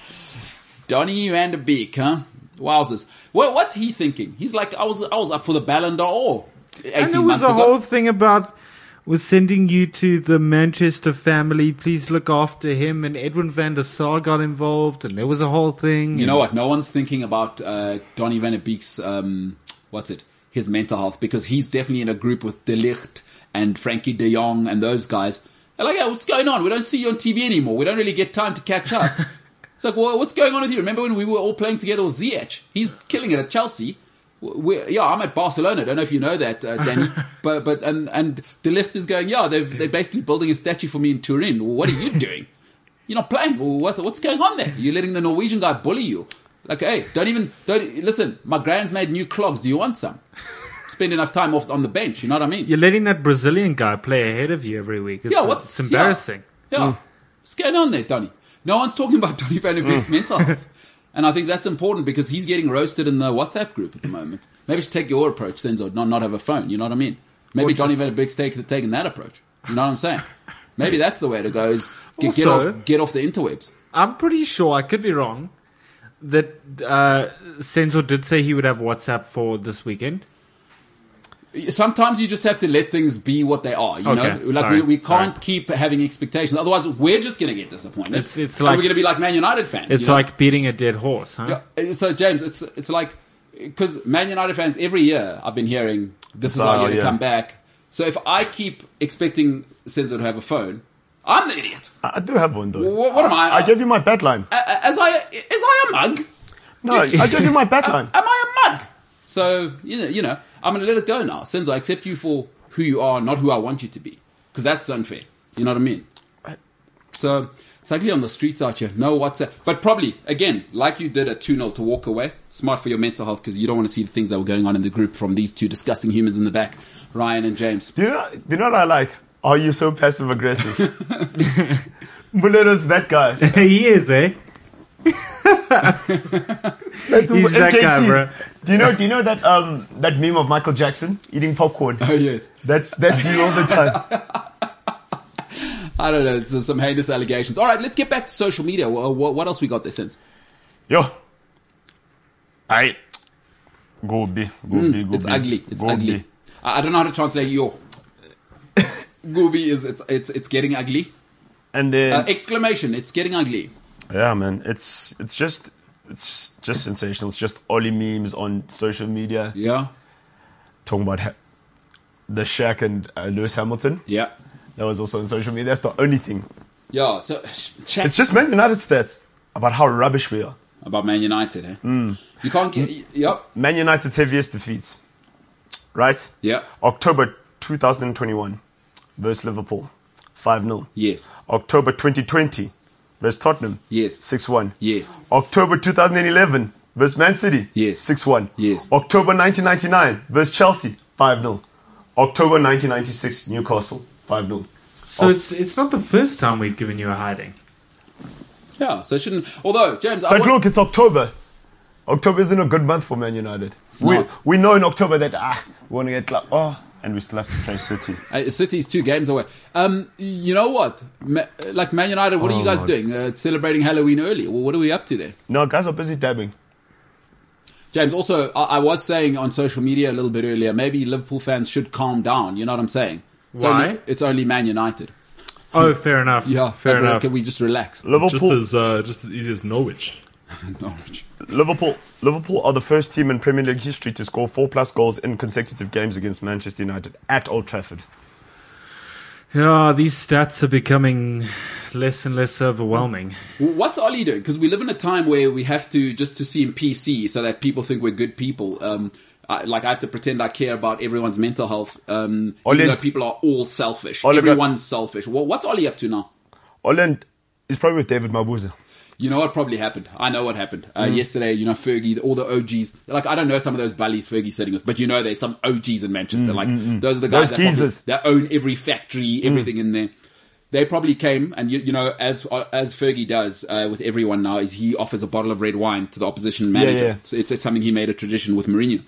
B: Donny van der Beek, huh? Wowzers. Well, what's he thinking? He's like, I was I was up for the Ballon d'Or 18
E: And there was
B: months
E: a
B: ago.
E: whole thing about we're sending you to the Manchester family. Please look after him. And Edwin van der Sar got involved, and there was a whole thing.
B: you know what? No one's thinking about uh, Donny van der Beek's, um, what's it? His mental health because he's definitely in a group with De Ligt and Frankie de Jong and those guys. They're like, yeah, what's going on? We don't see you on TV anymore. We don't really get time to catch up. It's like, well, what's going on with you? Remember when we were all playing together with Ziyech? He's killing it at Chelsea. W- We're, yeah, I'm at Barcelona. Don't know if you know that, uh, Danny. but but and and De Ligt is going. Yeah, they're they're basically building a statue for me in Turin. Well, what are you doing? You're not playing. Well, what's what's going on there? You're letting the Norwegian guy bully you. Like, hey, don't even don't listen. My grand's made new clogs. Do you want some? Spend enough time off on the bench. You know what I mean?
E: You're letting that Brazilian guy play ahead of you every week. It's,
B: Yeah, what's
E: it's embarrassing. Mm.
B: Yeah, yeah. what's going on there, Donny? No one's talking about <laughs> Donny Van der
E: Mm.
B: Beek's mental
E: <laughs>
B: health, and I think that's important because he's getting roasted in the WhatsApp group at the moment. Maybe you should take your approach, Senzo, not not have a phone. You know what I mean? Maybe Donny Van der Beek's take, taking that approach. You know what I'm saying? Maybe that's the way to go. Is get, get
E: Also-
B: off get off the interwebs.
E: I'm pretty sure, I could be wrong, that uh, Senzo did say he would have WhatsApp for this weekend.
B: Sometimes you just have to let things be what they are. You
E: Okay,
B: know, like
E: sorry,
B: we, we can't
E: sorry.
B: keep having expectations. Otherwise, we're just going to get disappointed.
E: It's- it's
B: And
E: like-
B: we're going to be like Man United fans.
E: It's
B: you know?
E: like beating a dead horse, huh?
B: Yeah, so James, it's it's like because Man United fans every year I've been hearing this is
D: Oh,
B: how you're going
D: yeah.
B: to come back. So if I keep expecting Senzo to have a phone, I'm the idiot.
D: I I do have one though.
B: What, what am I?
D: I gave you my bet line.
B: A- a- as I is I a mug? <laughs>
D: No, I gave you my bet
B: Am
D: line.
B: I a mug? So you know, you know, I'm going to let it go now. Senzo, I accept you for who you are, not who I want you to be, because that's unfair. You know what I mean? So sadly, on the streets out here, no WhatsApp. But probably again, like you did at two 0 to walk away. Smart for your mental health because you don't want to see the things that were going on in the group from these two disgusting humans in the back, Ryan and James. <laughs>
D: Do you know, do you know what I like? Are you so passive aggressive? Buleto's that guy.
B: <laughs>
E: <laughs> he is, eh?
D: That's
E: He's that guy, bro.
D: Do you know? Do you know that um that meme of Michael Jackson eating popcorn?
B: Oh yes,
D: That's that's you all the
B: <laughs>
D: time.
B: I don't know. There's some heinous allegations. All right, let's get back to social media. Wha- wha- What else we got there since?
D: Yo, I go be go be
B: Hmm, It's ugly. It's ugly. I I don't know how to translate <laughs> yo. Gooby is it's it's it's getting ugly.
D: And then
B: Uh, exclamation! It's getting ugly.
D: Yeah, man. It's it's just it's just sensational. It's just Ollie memes on social media
B: Yeah,
D: talking about ha- the Shaq and uh, Lewis Hamilton.
B: yeah,
D: That was also on social media. That's the only thing.
B: yeah. So chat
D: It's just Man United stats about how rubbish we are.
B: about Man United. Eh? You can't get. Yep,
D: Man United's heaviest defeat, right?
B: yep.
D: October 2021 versus Liverpool, 5 0.
B: Yes,
D: October 2020 versus Tottenham,
B: Yes.
D: 6 1.
B: yes.
D: October 2011 versus Man City.
B: Yes.
D: 6 1.
B: Yes.
D: October 1999 versus Chelsea. 5 0. October 1996 Newcastle. 5 0.
B: Oh.
E: So it's it's not the first time we've given you a hiding.
B: Yeah, so it shouldn't. Although, James, I
D: But
B: want,
D: look, it's October. October isn't a good month for Man United. we,
B: not.
D: we know in October that ah, we want to get like oh, and we still have to play City.
B: Uh, City's two games away. Um, you know what? Ma- like Man United, what are you guys doing? Uh, celebrating Halloween early? Well, what are we up to there?
D: No, guys are busy dabbing.
B: James, also, I-, I was saying on social media a little bit earlier, maybe Liverpool fans should calm down. You know what I'm saying? It's
E: Why?
B: Only, it's only Man United.
E: Oh, fair enough.
B: Yeah,
E: fair
B: can we-
E: enough.
B: Can we just relax? <laughs>
F: Just
D: Liverpool,
F: as uh, just as easy as Norwich.
B: Norwich.
D: Liverpool, Liverpool are the first team in Premier League history to score four plus goals in consecutive games against Manchester United at Old Trafford.
E: Yeah, these stats are becoming less and less overwhelming.
B: Well, What's Ollie doing? Because we live in a time where we have to just to seem PC so that people think we're good people. Um, I, like I have to pretend I care about everyone's mental health. Um,
D: Ollie-
B: even though people are all selfish,
D: Ollie got-
B: everyone's selfish. Well, what's Ollie up to now?
D: Holland is probably with David Mabuza.
B: You know what probably happened? I know what happened. Uh, Yesterday, you know, Fergie, all the OGs. Like, I don't know some of those bullies Fergie's sitting with, but you know, there's some OGs in Manchester. Like, those are the
D: Those
B: guys that, probably-
D: geezers.
B: that own every factory,
D: Mm.
B: everything in there. They probably came, and you, you know, as uh, as Fergie does uh, with everyone now, is he offers a bottle of red wine to the opposition manager.
D: yeah.
B: So it's, it's something he made a tradition with Mourinho.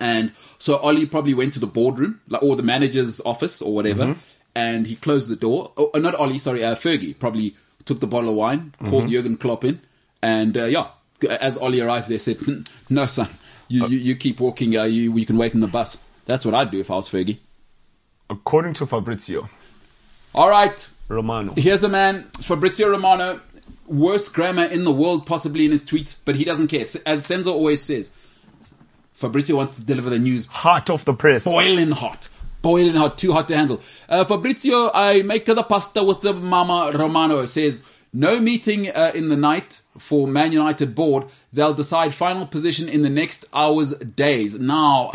B: And so Ollie probably went to the boardroom, like, or the manager's office or whatever,
D: Mm-hmm.
B: and he closed the door. Oh, not Ollie, sorry, uh, Fergie probably took the bottle of wine,
D: Mm-hmm.
B: called Jurgen Klopp in, and uh, yeah, as Ollie arrived, they said, "Hmm, "No, son, you, you, you keep walking. Uh, you you can wait in the bus." That's what I'd do if I was Fergie.
D: According to Fabrizio
B: All right,
D: Romano,
B: here's a man, Fabrizio Romano, worst grammar in the world, possibly in his tweets, but he doesn't care. As Senzo always says, Fabrizio wants to deliver the news
D: hot off the press. <laughs>
B: boiling hot. Boiling hot, too hot to handle. Uh, Fabrizio, I make the pasta with the Mama Romano, says, no meeting uh, in the night for Man United board. They'll decide final position in the next hours, days. Now,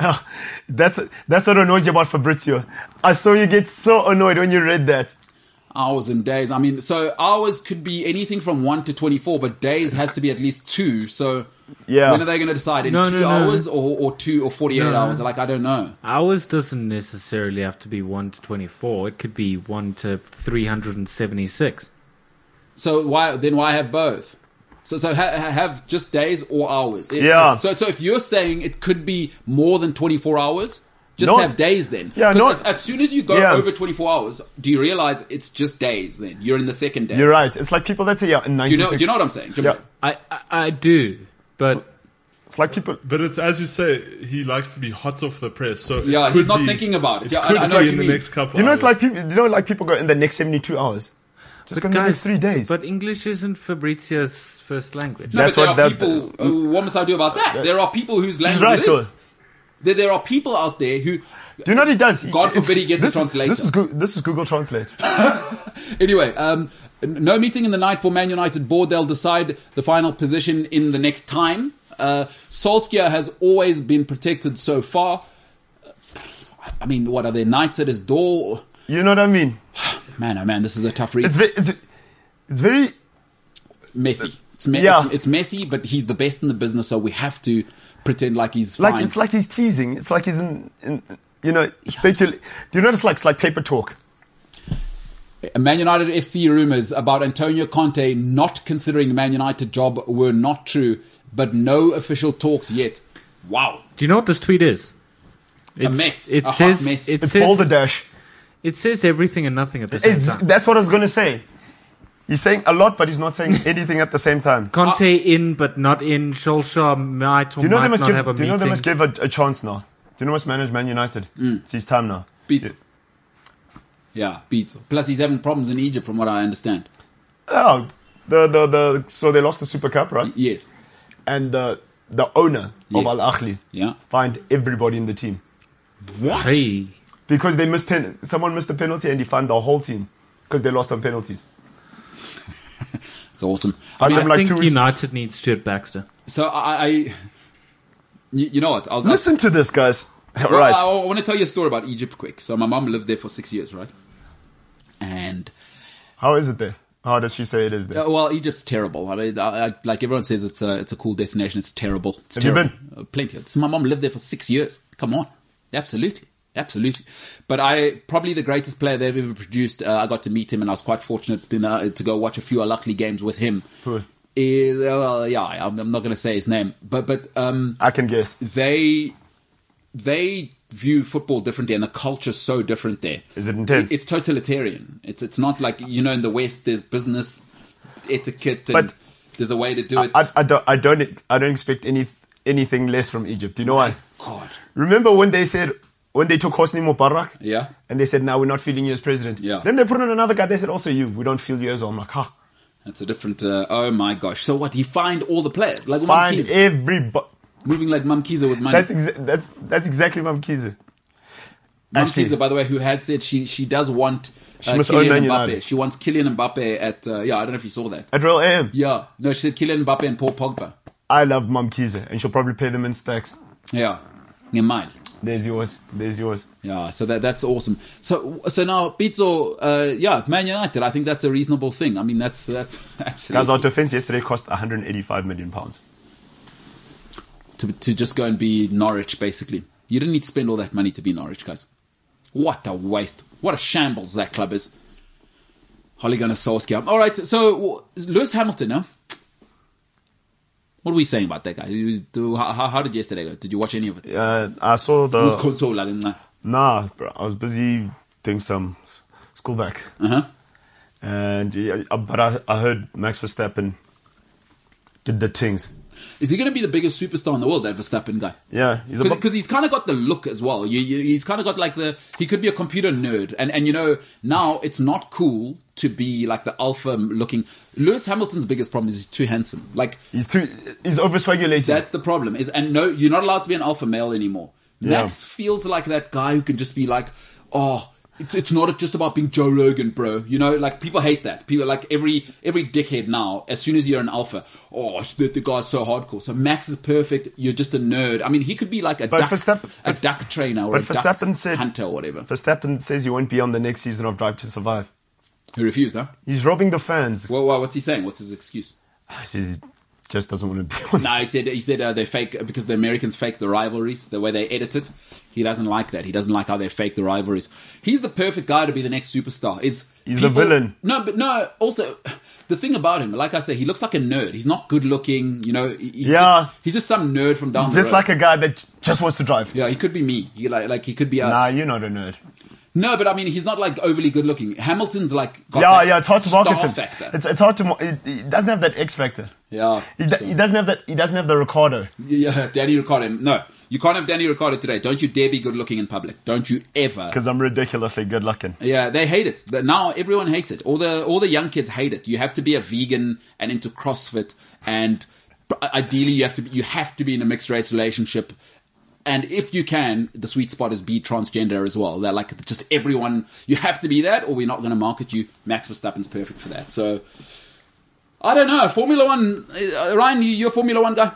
D: Ah, that's that's what annoys you about Fabrizio. I saw you get so annoyed when you read that.
B: hours and days. I mean, so hours could be anything from 1 to 24, but days has to be at least 2. So
D: Yeah.
B: when are they going to decide? In
E: No,
B: 2
E: no, no.
B: hours or, or 2 or 48 hours? Like, I don't know.
E: Ours doesn't necessarily have to be one to twenty-four. It could be one to three hundred and seventy-six.
B: So why then? Why have both? So so ha- ha- have just days or hours. It-
D: Yeah.
B: So so if you're saying it could be more than 24 hours, just
D: No.
B: have days then.
D: Yeah,
B: 'Cause
D: no.
B: As, as soon as you go
D: Yeah.
B: over 24 hours, do you realize it's just days? Then you're in the second day.
D: You're right. It's like people that say yeah in
B: Do you know?
D: 96.
B: Do you know what I'm saying? Jimbo?
D: Yeah.
E: I, I I do, but
D: It's like people.
F: But it's as you say, he likes to be hot off the press. So it
B: Yeah, he's
F: could
B: not
F: be-
B: thinking about it. Yeah, I-
F: could
B: I know
F: be
B: what you
F: in the
B: mean.
F: next couple.
D: Do you know it's
F: hours.
D: like people? Do you know like people go in the next 72 hours? Just go in the next three days.
E: But English isn't Fabrizio's first language.
B: No,
D: That's
B: but there
D: what that-
B: are people. uh, what must I do about that? There are people whose language
D: right,
B: it
D: though.
B: is. There, there are people out there who.
D: Do you know what he does? He-
B: God
D: it's-
B: forbid he gets
D: this,
B: a
D: is-
B: translator.
D: This is, Goo- this is Google Translate.
B: Anyway, um, n- no meeting in the night for Man United board. They'll decide the final position in the next time. Uh, Solskjaer has always been protected so far. Uh, I mean, what are they knights at his door?
D: You know what I mean?
B: Man, oh man, this is a tough read.
D: It's very, it's, it's very.
B: messy. It's, me-
D: Yeah.
B: it's, it's messy, but he's the best in the business, so we have to pretend like he's
D: Like
B: fine.
D: it's like he's teasing. It's like he's in, in you know, specul. Do you know what it's like? It's like paper talk.
B: Man United FC rumors about Antonio Conte not considering Man United job were not true, but no official talks yet. Wow,
E: Do you know what this tweet is? It's,
B: mess.
E: It
B: A hot
E: says
B: mess.
E: it
D: It's
E: says
D: all the dash.
E: it says everything and nothing at the same
D: It's,
E: time.
D: that's what I was gonna say. He's saying a lot, but he's not
E: <laughs>
D: saying anything at the same time.
E: Conte in but not in. Solskjaer might or
D: Do you know
E: might
D: they must
E: not
D: give?
E: have a
D: Do you
E: meeting. Mm.
D: know they must give a, a chance now? Do you know what's managed Man United? It's his time now.
B: beats. Yeah, beats. Plus, he's having problems in Egypt, from what I understand.
D: Oh, the the the. So they lost the Super Cup, right?
B: Yes.
D: And uh, the owner of
B: Yes.
D: Al Ahly
B: Yeah.
D: fined everybody in the team
B: What?
E: Hey,
D: because they missed pen- someone missed a penalty and he fined the whole team because they lost on penalties.
B: It's awesome. I
D: Fined
B: mean,
D: them
E: I
D: like two
E: think
D: weeks.
E: United needs Stuart Baxter.
B: so I, I you, you know what? I'll, I'll-
D: Listen to this, guys. <laughs> All
B: Well,
D: right.
B: I, want to tell you a story about Egypt quick. So my mom lived there for six years, right? And
D: How is it there? How does she say it is there?
B: uh, well, Egypt's terrible. I, mean, I, I, like everyone says, it's a it's a cool destination. It's terrible. It's
D: Have you
B: terrible. Uh, plenty. It's, my mom lived there for six years. Come on, absolutely. Absolutely. But I probably the greatest player they've ever produced. Uh, I got to meet him, and I was quite fortunate to, know, to go watch a few Luckily games with him.
D: Who?
B: Is, well, yeah, I'm, I'm not going to say his name, but but um,
D: I can guess.
B: they they view football differently, and the culture's so different there.
D: Is it intense?
B: It's totalitarian. It's it's not like you know in the West. There's business etiquette, and
D: But-
B: there's a way to do it.
D: I, I don't I don't I don't expect any anything less from Egypt. You know why?
B: God,
D: Remember when they said when they took Hosni Mubarak?
B: Yeah.
D: And they said, "Now we're not feeling you as president."
B: Yeah.
D: Then they put in another guy. They said, "Also you, we don't feel you as well." I'm like, "Ha!"
B: that's a different. Uh, oh my gosh! So what? He fined all the players like
D: Find
B: Mumkiza,
D: everybody.
B: moving like Mumkiza with money.
D: That's exa- that's that's exactly my Mkiza.
B: Mum
D: Actually-
B: Kiza, by the way, who has said she she does want uh,
D: must own
B: Kylian
D: Man
B: Mbappe.
D: United.
B: She wants Kylian Mbappe at uh, yeah. I don't know if you saw that.
D: At Real AM,
B: Yeah, no, she said Kylian Mbappe and Paul Pogba.
D: I love Mumkiza, and she'll probably pay them in stacks.
B: Yeah, in mind.
D: There's yours. There's yours.
B: Yeah, so that that's awesome. So so now Pizzo, uh, yeah, Man United. I think that's a reasonable thing. I mean, that's that's <laughs>
D: Guys, our
B: absolutely
D: defense yesterday cost 185 million pounds.
B: to, to just go and be Norwich. Basically, you didn't need to spend all that money to be Norwich, guys. What a waste! What a shambles that club is. Holly Gunnar Solskjaer. All right, so w- Lewis Hamilton. Huh? What are we saying about that guy? You- do- How, how how did yesterday go? Did you watch any of it?
D: Uh, I saw the.
B: It was Consola, didn't I?
D: Nah, bro. I was busy doing some s- school back.
B: Uh-huh.
D: And yeah, uh, but I, I heard Max Verstappen did the things.
B: Is he going to be the biggest superstar in the world? That Verstappen guy.
D: Yeah, he's a bu-
B: because he's kind of got the look as well. You, you, he's kind of got like the he could be a computer nerd, and and you know now it's not cool to be like the alpha looking. Lewis Hamilton's biggest problem is he's too handsome. Like
D: he's too he's overswagulated.
B: that's the problem is, and no, you're not allowed to be an alpha male anymore.
D: Yeah.
B: Max feels like that guy who can just be like, oh. It's, it's not just about being Joe Rogan, bro. You know, like people hate that. People like every every dickhead now. As soon as you're an alpha, oh, the, the guy's so hardcore. So Max is perfect. You're just a nerd. I mean, he could be like a
D: But
B: duck,
D: Verstappen-
B: a duck trainer or
D: but
B: a duck
D: Verstappen said-
B: hunter or whatever.
D: Verstappen says he won't be on the next season of Drive to Survive.
B: He refused, huh?
D: He's robbing the fans.
B: Well, well, what's he saying? What's his excuse?
D: <sighs> He says he just doesn't want
B: <laughs>
D: to be on.
B: No, he said he said uh, they fake because the Americans fake the rivalries the way they edit it. He doesn't like that. He doesn't like how they fake the rivalries. He's the perfect guy to be the next superstar. Is
D: He's the villain.
B: No, but no. Also, the thing about him, like I say, he looks like a nerd. He's not good looking. You know, he- he's
D: Yeah.
B: just, he's just some nerd from down
D: <laughs>
B: the
D: Just
B: road.
D: like a guy that j- just wants to drive.
B: yeah, he could be me. He like like he could be us.
D: Nah, you're not a nerd.
B: No, but I mean, he's not like overly good looking. Hamilton's like got
D: Yeah,
B: that
D: yeah, it's hard to
B: star
D: market him.
B: factor.
D: It's, it's hard to. mar- He he doesn't have that X factor.
B: yeah,
D: He, do- he doesn't have that. He doesn't have the Ricardo.
B: <laughs> Yeah, Danny Ricardo. No, you can't have Danny Ricardo today. Don't you dare be good looking in public. Don't you ever.
D: Because I'm ridiculously good looking.
B: Yeah, they hate it. The- Now everyone hates it. All the all the young kids hate it. You have to be a vegan and into CrossFit, and ideally you have to be, you have to be in a mixed race relationship. And if you can, the sweet spot is be transgender as well. They're like just everyone. You have to be that, or we're not going to market you. Max Verstappen's perfect for that. So I don't know. Formula One, uh, Ryan, you, you're a Formula One guy.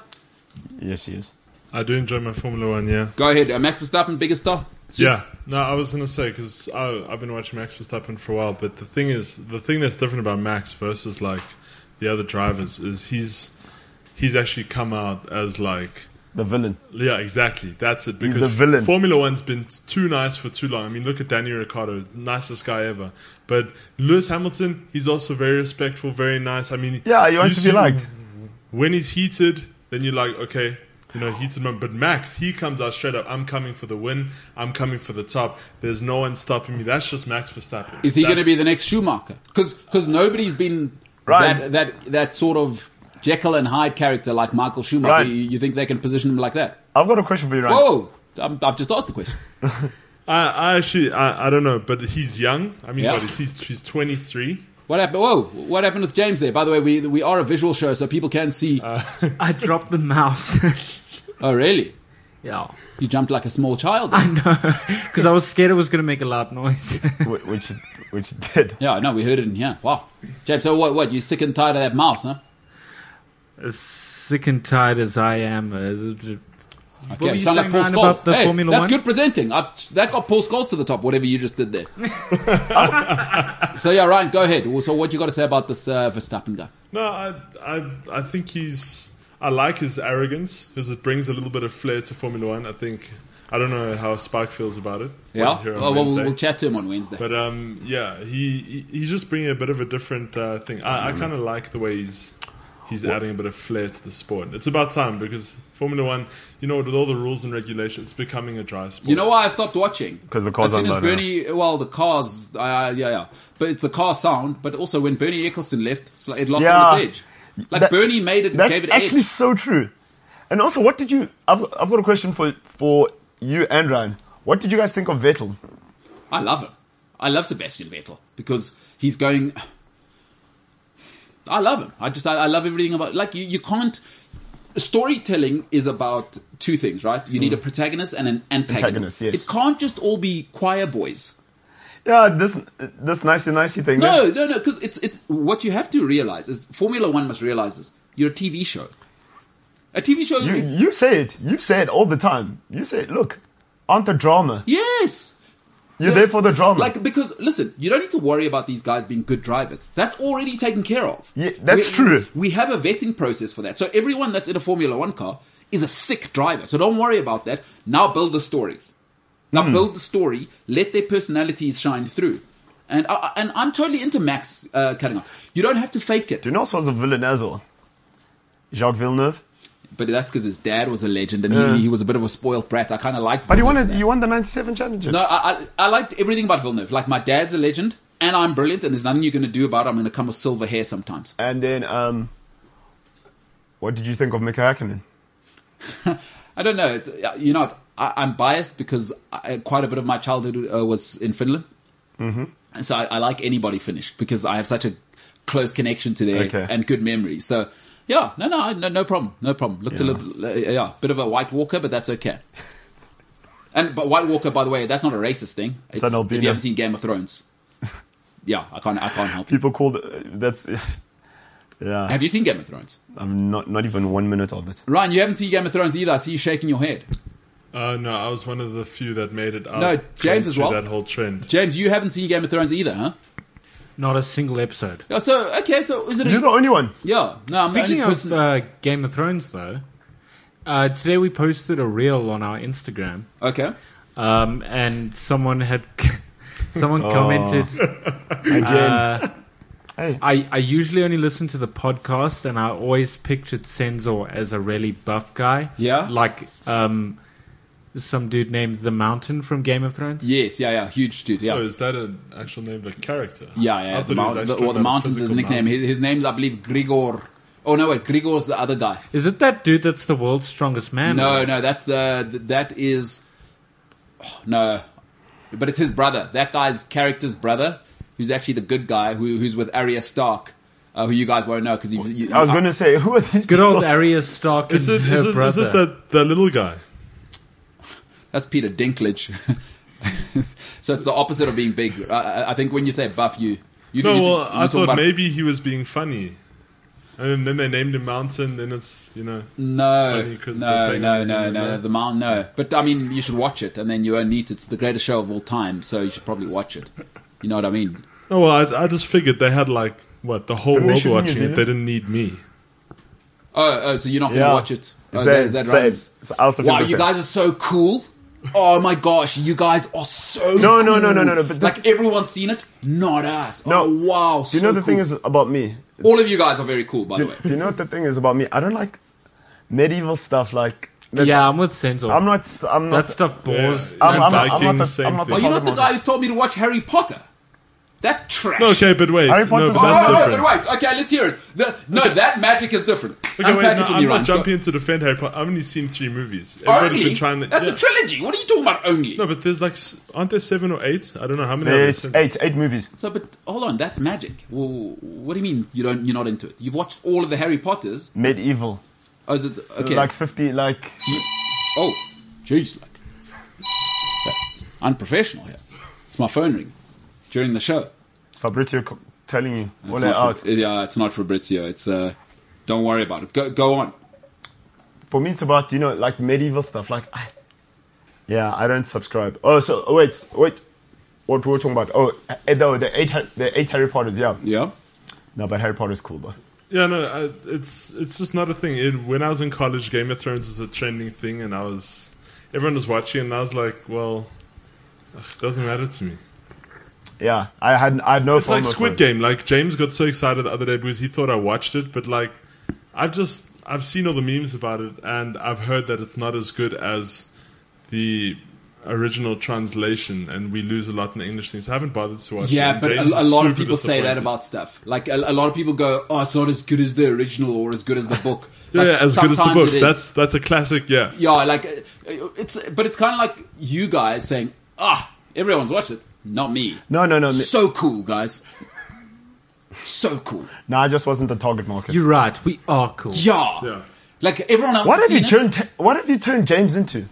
D: Yes, he is.
F: I do enjoy my Formula One, yeah.
B: Go ahead, uh, Max Verstappen, biggest star.
F: Yeah, no, I was gonna say because I've been watching Max Verstappen for a while, but the thing is, the thing that's different about Max versus like the other drivers is he's he's actually come out as like
D: The villain.
F: yeah, exactly, that's it. Because
D: the villain.
F: Formula One's been too nice for too long. I mean, look at Daniel Ricciardo, nicest guy ever. But Lewis Hamilton, he's also very respectful, very nice. I mean,
D: Yeah, he wants
F: you
D: to be
F: see-
D: liked.
F: when he's heated, then you're like, okay, you know, heated moment. But Max, he comes out straight up. I'm coming for the win. I'm coming for the top. There's no one stopping me. That's just Max Verstappen.
B: Is he going to
F: That's-
B: be the next Schumacher? Because nobody's been
D: Ryan.
B: that, that that sort of Jekyll and Hyde character like Michael Schumacher.
D: Ryan.
B: You, you think they can position him like that?
D: I've got a question for you, Ryan.
B: Oh, I'm, I've just asked the question.
F: I, I actually, I, I don't know, but he's young. I mean,
B: Yeah.
F: what is he's he's 23.
B: What happened? Whoa, what happened with James there? By the way, we we are a visual show, so people can see.
D: Uh.
E: I dropped the mouse.
B: oh, really?
E: <laughs> yeah.
B: You jumped like a small child.
E: I know. Because I was scared it was going to make a loud noise. <laughs>
D: Wh- Which, which it
B: <laughs>
D: did.
B: yeah, no, we heard it in here. Wow, James. So what? What? You sick and tired of that mouse, huh?
E: as sick and tired as I am. uh,
B: Okay,
E: were you
B: sound like
E: saying,
B: Paul
E: Ryan,
B: Scholes.
E: about the
B: hey,
E: Formula
B: that's
E: One?
B: good presenting. I've, that got Paul Scholes to the top. Whatever you just did
E: <laughs>
B: there. so yeah, Ryan, go ahead. So what you got to say about this uh, Verstappen guy?
F: No, I, I, I think he's. I like his arrogance because it brings a little bit of flair to Formula One. I think. I don't know how Spike feels about it.
B: Yeah.
F: We'll hear on
B: Oh, well, we'll,
F: Wednesday.
B: we'll chat to him on Wednesday.
F: But um, yeah, he, he he's just bringing a bit of a different uh, thing. I, I
B: Mm.
F: kind of like the way he's he's adding a bit of flair to the sport. It's about time because Formula One, you know, with all the rules and regulations, it's becoming a dry sport.
B: you know why I stopped watching?
D: 'Cause the cars
B: As soon
D: aren't
B: as
D: low now.
B: Bernie, well, the cars, uh, yeah, yeah, but it's the car sound. But also when Bernie Eccleston left, it's like- it lost all
D: Yeah.
B: its edge. Like
D: That-
B: Bernie made it,
D: That's
B: gave it
D: actually
B: edge.
D: so true. And also, what did you? I've, I've got a question for for you and Ryan. What did you guys think of Vettel?
B: I love him. I love Sebastian Vettel because he's going. I love him. I just I, I love everything about like you. You can't. Storytelling is about two things, right? You need a protagonist and an antagonist.
D: Mm. Antagonist, yes.
B: It can't just all be choir boys.
D: Yeah, this this nicey nicey thing.
B: No,
D: yeah?
B: no, no. Because it's it. What you have to realize is Formula One must realize this. You're a TV show. A TV show.
D: you you say it. You say it all the time. You say, it, look, aren't the drama?
B: yes.
D: You're there for the drama.
B: Like because listen, you don't need to worry about these guys being good drivers. That's already taken care of.
D: Yeah, that's
B: We-
D: true.
B: We have a vetting process for that. So everyone that's in a Formula One car is a sick driver. So don't worry about that. Now build the story. Now
D: Hmm.
B: build the story. Let their personalities shine through. And I, I- and I'm totally into Max uh, cutting off. You don't have to fake it.
D: you know, so was a villain as well. Jacques Villeneuve.
B: But that's because his dad was a legend and he, he was a bit of a spoiled brat. I kind of liked.
D: Uh. But you won
B: Villeneuve
D: it.
B: for that.
D: You won the '97 championship.
B: No, I, I, I liked everything about Villeneuve. Like, my dad's a legend, and I'm brilliant, and there's nothing you're going to do about it. I'm going to come with silver hair sometimes.
D: And then, um, what did you think of Mika Hakkinen?
B: I don't know. It, you know, what? I, I'm biased because I, quite a bit of my childhood uh, was in Finland. Mm-hmm. So I, I like anybody Finnish because I have such a close connection to there
D: Okay.
B: and good memories. So, yeah, no, no, I- no, no problem. No problem. Looked a little, uh, yeah, bit of a White Walker, but that's okay. And but White Walker, by the way, that's not a racist thing. It's,
D: an
B: if
D: albino.
B: you haven't seen Game of Thrones, yeah, I can't, I can't help you.
D: People called uh, that's. <laughs> Yeah,
B: Have you seen Game of Thrones?
D: I'm not not even one minute of it.
B: Ryan, you haven't seen Game of Thrones either. I see you shaking your head.
F: Uh, no, I was one of the few that made it out.
B: No, James
F: going
B: as well.
F: through That whole trend.
B: James, you haven't seen Game of Thrones either, huh?
E: Not a single episode.
B: Yeah, so, okay, so is it
D: You're
B: a.
D: the only one.
B: Yeah, no, I'm the
E: Speaking
B: only
E: of
B: person.
E: uh, Game of Thrones, though, uh, today we posted a reel on our Instagram,
B: okay.
E: um, and someone had <laughs> someone commented.
B: Uh,
D: Again,
E: I, I usually only listen to the podcast, and I always pictured Senzor as a really buff guy.
B: Yeah?
E: like um, some dude named the Mountain from Game of Thrones.
B: Yes, yeah, yeah, huge dude, yeah.
F: Oh, is that an actual name of a character?
B: yeah, yeah.
F: I
B: The,
F: thought
B: mount,
F: it was
B: the,
F: actually
B: well, the
F: about a
B: mountain's his
F: physical
B: nickname.
F: mountain.
B: His, his name's, I believe, Grigor. Oh, no, wait, Grigor's the other guy.
E: Is it that dude that's the world's strongest man?
B: No, no, that's the. th- That is. oh, no. But it's his brother. That guy's character's brother, who's actually the good guy, who, who's with Arya Stark, uh, who you guys won't know because you, you.
D: I was going to say, who are these?
E: Good
D: people?
E: old Arya Stark and
F: Is it,
E: her
F: is it,
E: brother.
F: is it that, that little guy?
B: That's Peter Dinklage. <laughs> so it's the opposite of being big. I, I think when you say buff, you you
F: No,
B: you-
F: well,
B: you
F: I
B: talk
F: thought
B: about-
F: maybe he was being funny. And then they named him Mountain, then it's, you know.
B: no,
F: funny 'cause they're
B: no,
F: big
B: no,
F: and
B: no,
F: then
B: no,
F: they're-
B: the mount, no. But I mean, you should watch it, and then you own it. It's the greatest show of all time, so you should probably watch it. You know what I mean?
F: Oh, well, I, I just figured they had, like, what, the whole
D: Didn't they
F: world
D: shoot in New
F: watching it.
D: Zealand?
F: They didn't need me.
B: Oh, oh, so you're not going to
D: Yeah.
B: watch it? Oh, is that, is that
D: Same,
B: right?
D: same. So I also
B: wow,
D: feel the
B: you
D: same.
B: guys are so cool. Oh my gosh, you guys are so
D: No, no,
B: cool.
D: no, no, no, no, but the-
B: like everyone's seen it, not us.
D: No.
B: oh, wow.
D: Do you know the thing is about me?
B: all of you guys are very cool, by the
D: Do,
B: way.
D: do you know what the thing is about me? I don't like medieval stuff. Like, that-
E: yeah, I'm with Senzor.
D: I'm not. I'm not.
E: that stuff bores.
F: Yeah.
D: I'm,
F: And
D: I'm not- I'm
F: Vikings,
D: not the,
F: same
D: I'm not the
B: Are
F: thing.
B: you not
D: target
B: the
D: market.
B: guy who told me to watch Harry Potter? That trash.
F: No, okay, but wait.
D: Harry Potter-
F: No, but
B: Oh,
F: that's
B: oh, oh,
F: different.
B: but wait. Okay, let's hear it. The, no, that magic is different.
F: Okay, wait,
B: Unpack
F: no,
B: it for
F: I'm
B: me,
F: not
B: Ryan. Go.
F: jumping to defend Harry Potter. I've only seen three movies. Everybody's
B: Only?
F: been trying to.
B: That's
F: yeah.
B: a trilogy. What are you talking about, only?
F: No, but there's like, s- aren't there seven or eight? I don't know how many. are there?
D: There's eight, eight movies.
B: So, but hold on. That's magic. Well, what do you mean you don't, you're not into it? You've watched all of the Harry Potters.
D: Medieval,
B: Oh, is it.
F: Uh,
B: Okay.
D: like fifty, like
B: oh, jeez. Like. Unprofessional here. It's my phone ring during the show.
D: Fabrizio co- telling you all
B: It's
D: that
B: not
D: out.
B: Fab- yeah, it's not Fabrizio. It's. uh Don't worry about it. Go, go on.
D: For me, it's about you know like medieval stuff. Like, I, yeah, I don't subscribe. Oh, so oh, wait, wait, what we were talking about? Oh, eh, no, the eight, Har- the eight Harry Potters. Yeah,
B: Yeah.
D: no, but Harry Potter's cool though.
F: Yeah, no, I, it's it's just not a thing. It, when I was in college, Game of Thrones was a trending thing, and I was everyone was watching, and I was like, well, ugh, it doesn't matter to me.
D: Yeah, I had I had no.
F: It's like
D: FOMO for
F: Squid
D: it.
F: Game. Like James got so excited the other day because he thought I watched it, but like I've just I've seen all the memes about it, and I've heard that it's not as good as the original translation, and we lose a lot in the English things. I haven't bothered to watch. it.
B: Yeah,
F: and
B: but a,
F: James
B: a
F: is
B: lot of
F: super
B: people say that
F: disappointed.
B: about stuff. Like a, a lot of people go, "Oh, it's not as good as the original, or as good
F: <laughs>
B: as the book."
F: Yeah,
B: Like,
F: yeah, as good as the
B: sometimes
F: book.
B: it is.
F: That's that's a classic. Yeah,
B: yeah, like uh, uh, it's. But it's kind of like you guys saying, "Ah, everyone's watched it, not me."
D: No, no, no. n-
B: So cool, guys. so cool.
D: No, I just wasn't the target market.
E: You're right. We are cool.
B: Yeah.
F: Yeah.
B: Like everyone else.
D: what
B: has
D: have you
B: seen
D: turned?
B: it.
D: Ta- what have you turned James into?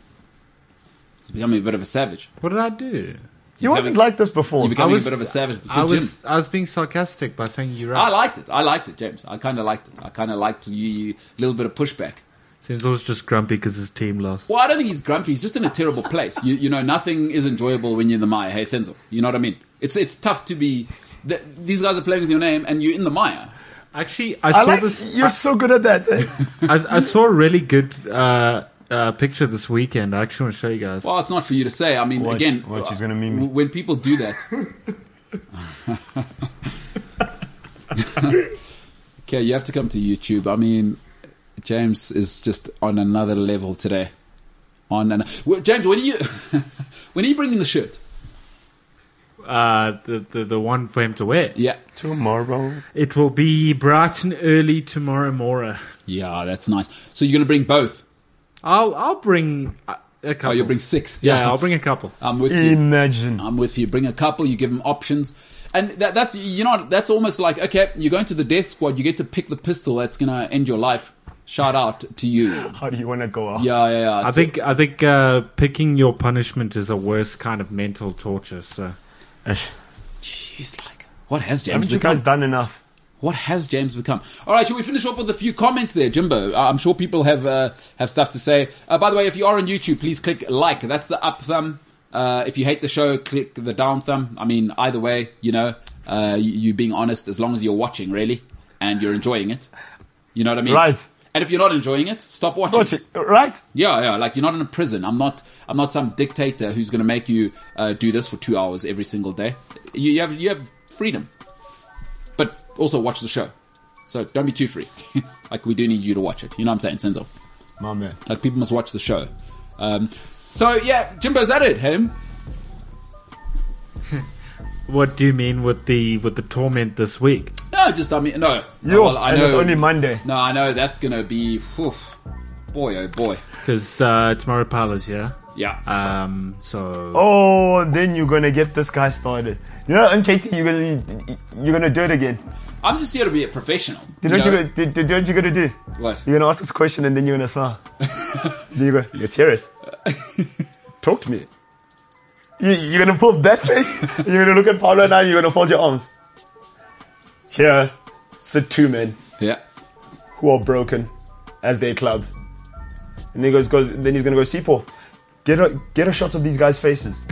B: It's becoming a bit of a savage.
E: What did I do?
D: You wasn't
B: Having-
D: like this before.
B: You're becoming
E: was-
B: a bit of a savage. It's
E: I
B: the gym.
E: was I was being sarcastic by saying you're
B: I
E: right.
B: liked it. I liked it, James. I kind of liked it. I kind of liked you, you little bit of pushback.
E: Seems I was just grumpy because his team lost.
B: Well, I don't think he's grumpy. He's just in a terrible place. You, you know, nothing is enjoyable when you're in the Maya. Hey, Senzo, you know what I mean? It's it's tough to be. Th- these guys are playing with your name, and you're in the Maya.
E: Actually, I saw
D: I like.
E: this.
D: You're so good at that.
B: <laughs>
D: eh?
E: I, I saw a really good uh, uh, picture this weekend. I actually want to show you guys.
B: Well, it's not for you to say. I mean,
D: Watch-
B: again,
D: watch,
B: uh,
D: he's gonna meme me.
B: When people do that.
D: <laughs>
B: okay, you have to come to YouTube. I mean, James is just on another level today. On an- well, James, when are you <laughs> when are you bringing the shirt?
E: Uh, the, the the one for him to wear.
B: Yeah,
D: Tomorrow.
E: It will be bright and early tomorrow morning.
B: yeah, that's nice. So you're gonna bring both?
E: I'll I'll bring a, a couple.
B: Oh, you'll bring six.
E: yeah, I'll Mm. bring a couple.
B: I'm with you.
D: Imagine.
B: I'm with you. Bring a couple. You give them options, and that, that's you know that's almost like okay, you're going to the death squad. You get to pick the pistol that's gonna end your life. Shout out to you. Yeah,
D: How do you want to go out?
B: yeah, yeah.
E: I
B: It's-
E: think I think uh, picking your punishment is a worse kind of mental torture. So
B: Jeez, like what has James
D: Haven't you guys
B: become?
D: done enough?
B: What has James become? All right, shall we finish off with a few comments there, Jimbo? I- I'm sure people have uh, have stuff to say. Uh, by the way, if you are on YouTube, please click like. That's the up thumb. Uh, if you hate the show, click the down thumb. I mean, either way, you know, uh, you, you being honest, as long as you're watching, really, and you're enjoying it. You know what I mean?
D: Right.
B: And if you're not enjoying it, stop watching.
D: Watch it, right?
B: Yeah, yeah. Like you're not in a prison. I'm not. I'm not some dictator who's going to make you uh, do this for two hours every single day. You, you have you have freedom, but also watch the show. So don't be too free. <laughs> like we do need you to watch it. You know what I'm saying, Senzo?
D: My man.
B: Like people must watch the show. Um, so yeah, Jimbo's at it. Him.
E: what do you mean with the with the torment this week?
B: No, just I mean no.
D: Yo,
B: Well, I
D: and
B: know.
D: it's only Monday.
B: no, I know that's going to be. oof. boy, oh boy.
E: Because uh, tomorrow Paolo's here.
B: Yeah.
E: Um, so
D: Oh, then you're gonna get this guy started. You know, and KT, you're gonna you're gonna do it again.
B: I'm just here to be a professional.
D: You know,
B: you
D: what you're
B: know?
D: gonna, do, do, do what you're gonna do?
B: What?
D: You're gonna ask this question and then you're gonna smile. then you go, let's hear it. <laughs> Talk to me. You, you're gonna pull up that face. and you're gonna look at Paolo and I. You're gonna fold your arms. Here sit two men
B: Yeah.
D: who are broken as their club. And then he goes, goes then he's gonna go, Sipo, get a get a shot of these guys' <laughs> faces.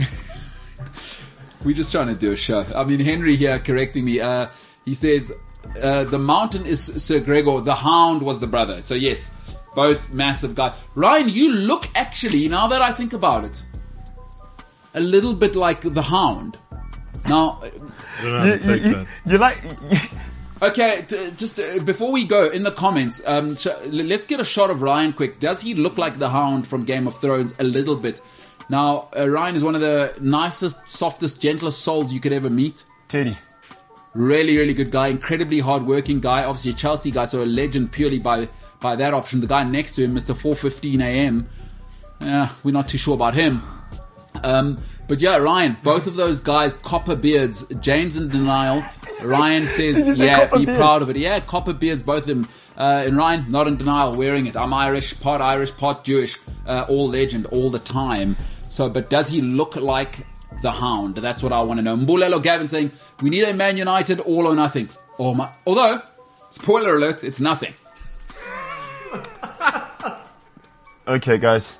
B: We're just trying to do a show. I mean, Henry here correcting me. Uh, he says uh, the mountain is Sir Gregor. The hound was the brother. So yes, both massive guys. Ryan, you look actually now that I think about it, a little bit like the hound. Now, uh,
F: I don't know how to
D: you,
F: take
D: you-
F: that.
D: you like <laughs> you,
B: okay, t- just uh, before we go in the comments, um, sh- l- let's get a shot of Ryan quick. Does he look like the hound from Game of Thrones a little bit? Now, uh, Ryan is one of the nicest, softest, gentlest souls you could ever meet.
D: Teddy.
B: Really, really good guy. Incredibly hardworking guy. Obviously a Chelsea guy, so a legend purely by by that option. The guy next to him, Mr. 415 AM. Yeah, Uh, we're not too sure about him. Um, but yeah, Ryan, both of those guys, copper beards. James in denial.
D: <laughs>
B: Ryan
D: Did you
B: says,
D: say
B: yeah,
D: copper
B: be
D: beard?
B: proud of it. Yeah, copper beards, both of them. Uh, and Ryan, not in denial, wearing it. I'm Irish, part Irish, part Jewish, uh, all legend, all the time. So, but does he look like the hound? That's what I want to know. Mbulelo Gavin saying, we need a Man United all or nothing. Oh my, although, spoiler alert, it's nothing.
D: Okay, guys.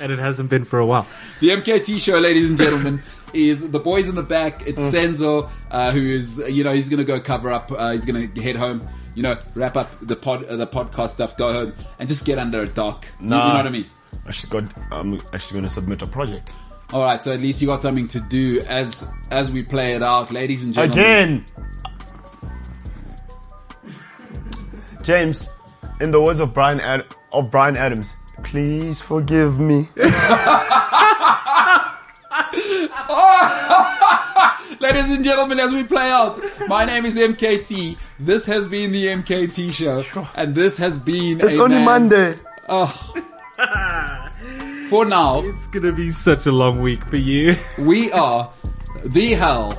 E: and it hasn't been for a while.
B: The MKT show, ladies and
D: <laughs>
B: gentlemen, is the boys in the back. It's
D: Mm.
B: Senzo, uh, who is you know he's gonna go cover up. Uh, he's gonna head home. You know, wrap up the pod, uh, the podcast stuff, go home, and just get under a dock. You- You,
D: Nah.
B: know what I mean?
D: Actually, got, I'm actually going to submit a project.
B: All right, so at least you got something to do as as we play it out, ladies and gentlemen.
D: Again! James, in the words of Brian, Ad- of Brian Adams, please forgive me.
B: Ladies and gentlemen, as we play out, my name is MKT. This has been the MKT show, and this has been.
D: It's
B: a
D: only
B: man-
D: Monday.
B: Oh. For now,
E: It's gonna be such a long week for you. <laughs>
B: we are the hell.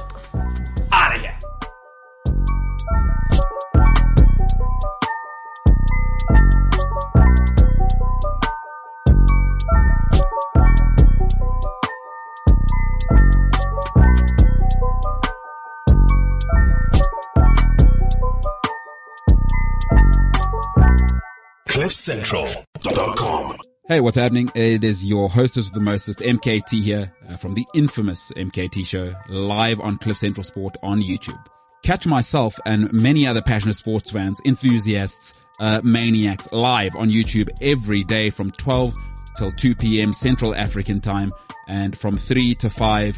G: CliffCentral.com.
B: Hey, what's happening? It is your hostess with the mostest, MKT here uh, from the infamous MKT show live on Cliff Central Sport on YouTube. Catch myself and many other passionate sports fans, enthusiasts, uh, maniacs live on YouTube every day from 12 till 2 p.m. Central African time and from 3 to 5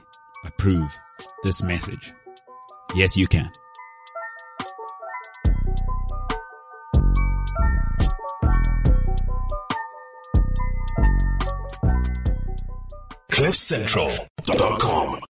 B: approve this message. Yes, you can.
G: CliffCentral.com.